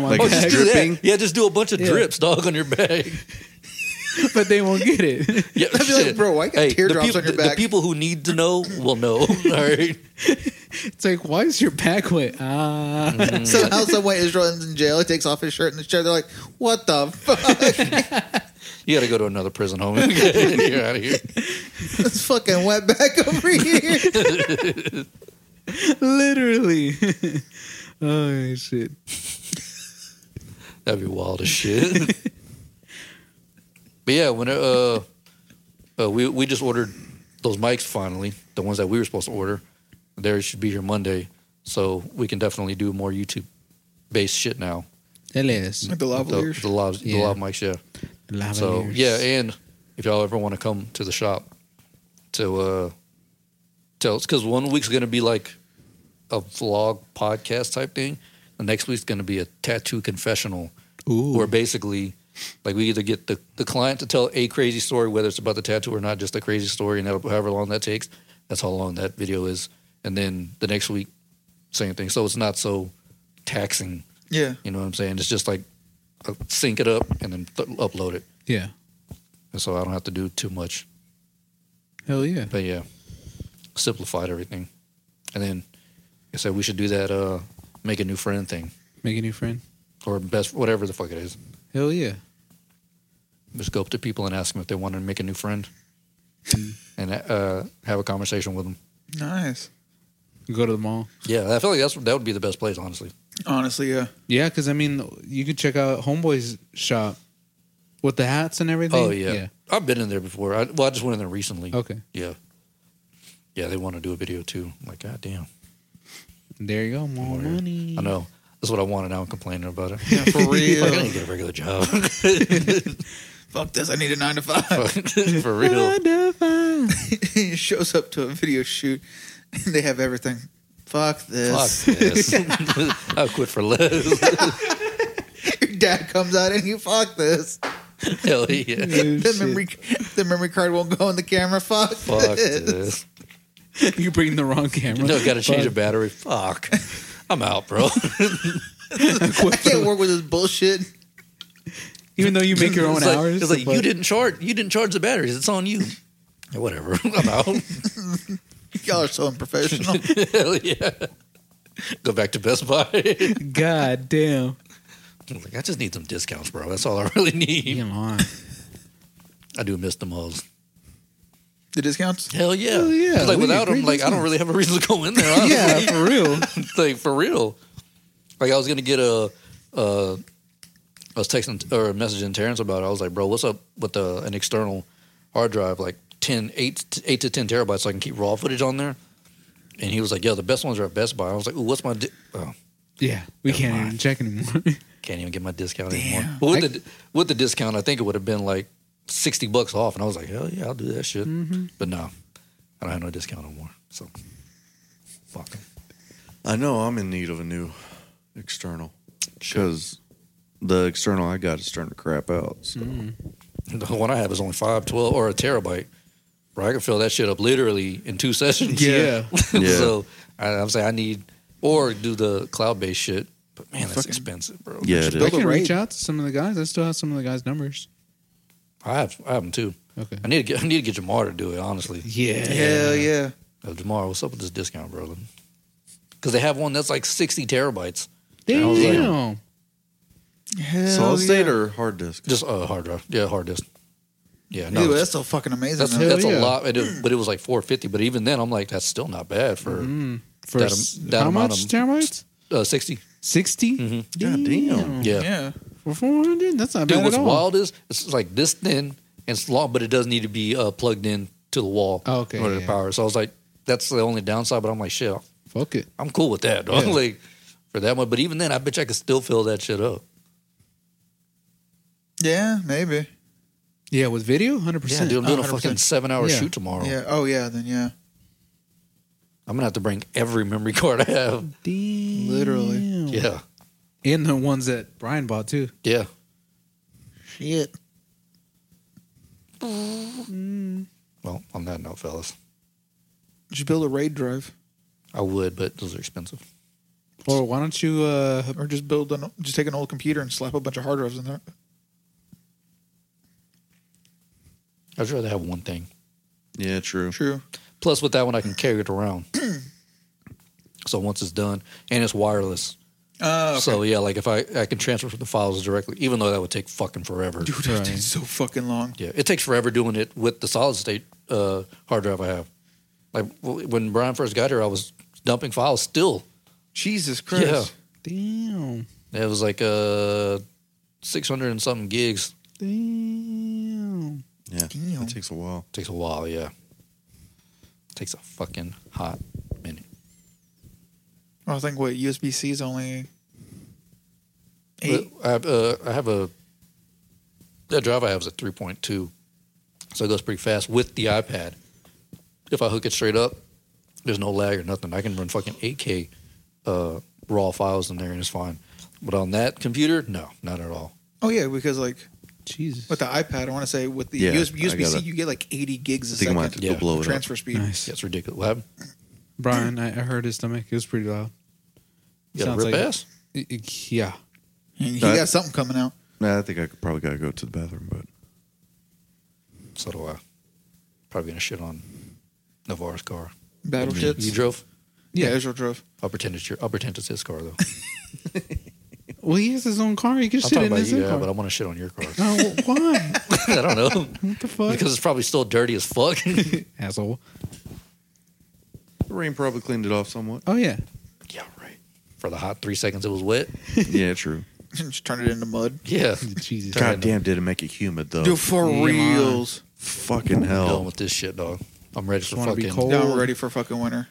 my Like Oh, it's god! just do dripping? that. Yeah, just do a bunch of Yeah. drips, dog, on your bag. but they won't get it. Yeah, I'd be like, shit. bro, why you got Hey, the teardrops people- on your the- back? The people who need to know will know. All right. It's like, why is your back wet? Ah, Somehow, some way, Israel's in jail. He takes off his shirt in the chair. They're like, "What the fuck? You got to go to another prison home. You're out of here. it's fucking wet back over here." literally. oh shit! That'd be wild as shit. but yeah, when uh, uh, we we just ordered those mics finally, the ones that we were supposed to order. They should be here Monday, so we can definitely do more YouTube based shit now. That is Like the The, lavaliers. the live the Yeah. live mics, yeah. Lava So ears. yeah, and if y'all ever want to come to the shop to uh tell us because one week's gonna be like a vlog podcast type thing. The next week's gonna be a tattoo confessional Ooh. where basically like we either get the, the client to tell a crazy story, whether it's about the tattoo or not, just a crazy story, and that'll- however long that takes, that's how long that video is. And then the next week, same thing. So it's not so taxing. yeah. You know what I'm saying? It's just like uh, sync it up and then th- upload it. yeah, And so I don't have to do too much. hell yeah, But yeah, simplified everything. And then I said we should do that uh make a new friend thing make a new friend. or best whatever the fuck it is. Hell yeah, Just go up to people and ask them if they want to make a new friend and uh have a conversation with them. Nice. go to the mall. Yeah, I feel like that's that would be the best place honestly. Honestly, yeah. Yeah, because I mean, you could check out Homeboy's shop with the hats and everything. Oh yeah. I've been in there before. I, well, I just went in there recently. Okay, Yeah. Yeah, they want to do a video too. I'm like, god damn. there you go. More Word. money. Oh, I know. That's what I wanted. Now I'm complaining about it. Yeah, for Like, I didn't real. get a regular job. Fuck this. I need a nine to five. For real. Wonderful. just shows up to a video shoot and they have everything. Fuck Fuck this. this. I'll quit for less. Your dad comes out and you fuck this. Hell yeah. the memory the memory card won't go in the camera. Fuck, Fuck this. this. you bring the wrong camera. No, got to change a Fuck. battery. Fuck. I'm out, bro. I can't work with this bullshit. Even though you make your own it's like, hours. It's like but- you didn't charge. You didn't charge the batteries. It's on you. Yeah, Whatever. I'm out. Y'all are so unprofessional. Hell yeah. Go back to Best Buy. I God damn. was like, I just need some discounts, bro. That's all I really need. Come on. I do miss the malls. the discounts? Hell yeah. Hell yeah. 'Cause, Like We without get them, great like I don't discounts. really have a reason to go in there. Honestly. Yeah, for real. like for real. Like I was gonna get a, uh, I was texting or messaging Terrence about it. I was like, bro, what's up with the, an external hard drive, like 10, 8, 8 to ten terabytes, so I can keep raw footage on there. And he was like, yo, the best ones are at Best Buy. I was like, ooh, what's my? Di-? Oh, Yeah, we Never can't mind. even check anymore. can't even get my discount anymore. But with the with the discount, I think it would have been like sixty bucks off, and I was like, hell yeah, I'll do that shit. Mm-hmm. But no, I don't have no discount no more. So fuck 'em. I know I'm in need of a new external because the external I got is starting to crap out. So. The one I have is only five, twelve, or a terabyte. Bro, I can fill that shit up literally in two sessions. Yeah. Yeah. so I, I'm saying I need, or do the cloud based shit. But man, that's Fucking- expensive, bro. Yeah, it I is. can Build a reach raid. out to some of the guys. I still have some of the guys' numbers. I have, I have them too. Okay. I need to get, I need to get Jamar to do it. Honestly, Yeah. Hell yeah. Uh, Jamar, what's up with this discount, bro? Because they have one that's like sixty terabytes, Damn. was like- Hell Solid yeah. state or hard disk? just a uh, hard drive. Yeah, hard disk. Yeah, Dude, no, that's so fucking amazing. that's though. that's Hell yeah. a lot. It is- but it was like four fifty. But even then, I'm like, that's still not bad for Mm-hmm. For That am- s- that how amount much of- terabytes? Mm-hmm. uh, sixty. 60? God damn. Yeah, yeah. For 400? That's not Mm-hmm. Dude, bad what's at all. wild is it's like this thin and it's long, but it does need to be uh, plugged in to the wall Oh, okay, in order yeah. to power. So I was like, that's the only downside. But I'm like, shit, Fuck it. I'm cool with that. Dog. Yeah. like for that one. But even then, I bet you I could still fill that shit up. Yeah, maybe. Yeah, with video? 100%. Yeah, dude, I'm doing a 100%. fucking seven hour Yeah. shoot tomorrow. Yeah. Oh yeah, then yeah. I'm gonna have to bring every memory card I have. Damn. Literally. Yeah, And the ones that Brian bought too. yeah. Shit. Well, on that note, fellas, Just build a raid drive. I would, but those are expensive. Or why don't you uh Or just build an just take an old computer and slap a bunch of hard drives in there. I'd rather have one thing. Yeah, true. True. Plus, with that one, I can carry it around. so once it's done, and it's wireless. Oh, So yeah, like if I I can transfer the files directly, even though that would take fucking forever. dude, Right. that's so fucking long. Yeah, it takes forever doing it with the solid state uh, hard drive I have. Like w- when Brian first got here, I was dumping files still. Jesus Christ. Yeah. damn. It was like uh, six hundred and something gigs. Damn. Yeah, Damn. it takes a while. Takes a while. Yeah, takes a fucking hot minute. Well, I think what USB C is only But eight. I have, uh, I have a that drive I have is a three point two, so it goes pretty fast with the iPad. If I hook it straight up, there's no lag or nothing. I can run fucking eight K uh, raw files in there and it's fine. But on that computer, no, not at all. Oh yeah, because like Jesus. with the iPad, I want to say with the Yeah, USB, I C, gotta- you get like eighty gigs a I think I might have to second go Yeah. blow it up. transfer speed. nice. Yeah, it's ridiculous. What happened? Brian, I, I heard his stomach. It was pretty loud. You got a Sounds rip like- ass? I- I- yeah. He That- got something coming out. Nah, I think I could probably got to go to the bathroom, but So do I. Probably gonna shit on Navarre's car. Battleships. You drove? yeah, Israel drove. I'll pretend it's your. I'll pretend it's his car though. Well, he has his own car. He can I'm shit talking in about his you, own yeah, car. but I want to shit on your car. No, why? I don't know what the fuck? because it's probably still dirty as fuck. Asshole. the rain probably cleaned it off somewhat. Oh yeah. Yeah, right. For the hot three seconds it was wet. yeah, true. Just turned it into mud. Yeah. Jesus. Turn God damn, did it make it humid though? Dude, for Yeah. reals. Fucking I'm done hell! with this shit, dog. I'm ready for Oh. wanna be fucking. cold. Now I'm ready for fucking winter.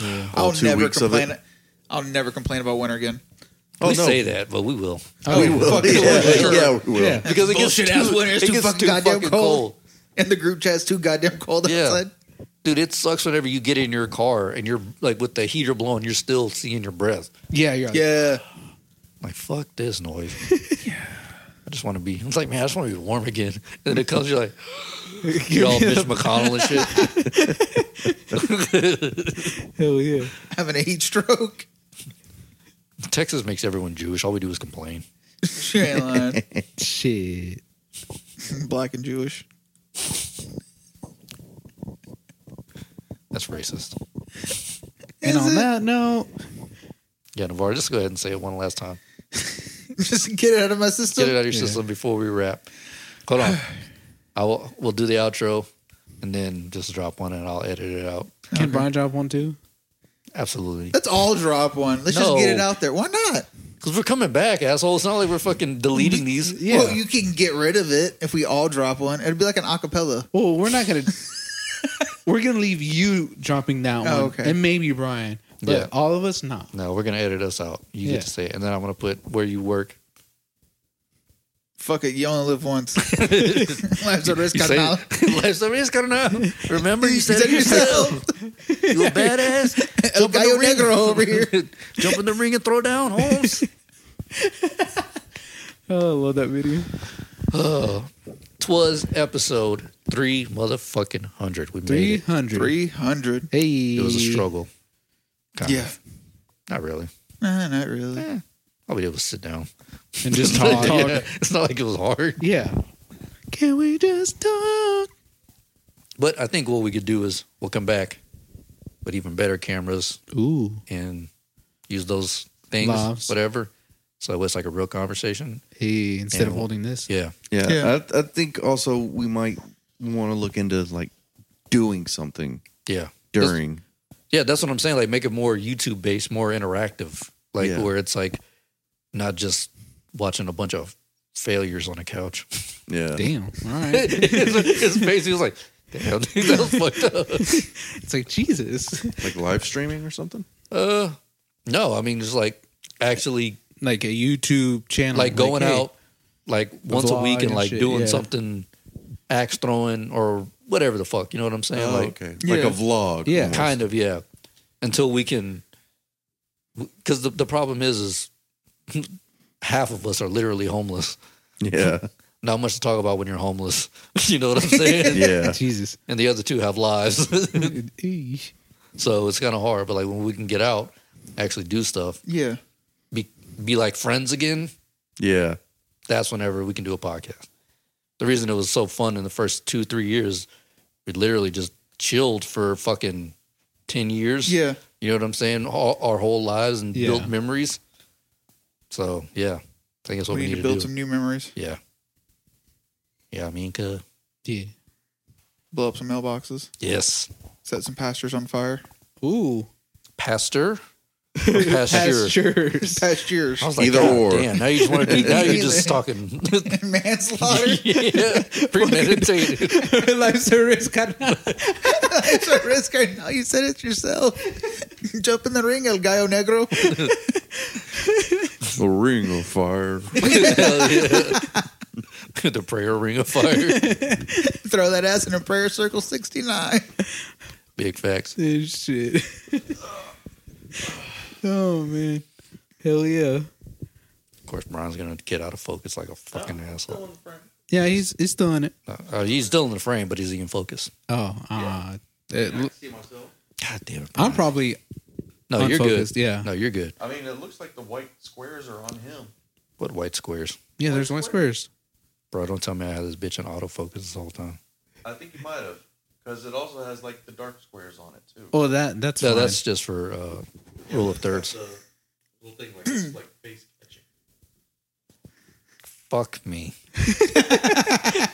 All I'll two never weeks of complain. it? I'll never complain about winter again. We Oh, no. say that, but we will Oh, we will. Yeah, Sure. yeah, we will. Yeah. because it gets Bullshit ass winter. It's too fucking goddamn cold. And the group chat's too goddamn cold Yeah. outside. Dude, it sucks whenever you get in your car and you're like with the heater blowing, you're still seeing your breath. Yeah, you're like, Yeah. like, fuck this noise. I just want to be. It's like, man, I just want to be warm again. And then it comes, you're like, you're all Mitch McConnell and shit. hell yeah. Having a heat stroke. Texas makes everyone Jewish. All we do is complain. She ain't lying. Shit. Black and Jewish. That's racist. Is And on it? that note, Yeah, Navarre, just go ahead and say it one last time. Just get it out of my system. Get it out of your Yeah. system before we wrap. Hold on. I will. We'll do the outro and then just drop one and I'll edit it out. can Brian drop one too? Absolutely. Let's all drop one. Let's No. just get it out there. Why not? Because we're coming back, asshole. It's not like we're fucking deleting these. Yeah. Well, you can get rid of it if we all drop one. It'd be like an acapella. Well, we're not gonna. we're gonna leave you dropping that one, Oh, okay. and maybe Brian, but Yeah. all of us not. No, we're going to edit us out. You Yeah. get to say it. And then I'm going to put where you work Fuck it. You only live once. Life's a risk. You say- canal. Life's a risk, carnal. Remember, you said, it yourself. yourself. You a badass. El Gallo ring. Negro over here. Jump in the ring and throw down, Holmes. Oh, I love that video. Twas episode three motherfucking hundred. We Three made it. hundred. 300. Hey, It was a struggle. Kind Yeah. Of. Not really. Nah, not really. All we did was sit down. And just talk. Yeah, It's not like it was hard. Yeah. Can we just talk? But I think what we could do is we'll come back with even better cameras Ooh. and use those things, Lives. whatever. So it's like a real conversation. Hey, instead of Yeah. holding this. Yeah. Yeah, Yeah. I, I think also we might want to look into like doing something Yeah. Just- during. Yeah, that's what I'm saying. Like make it more YouTube based, more interactive. Like Yeah. where it's like not just watching a bunch of failures on a couch. yeah, Damn. All right. his, his face he was like, damn, dude, that was fucked up. It's like Jesus. like live streaming or something. Uh no, I mean just like actually Like a YouTube channel. like going hey, out like once a vlog week and, and like shit, doing yeah. something axe throwing or whatever the fuck. You know what I'm saying? Oh, like okay, Yeah. like a vlog. Yeah. almost. kind of yeah until we can because the, the problem is is half of us are literally homeless Yeah, not much to talk about when you're homeless you know what i'm saying yeah, Jesus. and the other two have lives Eesh. so it's kind of hard but like when we can get out actually do stuff Yeah. be, be like friends again yeah. that's whenever we can do a podcast the reason it was so fun in the first two three years we literally just chilled for fucking 10 years Yeah. You know what I'm saying? All, our whole lives and Yeah. built memories. So yeah, I think that's what We need to do. build some new memories. yeah, yeah. I mean, uh, 'cause- Yeah. Blow up some mailboxes. yes, Set some pastures on fire. Ooh. pastor, or pasture. Pastures. Pastures. I was like, Either Either or. Damn, now you just want to do. Now you're just talking. Manslaughter. yeah, premeditated. Life's a risk. It's a risk. I know you said it yourself. Jump in the ring, El Gallo Negro. The ring of fire. Hell yeah. the prayer ring of fire. Throw that ass in a prayer circle 69. Big facts. This shit. oh man. Hell yeah. Of course, Brian's gonna get out of focus like a fucking asshole. Yeah, he's he's still in it. Uh, he's still in the frame, but is he in focus? Oh, uh, it- see myself. God damn it! Brian. I'm probably no, you're unfocused, good. yeah. no, you're good. I mean, it looks like the white squares are on him. What white squares? yeah. There's white squares. Bro, don't tell me I had this bitch in autofocus this whole time. I think you might have, because it also has like the dark squares on it too. Oh, that that's No, fine. that's just for uh, rule of thirds. little thing like, it's like face catching. Fuck me.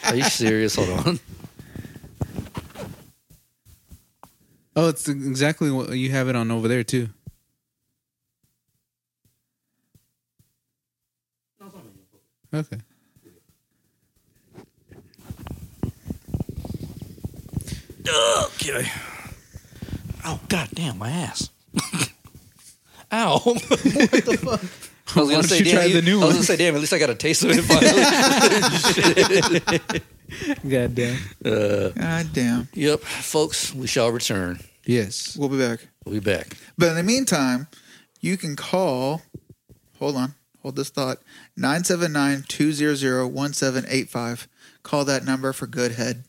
Are you serious? Hold on. oh, it's exactly what you have it on over there too. Okay. Okay. Oh goddamn, my ass. Ow. Oh I was Why gonna don't say, you damn, try the new I was one? gonna say, damn, at least I got a taste of it finally. Goddamn. God damn. yep, folks, we shall return. Yes. We'll be back. We'll be back. But in the meantime, you can call. Hold on. Hold this thought. 979 200 1785. Call that number for good head.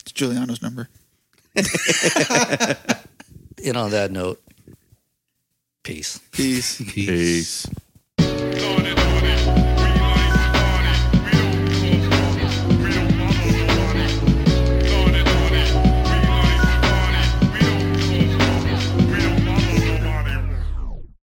It's Giuliano's number. And on that note, peace. Peace. Peace. Going in on it.